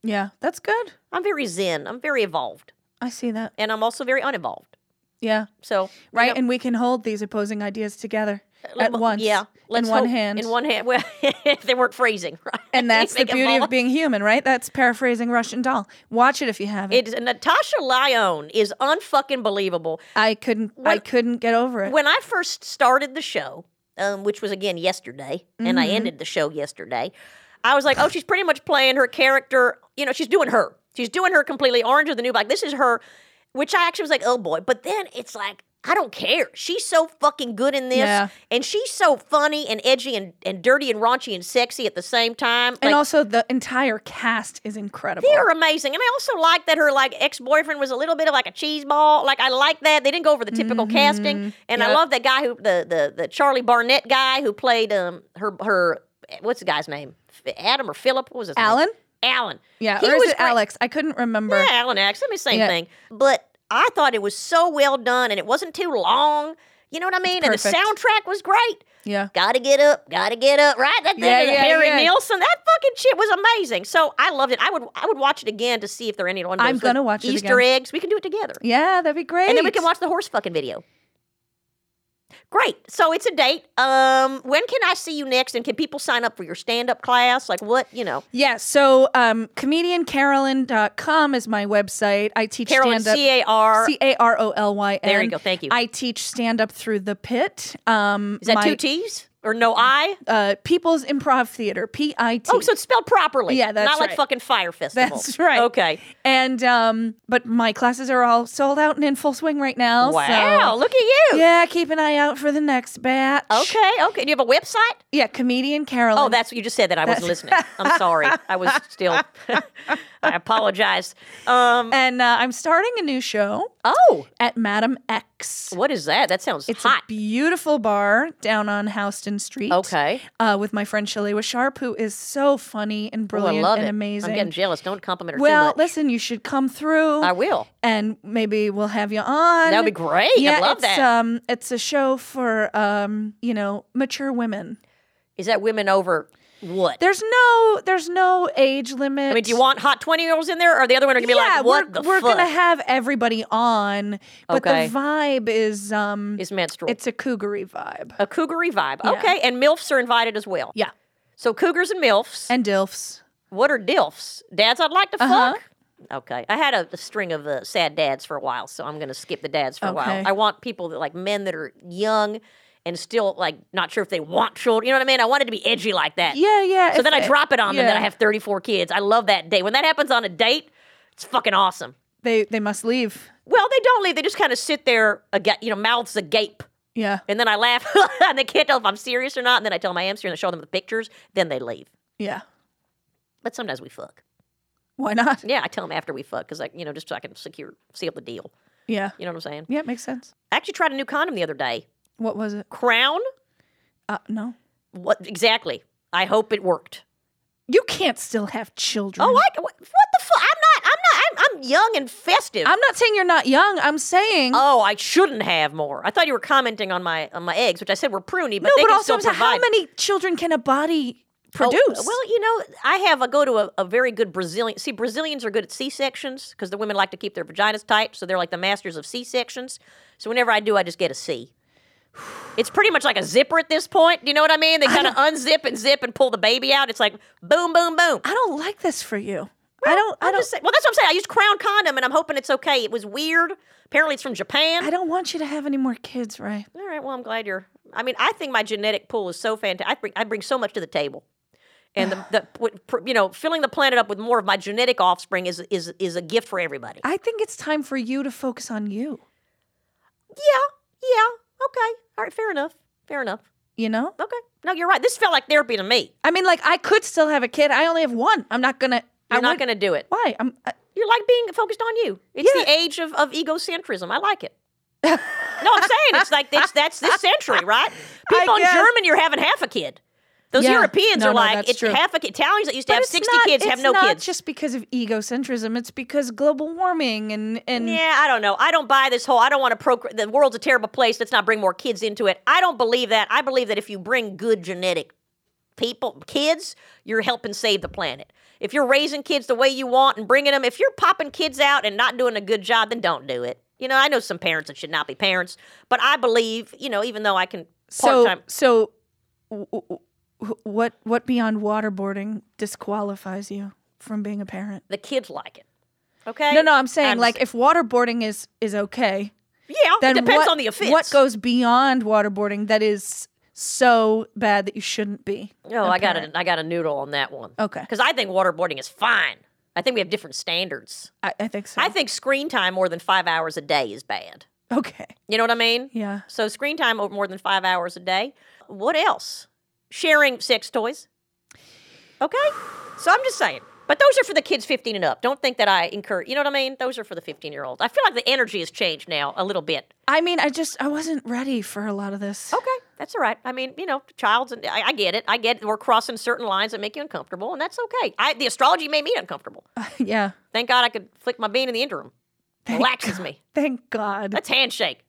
[SPEAKER 3] yeah, that's good.
[SPEAKER 2] I'm very zen. I'm very evolved,
[SPEAKER 3] I see that.
[SPEAKER 2] and I'm also very unevolved.
[SPEAKER 3] Yeah.
[SPEAKER 2] So you
[SPEAKER 3] Right?
[SPEAKER 2] know,
[SPEAKER 3] and we can hold these opposing ideas together at
[SPEAKER 2] well,
[SPEAKER 3] once.
[SPEAKER 2] Yeah,
[SPEAKER 3] in
[SPEAKER 2] let's
[SPEAKER 3] one
[SPEAKER 2] hope-
[SPEAKER 3] hand.
[SPEAKER 2] In one hand. Well, if they weren't phrasing, right?
[SPEAKER 3] And that's the
[SPEAKER 2] Make it
[SPEAKER 3] beauty
[SPEAKER 2] vol-
[SPEAKER 3] of being human, right? That's paraphrasing Russian doll. Watch it if you haven't.
[SPEAKER 2] It is Natasha Lyonne is unfucking believable.
[SPEAKER 3] I couldn't I couldn't get over it.
[SPEAKER 2] when I first started the show, um, which was again yesterday, and
[SPEAKER 3] Mm-hmm.
[SPEAKER 2] I ended the show yesterday, I was like, oh, she's pretty much playing her character. You know, she's doing her. She's doing her completely. Orange is the new black. This is her, which I actually was like, oh boy. But then it's like, I don't care. She's so fucking good in this.
[SPEAKER 3] Yeah.
[SPEAKER 2] And she's so funny and edgy and, and dirty and raunchy and sexy at the same time.
[SPEAKER 3] and
[SPEAKER 2] Like,
[SPEAKER 3] also the entire cast is incredible.
[SPEAKER 2] they're amazing. And I also like that her like ex-boyfriend was a little bit of like a cheese ball. Like I like that. They didn't go over the typical casting. And I
[SPEAKER 3] Mm-hmm. Yep.
[SPEAKER 2] love that guy who the the the Charlie Barnett guy who played um her her what's the guy's name? F- Adam or Philip? What was his
[SPEAKER 3] Alan?
[SPEAKER 2] name? Alan.
[SPEAKER 3] Yeah,
[SPEAKER 2] He
[SPEAKER 3] or is
[SPEAKER 2] was
[SPEAKER 3] it
[SPEAKER 2] great.
[SPEAKER 3] Alex? I couldn't remember.
[SPEAKER 2] Yeah, Alan X. I mean, same
[SPEAKER 3] Yeah.
[SPEAKER 2] thing. But I thought it was so well done, and it wasn't too long. You know what I mean? And the
[SPEAKER 3] perfect.
[SPEAKER 2] soundtrack was great.
[SPEAKER 3] Yeah.
[SPEAKER 2] Gotta get up, gotta get up, right? That thing
[SPEAKER 3] Yeah,
[SPEAKER 2] with
[SPEAKER 3] yeah,
[SPEAKER 2] Harry
[SPEAKER 3] yeah.
[SPEAKER 2] Nilsson, that fucking shit was amazing. So I loved it. I would, I would watch it again to see if there are any. one of
[SPEAKER 3] I'm
[SPEAKER 2] those
[SPEAKER 3] gonna
[SPEAKER 2] little
[SPEAKER 3] watch it
[SPEAKER 2] Easter
[SPEAKER 3] again.
[SPEAKER 2] eggs. We can do it together,
[SPEAKER 3] Yeah, that'd be great.
[SPEAKER 2] and then we can watch the horse fucking video. Great. So it's a date. Um, when can I see you next? And can people sign up for your stand up class? Like what? You know,
[SPEAKER 3] Yeah, so um, comediancarolyn.com is my website. I teach
[SPEAKER 2] Carolyn
[SPEAKER 3] stand-up.
[SPEAKER 2] C A R.
[SPEAKER 3] C A R O L Y N.
[SPEAKER 2] There you go. Thank you.
[SPEAKER 3] I teach stand up through the pit. Um,
[SPEAKER 2] Is that
[SPEAKER 3] my,
[SPEAKER 2] two T's or no I?
[SPEAKER 3] Uh, People's Improv Theater, P I T.
[SPEAKER 2] Oh, so it's spelled properly.
[SPEAKER 3] Yeah, that's
[SPEAKER 2] not like
[SPEAKER 3] right.
[SPEAKER 2] fucking fire festival.
[SPEAKER 3] That's right.
[SPEAKER 2] Okay.
[SPEAKER 3] and um, but my classes are all sold out and in full swing right now.
[SPEAKER 2] Wow,
[SPEAKER 3] so-
[SPEAKER 2] look at you.
[SPEAKER 3] Yeah, keep an eye out for the next batch.
[SPEAKER 2] Okay. Okay. Do you have a website?
[SPEAKER 3] Yeah, comedian Carolyn.
[SPEAKER 2] Oh, that's what you just said that I wasn't listening. I'm sorry. I was still. I apologize. Um.
[SPEAKER 3] And uh, I'm starting a new show
[SPEAKER 2] Oh,
[SPEAKER 3] at Madam X.
[SPEAKER 2] what is that? That sounds
[SPEAKER 3] It's
[SPEAKER 2] hot.
[SPEAKER 3] a beautiful bar down on Houston Street.
[SPEAKER 2] Okay.
[SPEAKER 3] Uh, with my friend Shalewa Sharp, who is so funny and
[SPEAKER 2] Oh, I
[SPEAKER 3] brilliant
[SPEAKER 2] love
[SPEAKER 3] and
[SPEAKER 2] it.
[SPEAKER 3] amazing.
[SPEAKER 2] I'm getting jealous. Don't compliment her
[SPEAKER 3] well,
[SPEAKER 2] too much.
[SPEAKER 3] listen, you should come through.
[SPEAKER 2] I will.
[SPEAKER 3] And maybe we'll have you on.
[SPEAKER 2] That'd be great.
[SPEAKER 3] Yeah,
[SPEAKER 2] I love
[SPEAKER 3] it's,
[SPEAKER 2] that.
[SPEAKER 3] Um, it's a show for um, you know, mature women.
[SPEAKER 2] Is that women over what?
[SPEAKER 3] There's no, there's no age limit.
[SPEAKER 2] I mean, do you want hot twenty year olds in there, or the other one are gonna be
[SPEAKER 3] yeah,
[SPEAKER 2] like, "What
[SPEAKER 3] we're,
[SPEAKER 2] the
[SPEAKER 3] we're
[SPEAKER 2] fuck
[SPEAKER 3] gonna have everybody on, but
[SPEAKER 2] Okay.
[SPEAKER 3] the vibe is um,
[SPEAKER 2] is menstrual?"
[SPEAKER 3] it's a cougary vibe.
[SPEAKER 2] a cougary vibe. Okay, and milfs are invited as well.
[SPEAKER 3] Yeah,
[SPEAKER 2] So cougars and milfs.
[SPEAKER 3] and dilfs.
[SPEAKER 2] What are DILFs? Dads I'd like to
[SPEAKER 3] Uh-huh.
[SPEAKER 2] fuck? Okay. I had a, a string of uh, sad dads for a while, so I'm going to skip the dads for a
[SPEAKER 3] Okay.
[SPEAKER 2] while. I want people that like men that are young and still like not sure if they want children. You know what I mean? I wanted to be edgy like that.
[SPEAKER 3] Yeah, yeah.
[SPEAKER 2] So
[SPEAKER 3] if
[SPEAKER 2] then I
[SPEAKER 3] it-
[SPEAKER 2] drop it on them that I
[SPEAKER 3] yeah.
[SPEAKER 2] have 34 kids. I love that day. When that happens on a date, it's fucking awesome.
[SPEAKER 3] They they must leave.
[SPEAKER 2] Well, they don't leave. They just kind of sit there, aga- you know, mouths agape.
[SPEAKER 3] Yeah.
[SPEAKER 2] And then I laugh and they can't tell if I'm serious or not. And then I tell my answer and I show them the pictures. Then they leave.
[SPEAKER 3] Yeah.
[SPEAKER 2] But sometimes we fuck.
[SPEAKER 3] Why not?
[SPEAKER 2] Yeah, I tell them after we fuck because, like, you know, just so I can secure, seal the deal.
[SPEAKER 3] Yeah.
[SPEAKER 2] You know what I'm saying?
[SPEAKER 3] Yeah, it makes sense.
[SPEAKER 2] I actually tried a new condom the other day.
[SPEAKER 3] What was it?
[SPEAKER 2] Crown?
[SPEAKER 3] Uh, no.
[SPEAKER 2] What exactly? I hope it worked.
[SPEAKER 3] You can't still have children.
[SPEAKER 2] Oh, I what, what the fuck? I'm not. I'm not. I'm, I'm young and festive.
[SPEAKER 3] I'm not saying you're not young. I'm saying
[SPEAKER 2] oh, I shouldn't have more. I thought you were commenting on my on my eggs, which I said were pruny, but
[SPEAKER 3] no,
[SPEAKER 2] they
[SPEAKER 3] but
[SPEAKER 2] can
[SPEAKER 3] also
[SPEAKER 2] still
[SPEAKER 3] I'm saying how
[SPEAKER 2] provide.
[SPEAKER 3] many children can a body
[SPEAKER 2] Oh,
[SPEAKER 3] produce?
[SPEAKER 2] well, you know, I have a go to a, a very good Brazilian. See, Brazilians are good at C sections because the women like to keep their vaginas tight, so they're like the masters of C sections. So whenever I do, I just get a C. It's pretty much like a zipper at this point. Do you know what I mean? They kind of unzip and zip and pull the baby out. It's like boom, boom, boom.
[SPEAKER 3] I don't like this for you. I don't. I
[SPEAKER 2] I'm
[SPEAKER 3] don't.
[SPEAKER 2] just saying- well, that's what I'm saying. I used Crown condom, and I'm hoping it's okay. It was weird. Apparently, it's from Japan.
[SPEAKER 3] I don't want you to have any more kids, right?
[SPEAKER 2] All right. Well, I'm glad you're. I mean, I think my genetic pool is so fantastic. I bring, I bring so much to the table, and the, the w- pr- you know filling the planet up with more of my genetic offspring is is is a gift for everybody.
[SPEAKER 3] I think it's time for you to focus on you.
[SPEAKER 2] yeah. Yeah. Okay. All right. Fair enough. Fair enough.
[SPEAKER 3] You know.
[SPEAKER 2] Okay. No, you're right. This felt like therapy to me.
[SPEAKER 3] I mean, like I could still have a kid. I only have one. I'm not gonna.
[SPEAKER 2] You're
[SPEAKER 3] I'm
[SPEAKER 2] not going to do it.
[SPEAKER 3] Why? I'm. I,
[SPEAKER 2] You like being focused on you. It's the age of, of egocentrism. I like it. no, I'm saying it's like that's that's this century, right? People in
[SPEAKER 3] guess.
[SPEAKER 2] Germany are having half a kid. Those
[SPEAKER 3] Yeah.
[SPEAKER 2] Europeans
[SPEAKER 3] No,
[SPEAKER 2] are
[SPEAKER 3] no,
[SPEAKER 2] like
[SPEAKER 3] that's
[SPEAKER 2] it's
[SPEAKER 3] true.
[SPEAKER 2] half a kid. Italians that used to
[SPEAKER 3] But
[SPEAKER 2] have
[SPEAKER 3] it's
[SPEAKER 2] sixty
[SPEAKER 3] not-
[SPEAKER 2] kids have
[SPEAKER 3] it's
[SPEAKER 2] no
[SPEAKER 3] not
[SPEAKER 2] kids.
[SPEAKER 3] Just because of egocentrism, it's because global warming and and
[SPEAKER 2] yeah, I don't know. I don't buy this whole. I don't want to procre. The world's a terrible place. Let's not bring more kids into it. I don't believe that. I believe that if you bring good genetic people, kids, you're helping save the planet. If you're raising kids the way you want and bringing them, if you're popping kids out and not doing a good job, then don't do it. You know, I know some parents that should not be parents, but I believe, you know, even though I can part
[SPEAKER 3] so
[SPEAKER 2] time.
[SPEAKER 3] so. w- w- w- What what beyond waterboarding disqualifies you from being a parent?
[SPEAKER 2] the kids like it. Okay.
[SPEAKER 3] No, no, I'm saying
[SPEAKER 2] I'm
[SPEAKER 3] like
[SPEAKER 2] just-
[SPEAKER 3] if waterboarding is is okay,
[SPEAKER 2] yeah,
[SPEAKER 3] then
[SPEAKER 2] it depends
[SPEAKER 3] what,
[SPEAKER 2] on the offense.
[SPEAKER 3] What goes beyond waterboarding that is so bad that you shouldn't be?
[SPEAKER 2] No, Oh, I got a, I got a noodle on that one.
[SPEAKER 3] Okay.
[SPEAKER 2] Because I think waterboarding is fine. I think we have different standards.
[SPEAKER 3] I, I think so.
[SPEAKER 2] I think screen time more than five hours a day is bad.
[SPEAKER 3] okay.
[SPEAKER 2] You know what I mean?
[SPEAKER 3] Yeah.
[SPEAKER 2] So screen time over more than five hours a day. What else? Sharing sex toys. Okay. So I'm just saying. But those are for the kids 15 and up. Don't think that I incur. You know what I mean? Those are for the 15 year olds. I feel like the energy has changed now a little bit.
[SPEAKER 3] I mean, I just I wasn't ready for a lot of this.
[SPEAKER 2] Okay, that's all right. I mean, you know, child's. And I, I get it. I get it. we're crossing certain lines that make you uncomfortable, and that's okay. I, the astrology made me uncomfortable.
[SPEAKER 3] Yeah.
[SPEAKER 2] Thank God I could flick my bean in the interim. Relaxes me.
[SPEAKER 3] Thank God.
[SPEAKER 2] Let's handshake.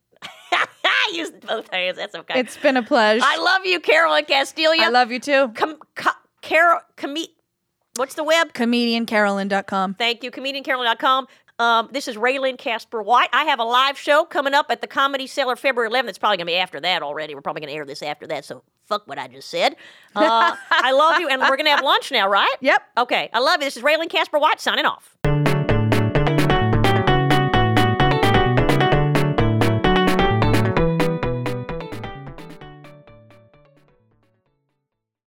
[SPEAKER 2] I use both hands. That's okay.
[SPEAKER 3] It's been a pleasure.
[SPEAKER 2] I love you, Carolyn Castiglia.
[SPEAKER 3] I love you too.
[SPEAKER 2] Com- co- Carol. Comi- What's the web?
[SPEAKER 3] ComedianCarolyn.com.
[SPEAKER 2] Thank you, comediancarolyn.com. Um, this is Raylan Casper White. I have a live show coming up at the Comedy Cellar February 11th. It's probably going to be after that already. We're probably going to air this after that, so fuck what I just said. Uh, I love you, and we're going to have lunch now, right?
[SPEAKER 3] Yep.
[SPEAKER 2] Okay, I love you. This is Raylan Casper White signing off.